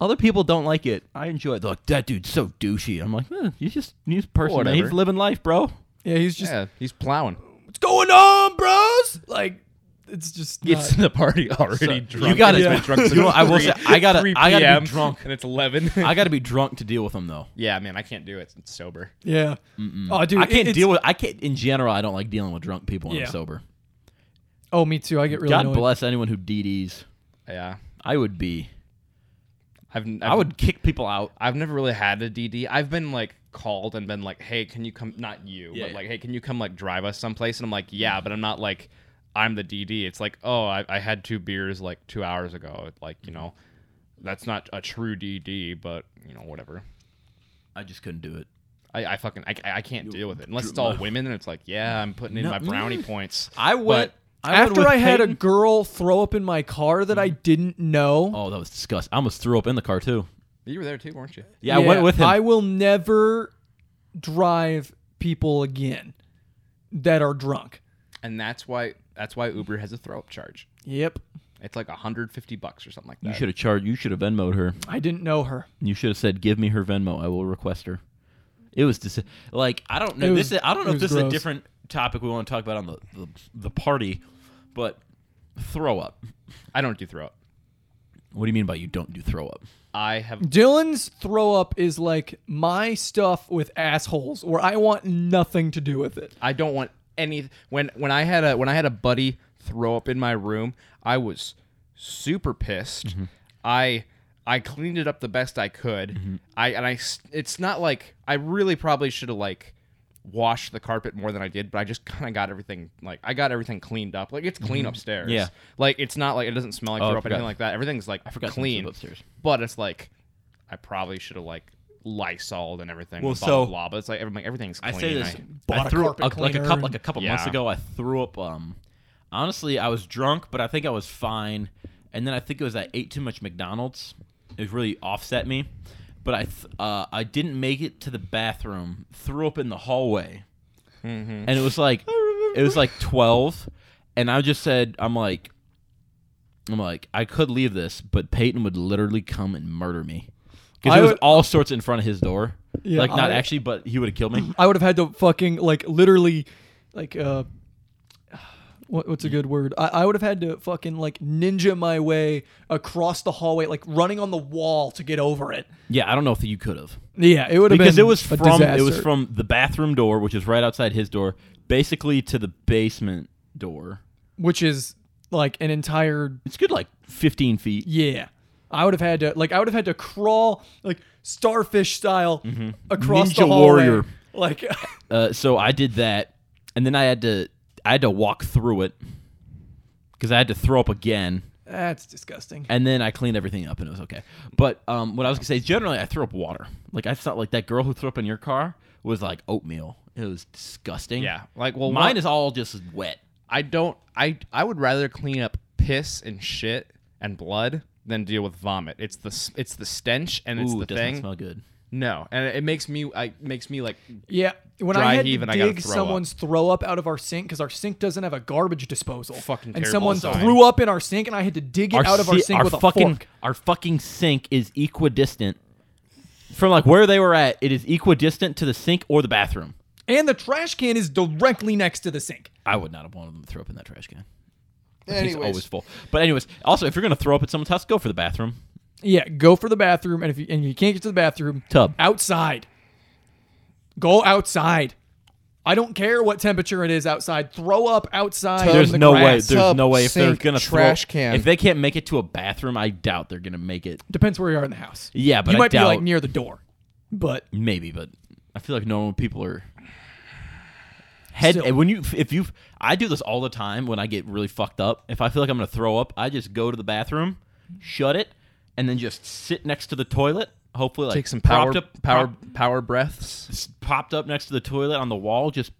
[SPEAKER 2] Other people don't like it. I enjoy it. They're like, that dude's so douchey. I'm like, eh, he's just he's a person. man.
[SPEAKER 3] Whatever.
[SPEAKER 2] He's living life, bro.
[SPEAKER 1] Yeah, he's just
[SPEAKER 3] yeah, he's plowing.
[SPEAKER 1] what's going on, bros? Like it's just not,
[SPEAKER 3] Gets in the party already drunk.
[SPEAKER 2] You got
[SPEAKER 3] He's
[SPEAKER 2] it.
[SPEAKER 1] Yeah.
[SPEAKER 3] been drunk since
[SPEAKER 2] You know, I will say, I gotta,
[SPEAKER 3] 3
[SPEAKER 2] I gotta
[SPEAKER 3] PM,
[SPEAKER 2] be drunk.
[SPEAKER 3] and it's eleven.
[SPEAKER 2] I gotta be drunk to deal with them though.
[SPEAKER 3] yeah, man, I can't do it. It's sober.
[SPEAKER 1] yeah. Oh, dude,
[SPEAKER 2] I can't
[SPEAKER 1] it-
[SPEAKER 2] deal
[SPEAKER 1] it's-
[SPEAKER 2] with. I can't. In general, I don't like dealing with drunk people when
[SPEAKER 1] Yeah.
[SPEAKER 2] I'm sober.
[SPEAKER 1] Oh, me too. I get really
[SPEAKER 2] God
[SPEAKER 1] annoyed.
[SPEAKER 2] bless anyone who DDs.
[SPEAKER 3] Yeah,
[SPEAKER 2] I would be.
[SPEAKER 3] I've, I've
[SPEAKER 2] I would kick people out.
[SPEAKER 3] I've never really had a DD. I've been like called and been like, hey, can you come? Not you,
[SPEAKER 2] Yeah,
[SPEAKER 3] but
[SPEAKER 2] yeah.
[SPEAKER 3] like, hey, can you come like drive us someplace? And I'm like, yeah, but I'm not like, I'm the DD. It's like, oh, I, I had two beers like two hours ago. Like, you
[SPEAKER 2] Mm-hmm.
[SPEAKER 3] know, that's not a true DD, but you know, whatever.
[SPEAKER 2] I just couldn't do it.
[SPEAKER 3] I, I fucking I, I can't deal with it unless it's all women and it's like yeah I'm putting in my
[SPEAKER 2] mm.
[SPEAKER 3] brownie points.
[SPEAKER 2] I went. I went
[SPEAKER 1] After
[SPEAKER 2] with
[SPEAKER 1] I had a
[SPEAKER 2] Peyton- Mm.
[SPEAKER 1] girl throw up in my car that I didn't know.
[SPEAKER 2] Oh, that was disgusting. I almost threw up in the car too.
[SPEAKER 3] You were there too, weren't you?
[SPEAKER 2] Yeah, I went with him.
[SPEAKER 1] I will never drive people again that are drunk.
[SPEAKER 3] And that's why that's why Uber has a throw up charge.
[SPEAKER 1] Yep.
[SPEAKER 3] It's like 150 bucks or something like that.
[SPEAKER 2] you should have charged. You should have Venmoed her.
[SPEAKER 1] I didn't know her.
[SPEAKER 2] You should have said, "Give me her Venmo. I will request her." It was dis- like I don't
[SPEAKER 1] It
[SPEAKER 2] know.
[SPEAKER 1] was-
[SPEAKER 2] this is, I
[SPEAKER 1] it
[SPEAKER 2] don't know if
[SPEAKER 1] was
[SPEAKER 2] this is
[SPEAKER 1] gross.
[SPEAKER 2] a different topic we want to talk about on the the, the party, but throw up.
[SPEAKER 3] I don't do throw up.
[SPEAKER 2] What do you mean by you don't do throw up?
[SPEAKER 3] I have
[SPEAKER 1] Dylan's throw up is like my stuff with assholes, where I want nothing to do with it.
[SPEAKER 3] I don't want any when when I had a when I had a buddy throw up in my room, I was super pissed.
[SPEAKER 2] Mm-hmm.
[SPEAKER 3] I I cleaned it up the best I could.
[SPEAKER 2] Mm-hmm.
[SPEAKER 3] I and I s- it's not like I really probably should have like washed the carpet more than I did, but I just kind of got everything like I got everything cleaned up. Like it's clean upstairs.
[SPEAKER 2] Mm-hmm. Yeah. Oh,
[SPEAKER 3] Like it's not like it doesn't smell like
[SPEAKER 2] I
[SPEAKER 3] throw up or
[SPEAKER 2] forgot.
[SPEAKER 3] anything like that. Everything's like
[SPEAKER 2] forgot some
[SPEAKER 3] clean
[SPEAKER 2] stuff upstairs.
[SPEAKER 3] But it's like I probably should have like Lysol and everything.
[SPEAKER 2] Well,
[SPEAKER 3] blah, blah,
[SPEAKER 2] so-
[SPEAKER 3] blah, but it's like everything, everything's
[SPEAKER 2] I
[SPEAKER 3] clean.
[SPEAKER 2] say this.
[SPEAKER 1] bought
[SPEAKER 2] I
[SPEAKER 1] a
[SPEAKER 2] threw up
[SPEAKER 1] carpet
[SPEAKER 2] a- like a
[SPEAKER 1] cleaner
[SPEAKER 2] couple like
[SPEAKER 1] and-
[SPEAKER 2] a couple
[SPEAKER 3] Yeah.
[SPEAKER 2] months ago. I threw up. Um, honestly, I was drunk, but I think I was fine. And then I think it was I ate too much McDonald's. It really offset me. But I th- uh, I didn't make it to the bathroom. Threw up in the hallway,
[SPEAKER 3] Mhm.
[SPEAKER 2] and it was like it was like twelve. And I just said, I'm like, I'm like, I could leave this, but Peyton would literally come and murder me because
[SPEAKER 1] I
[SPEAKER 2] there was
[SPEAKER 1] would-
[SPEAKER 2] all sorts in front of his door.
[SPEAKER 1] Yeah,
[SPEAKER 2] like not
[SPEAKER 1] I-
[SPEAKER 2] actually, but he would have killed me.
[SPEAKER 1] I would have had to fucking like literally, like uh, what, what's a good word? I, I would have had to fucking like ninja my way across the hallway, like running on the wall to get over it.
[SPEAKER 2] Yeah, I don't know if you could have
[SPEAKER 1] Yeah, it would have
[SPEAKER 2] because
[SPEAKER 1] been
[SPEAKER 2] it was
[SPEAKER 1] a
[SPEAKER 2] from it was
[SPEAKER 1] disaster.
[SPEAKER 2] from the bathroom door, which is right outside his door, basically to the basement door.
[SPEAKER 1] which is like an entire
[SPEAKER 2] It's good, like fifteen feet.
[SPEAKER 1] yeah. I would have had to like I would have had to crawl like starfish style across the
[SPEAKER 2] Ninja
[SPEAKER 1] hallway.
[SPEAKER 2] warrior.
[SPEAKER 1] Like
[SPEAKER 2] Uh, so I did that, and then I had to I had to walk through it because I had to throw up again,
[SPEAKER 1] that's disgusting.
[SPEAKER 2] and then I cleaned everything up and it was okay. But um, what I was gonna say is generally I throw up water. Like I thought, like that girl who threw up in your car was like oatmeal. It was disgusting.
[SPEAKER 3] Yeah. Like, well,
[SPEAKER 2] mine
[SPEAKER 3] one-
[SPEAKER 2] is all just wet.
[SPEAKER 3] I don't. I I would rather clean up piss and shit and blood than deal with vomit. It's the s- it's the stench and it's
[SPEAKER 2] Ooh,
[SPEAKER 3] the
[SPEAKER 2] it doesn't
[SPEAKER 3] thing.
[SPEAKER 2] smell good.
[SPEAKER 3] No, and it makes me. I makes me like.
[SPEAKER 1] Yeah, when
[SPEAKER 3] Dry
[SPEAKER 1] I had
[SPEAKER 3] heave and I
[SPEAKER 1] to
[SPEAKER 3] gotta
[SPEAKER 1] dig
[SPEAKER 3] throw up.
[SPEAKER 1] someone's throw up out of our sink because our sink doesn't have a garbage disposal.
[SPEAKER 3] Fucking
[SPEAKER 1] and
[SPEAKER 3] terrible
[SPEAKER 1] someone
[SPEAKER 3] design.
[SPEAKER 1] threw up in our sink, and I had to dig it out of our
[SPEAKER 2] si-
[SPEAKER 1] sink with
[SPEAKER 2] fucking,
[SPEAKER 1] a fork.
[SPEAKER 2] Our fucking sink is equidistant from like where they were at. It is equidistant to the sink or the bathroom.
[SPEAKER 1] And the trash can is directly next to the sink.
[SPEAKER 2] I would not have wanted them to throw up in that trash can. It's
[SPEAKER 3] Anyways.
[SPEAKER 2] always full. But anyways, also if you're gonna throw up at someone's house, go for the bathroom.
[SPEAKER 1] Yeah, go for the bathroom, and if you and you can't get to the bathroom,
[SPEAKER 2] Tub.
[SPEAKER 1] outside. Go outside. I don't care what temperature it is outside. Throw up outside.
[SPEAKER 4] Tub.
[SPEAKER 1] on
[SPEAKER 2] There's
[SPEAKER 1] the
[SPEAKER 2] no way.
[SPEAKER 1] grass.
[SPEAKER 2] There's
[SPEAKER 4] tub,
[SPEAKER 2] no way if they're
[SPEAKER 4] sink,
[SPEAKER 2] gonna
[SPEAKER 4] trash
[SPEAKER 2] throw,
[SPEAKER 4] can.
[SPEAKER 2] If they can't make it to a bathroom, I doubt they're gonna make it.
[SPEAKER 1] Depends where you are in the house.
[SPEAKER 2] Yeah, but
[SPEAKER 1] you
[SPEAKER 2] I
[SPEAKER 1] might
[SPEAKER 2] doubt
[SPEAKER 1] be like near the door, but
[SPEAKER 2] maybe. But I feel like normal people are. Head
[SPEAKER 1] Still.
[SPEAKER 2] when you if you I do this all the time when I get really fucked up. If I feel like I'm gonna throw up, I just go to the bathroom, shut it, and then just sit next to the toilet. Hopefully, like
[SPEAKER 3] Take some power
[SPEAKER 2] propped up,
[SPEAKER 3] power
[SPEAKER 2] prop-
[SPEAKER 3] power breaths.
[SPEAKER 2] s- popped up next to the toilet on the wall. Just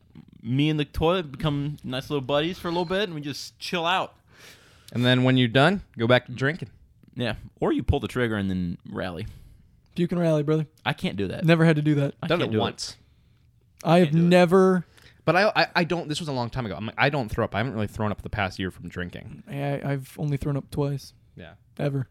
[SPEAKER 2] me and the toilet become nice little buddies for a little bit, and we just chill out.
[SPEAKER 3] And then when you're done, go back to drinking.
[SPEAKER 2] Yeah, or you pull the trigger and then rally.
[SPEAKER 1] puke and rally, brother.
[SPEAKER 2] I can't do that.
[SPEAKER 1] Never had to do that.
[SPEAKER 2] I
[SPEAKER 3] Done
[SPEAKER 2] can't
[SPEAKER 3] it
[SPEAKER 2] do
[SPEAKER 3] once.
[SPEAKER 1] I have never.
[SPEAKER 3] But I, I I don't. This was a long time ago. I'm like, I don't throw up. I haven't really thrown up the past year from drinking.
[SPEAKER 1] I, I've only thrown up twice
[SPEAKER 3] Yeah.
[SPEAKER 1] ever.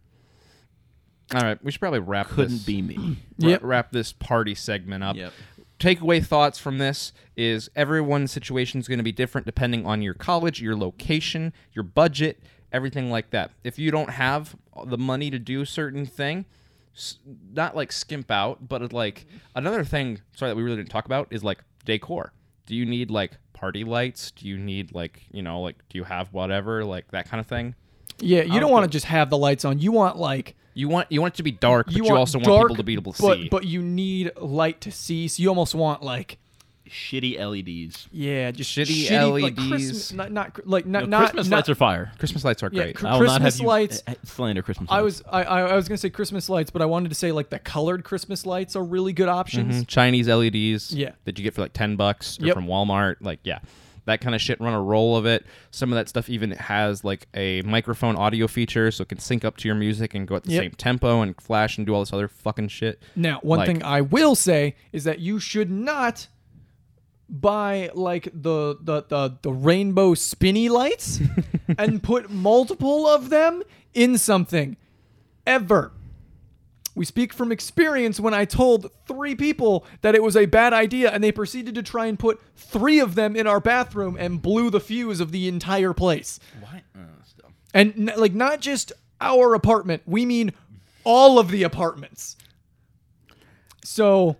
[SPEAKER 3] All right. We should probably wrap.
[SPEAKER 2] Couldn't
[SPEAKER 3] this,
[SPEAKER 2] be me.
[SPEAKER 3] wra-
[SPEAKER 1] Yep.
[SPEAKER 3] Wrap this party segment up.
[SPEAKER 2] Yep.
[SPEAKER 3] takeaway thoughts from this is everyone's situation is going to be different depending on your college, your location, your budget, everything like that. If you don't have the money to do a certain thing, s- not like skimp out, but like another thing, sorry that we really didn't talk about is like decor. Do you need like party lights? Do you need like, you know, like do you have whatever, like that kind of thing?
[SPEAKER 1] Yeah, you don't want to just have the lights on. You want like
[SPEAKER 3] You want you want it to be dark, but you, also want
[SPEAKER 1] dark,
[SPEAKER 3] people to be able to
[SPEAKER 1] but,
[SPEAKER 3] see.
[SPEAKER 1] But you need light to see, so you almost want like
[SPEAKER 2] Shitty E LEDs.
[SPEAKER 1] yeah, just
[SPEAKER 3] Shitty
[SPEAKER 1] like,
[SPEAKER 3] LEDs.
[SPEAKER 1] Christmas- not, not like not not
[SPEAKER 2] No, Christmas
[SPEAKER 1] not,
[SPEAKER 2] lights are fire.
[SPEAKER 3] Christmas lights are
[SPEAKER 1] yeah,
[SPEAKER 3] great.
[SPEAKER 1] cr-
[SPEAKER 2] I will not have
[SPEAKER 1] Christmas
[SPEAKER 2] you
[SPEAKER 1] lights.
[SPEAKER 2] uh, slander Christmas.
[SPEAKER 1] I
[SPEAKER 2] lights.
[SPEAKER 1] was I, I I was gonna say Christmas lights, but I wanted to say like the colored Christmas lights are really good options.
[SPEAKER 3] Mm-hmm. Chinese LEDs
[SPEAKER 1] Mm-hmm. Yeah.
[SPEAKER 3] that you get for like 10 bucks or
[SPEAKER 1] Yep.
[SPEAKER 3] from Walmart. Like, yeah, that kind of shit. Run a roll of it. Some of that stuff even has like a microphone audio feature so it can sync up to your music and go at the
[SPEAKER 1] Yep.
[SPEAKER 3] same tempo and flash and do all this other fucking shit.
[SPEAKER 1] Now, one
[SPEAKER 3] Mm-hmm. Like-
[SPEAKER 1] thing I will say is that you should not buy like the the the, the rainbow spinny lights and put multiple of them in something ever. We speak from experience when I told three people that it was a bad idea and they proceeded to try and put three of them in our bathroom and blew the fuse of the entire place.
[SPEAKER 2] What? Uh, stuff.
[SPEAKER 1] And n- like not just our apartment, we mean all of the apartments. So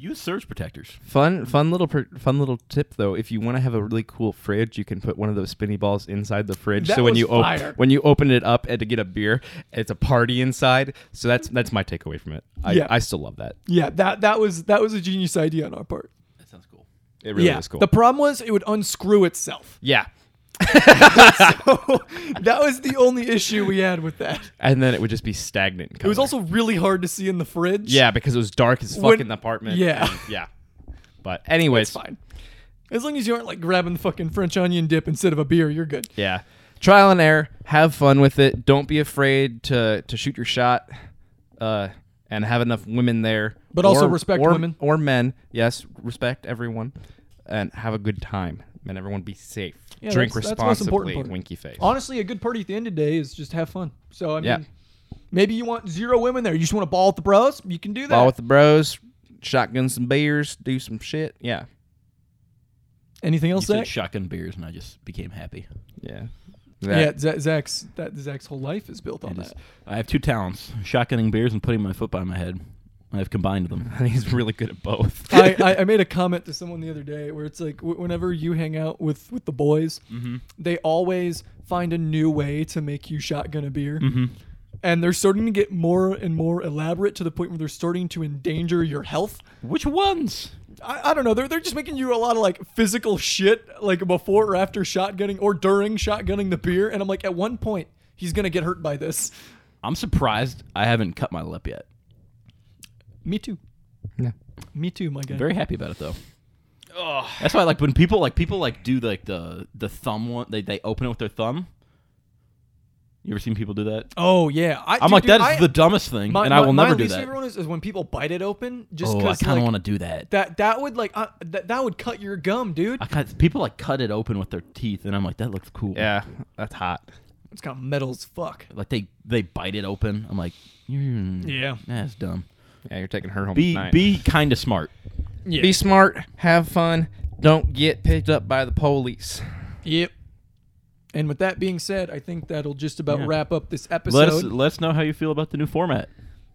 [SPEAKER 2] Use surge protectors.
[SPEAKER 3] Fun, fun little, per, fun little tip though. If you want to have a really cool fridge, you can put one of those spinny balls inside the fridge.
[SPEAKER 1] That
[SPEAKER 3] so when
[SPEAKER 1] was
[SPEAKER 3] you open,
[SPEAKER 1] fire.
[SPEAKER 3] when you open it up and to get a beer, it's a party inside. So that's that's my takeaway from it. I,
[SPEAKER 1] Yeah.
[SPEAKER 3] I still love that.
[SPEAKER 1] yeah, that that was that was a genius idea on our part.
[SPEAKER 2] That sounds cool.
[SPEAKER 3] It really
[SPEAKER 1] yeah,
[SPEAKER 3] is cool.
[SPEAKER 1] the problem was it would unscrew itself.
[SPEAKER 3] yeah,
[SPEAKER 1] so that was the only issue we had with that.
[SPEAKER 3] and then it would just be stagnant. in
[SPEAKER 1] It was
[SPEAKER 3] color.
[SPEAKER 1] also really hard to see in the fridge.
[SPEAKER 3] yeah because it was dark as fuck
[SPEAKER 1] When-
[SPEAKER 3] in the apartment.
[SPEAKER 1] yeah.
[SPEAKER 3] and- yeah. But anyways,
[SPEAKER 1] It's fine. As long as you aren't like grabbing the fucking French onion dip instead of a beer, you're good.
[SPEAKER 3] yeah. Trial and error. Have fun with it. Don't be afraid to to shoot your shot, uh, and have enough women there.
[SPEAKER 1] But also respect
[SPEAKER 3] or-
[SPEAKER 1] women.
[SPEAKER 3] or men. Yes, respect everyone, and have a good time. And everyone be safe.
[SPEAKER 1] Yeah,
[SPEAKER 3] Drink
[SPEAKER 1] that's- that's the most important
[SPEAKER 3] responsibly.
[SPEAKER 1] part.
[SPEAKER 3] winky face.
[SPEAKER 1] Honestly, a good party at the end of the day is just have fun. So I mean,
[SPEAKER 3] Yeah.
[SPEAKER 1] maybe you want zero women there. You just want to ball with the bros. You can do that.
[SPEAKER 3] Ball with the bros. Shotgun some beers. Do some shit. Yeah.
[SPEAKER 1] Anything
[SPEAKER 2] You
[SPEAKER 1] else,
[SPEAKER 2] said
[SPEAKER 1] Zach?
[SPEAKER 2] shotgun beers, and I just became happy.
[SPEAKER 3] Yeah.
[SPEAKER 1] yeah, Z- Zach's that Zach's whole life is built on
[SPEAKER 2] I
[SPEAKER 1] that.
[SPEAKER 2] just- I have two talents: shotgunning beers and putting my foot by my head. I have combined them.
[SPEAKER 3] And he's really good at both.
[SPEAKER 1] I, I, I made a comment to someone the other day where it's like w- whenever you hang out with with the boys,
[SPEAKER 2] Mm-hmm.
[SPEAKER 1] they always find a new way to make you shotgun a beer,
[SPEAKER 2] Mm-hmm.
[SPEAKER 1] and they're starting to get more and more elaborate to the point where they're starting to endanger your health.
[SPEAKER 2] Which ones?
[SPEAKER 1] I, I don't know. They're they're just making you a lot of like physical shit like before or after shotgunning or during shotgunning the beer, and I'm like at one point he's gonna get hurt by this.
[SPEAKER 2] I'm surprised I haven't cut my lip yet.
[SPEAKER 1] Me too.
[SPEAKER 3] Yeah.
[SPEAKER 1] Me too, my guy.
[SPEAKER 2] Very happy about it though. That's why, like, when people like people like do like the the thumb one, they they open it with their thumb. You ever seen people do that?
[SPEAKER 1] oh yeah, I,
[SPEAKER 2] I'm
[SPEAKER 1] dude,
[SPEAKER 2] like,
[SPEAKER 1] dude,
[SPEAKER 2] that is
[SPEAKER 1] I-
[SPEAKER 2] the dumbest thing,
[SPEAKER 1] My,
[SPEAKER 2] and I
[SPEAKER 1] my-
[SPEAKER 2] will
[SPEAKER 1] my
[SPEAKER 2] never do
[SPEAKER 1] least
[SPEAKER 2] that.
[SPEAKER 1] favorite one is, is when people bite it open, just
[SPEAKER 2] Oh, I
[SPEAKER 1] because
[SPEAKER 2] kind of
[SPEAKER 1] like,
[SPEAKER 2] want to do that.
[SPEAKER 1] that that would like uh, that that would cut your gum, dude.
[SPEAKER 2] I cut, people like cut it open with their teeth, and I'm like, that looks cool.
[SPEAKER 3] yeah. That's hot.
[SPEAKER 1] It's got metal as fuck.
[SPEAKER 2] like they they bite it open. I'm like, mm,
[SPEAKER 1] Yeah.
[SPEAKER 2] that's dumb.
[SPEAKER 3] Yeah, you're taking her home
[SPEAKER 2] Be
[SPEAKER 3] tonight.
[SPEAKER 2] be kind of smart.
[SPEAKER 1] Yeah.
[SPEAKER 3] Be smart. Have fun. Don't get picked up by the police.
[SPEAKER 1] Yep. And with that being said, I think that'll just about
[SPEAKER 2] Yeah.
[SPEAKER 1] wrap up this episode.
[SPEAKER 2] Let us let us know how you feel about the new format.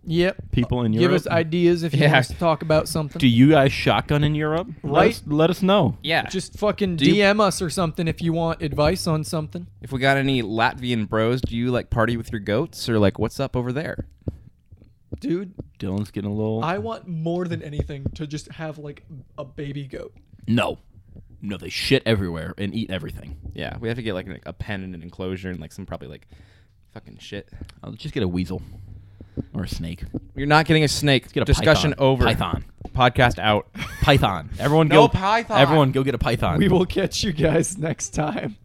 [SPEAKER 1] yep.
[SPEAKER 2] People in
[SPEAKER 1] Give
[SPEAKER 2] Europe,
[SPEAKER 1] us ideas if you
[SPEAKER 3] Yeah.
[SPEAKER 1] want us to talk about something.
[SPEAKER 2] do you guys shotgun in Europe? Let
[SPEAKER 1] Right.
[SPEAKER 2] us, let us know.
[SPEAKER 3] Yeah. Just
[SPEAKER 1] just fucking
[SPEAKER 3] you-
[SPEAKER 1] DM us or something if you want advice on something.
[SPEAKER 3] if we got any Latvian bros, do you like party with your goats or like what's up over there?
[SPEAKER 1] Dude,
[SPEAKER 2] Dylan's getting a little.
[SPEAKER 1] I want more than anything to just have like a baby goat.
[SPEAKER 2] no, no, they shit everywhere and eat everything.
[SPEAKER 3] Yeah, we have to get like a pen and an enclosure and like some probably like fucking shit.
[SPEAKER 2] I'll just get a weasel or a snake.
[SPEAKER 3] You're not getting a snake.
[SPEAKER 2] Get a
[SPEAKER 3] Discussion
[SPEAKER 2] python.
[SPEAKER 3] over.
[SPEAKER 2] Python.
[SPEAKER 3] Podcast out.
[SPEAKER 2] Python. Everyone
[SPEAKER 3] No
[SPEAKER 2] go.
[SPEAKER 3] python.
[SPEAKER 2] Everyone go get a python.
[SPEAKER 1] We will catch you guys next time.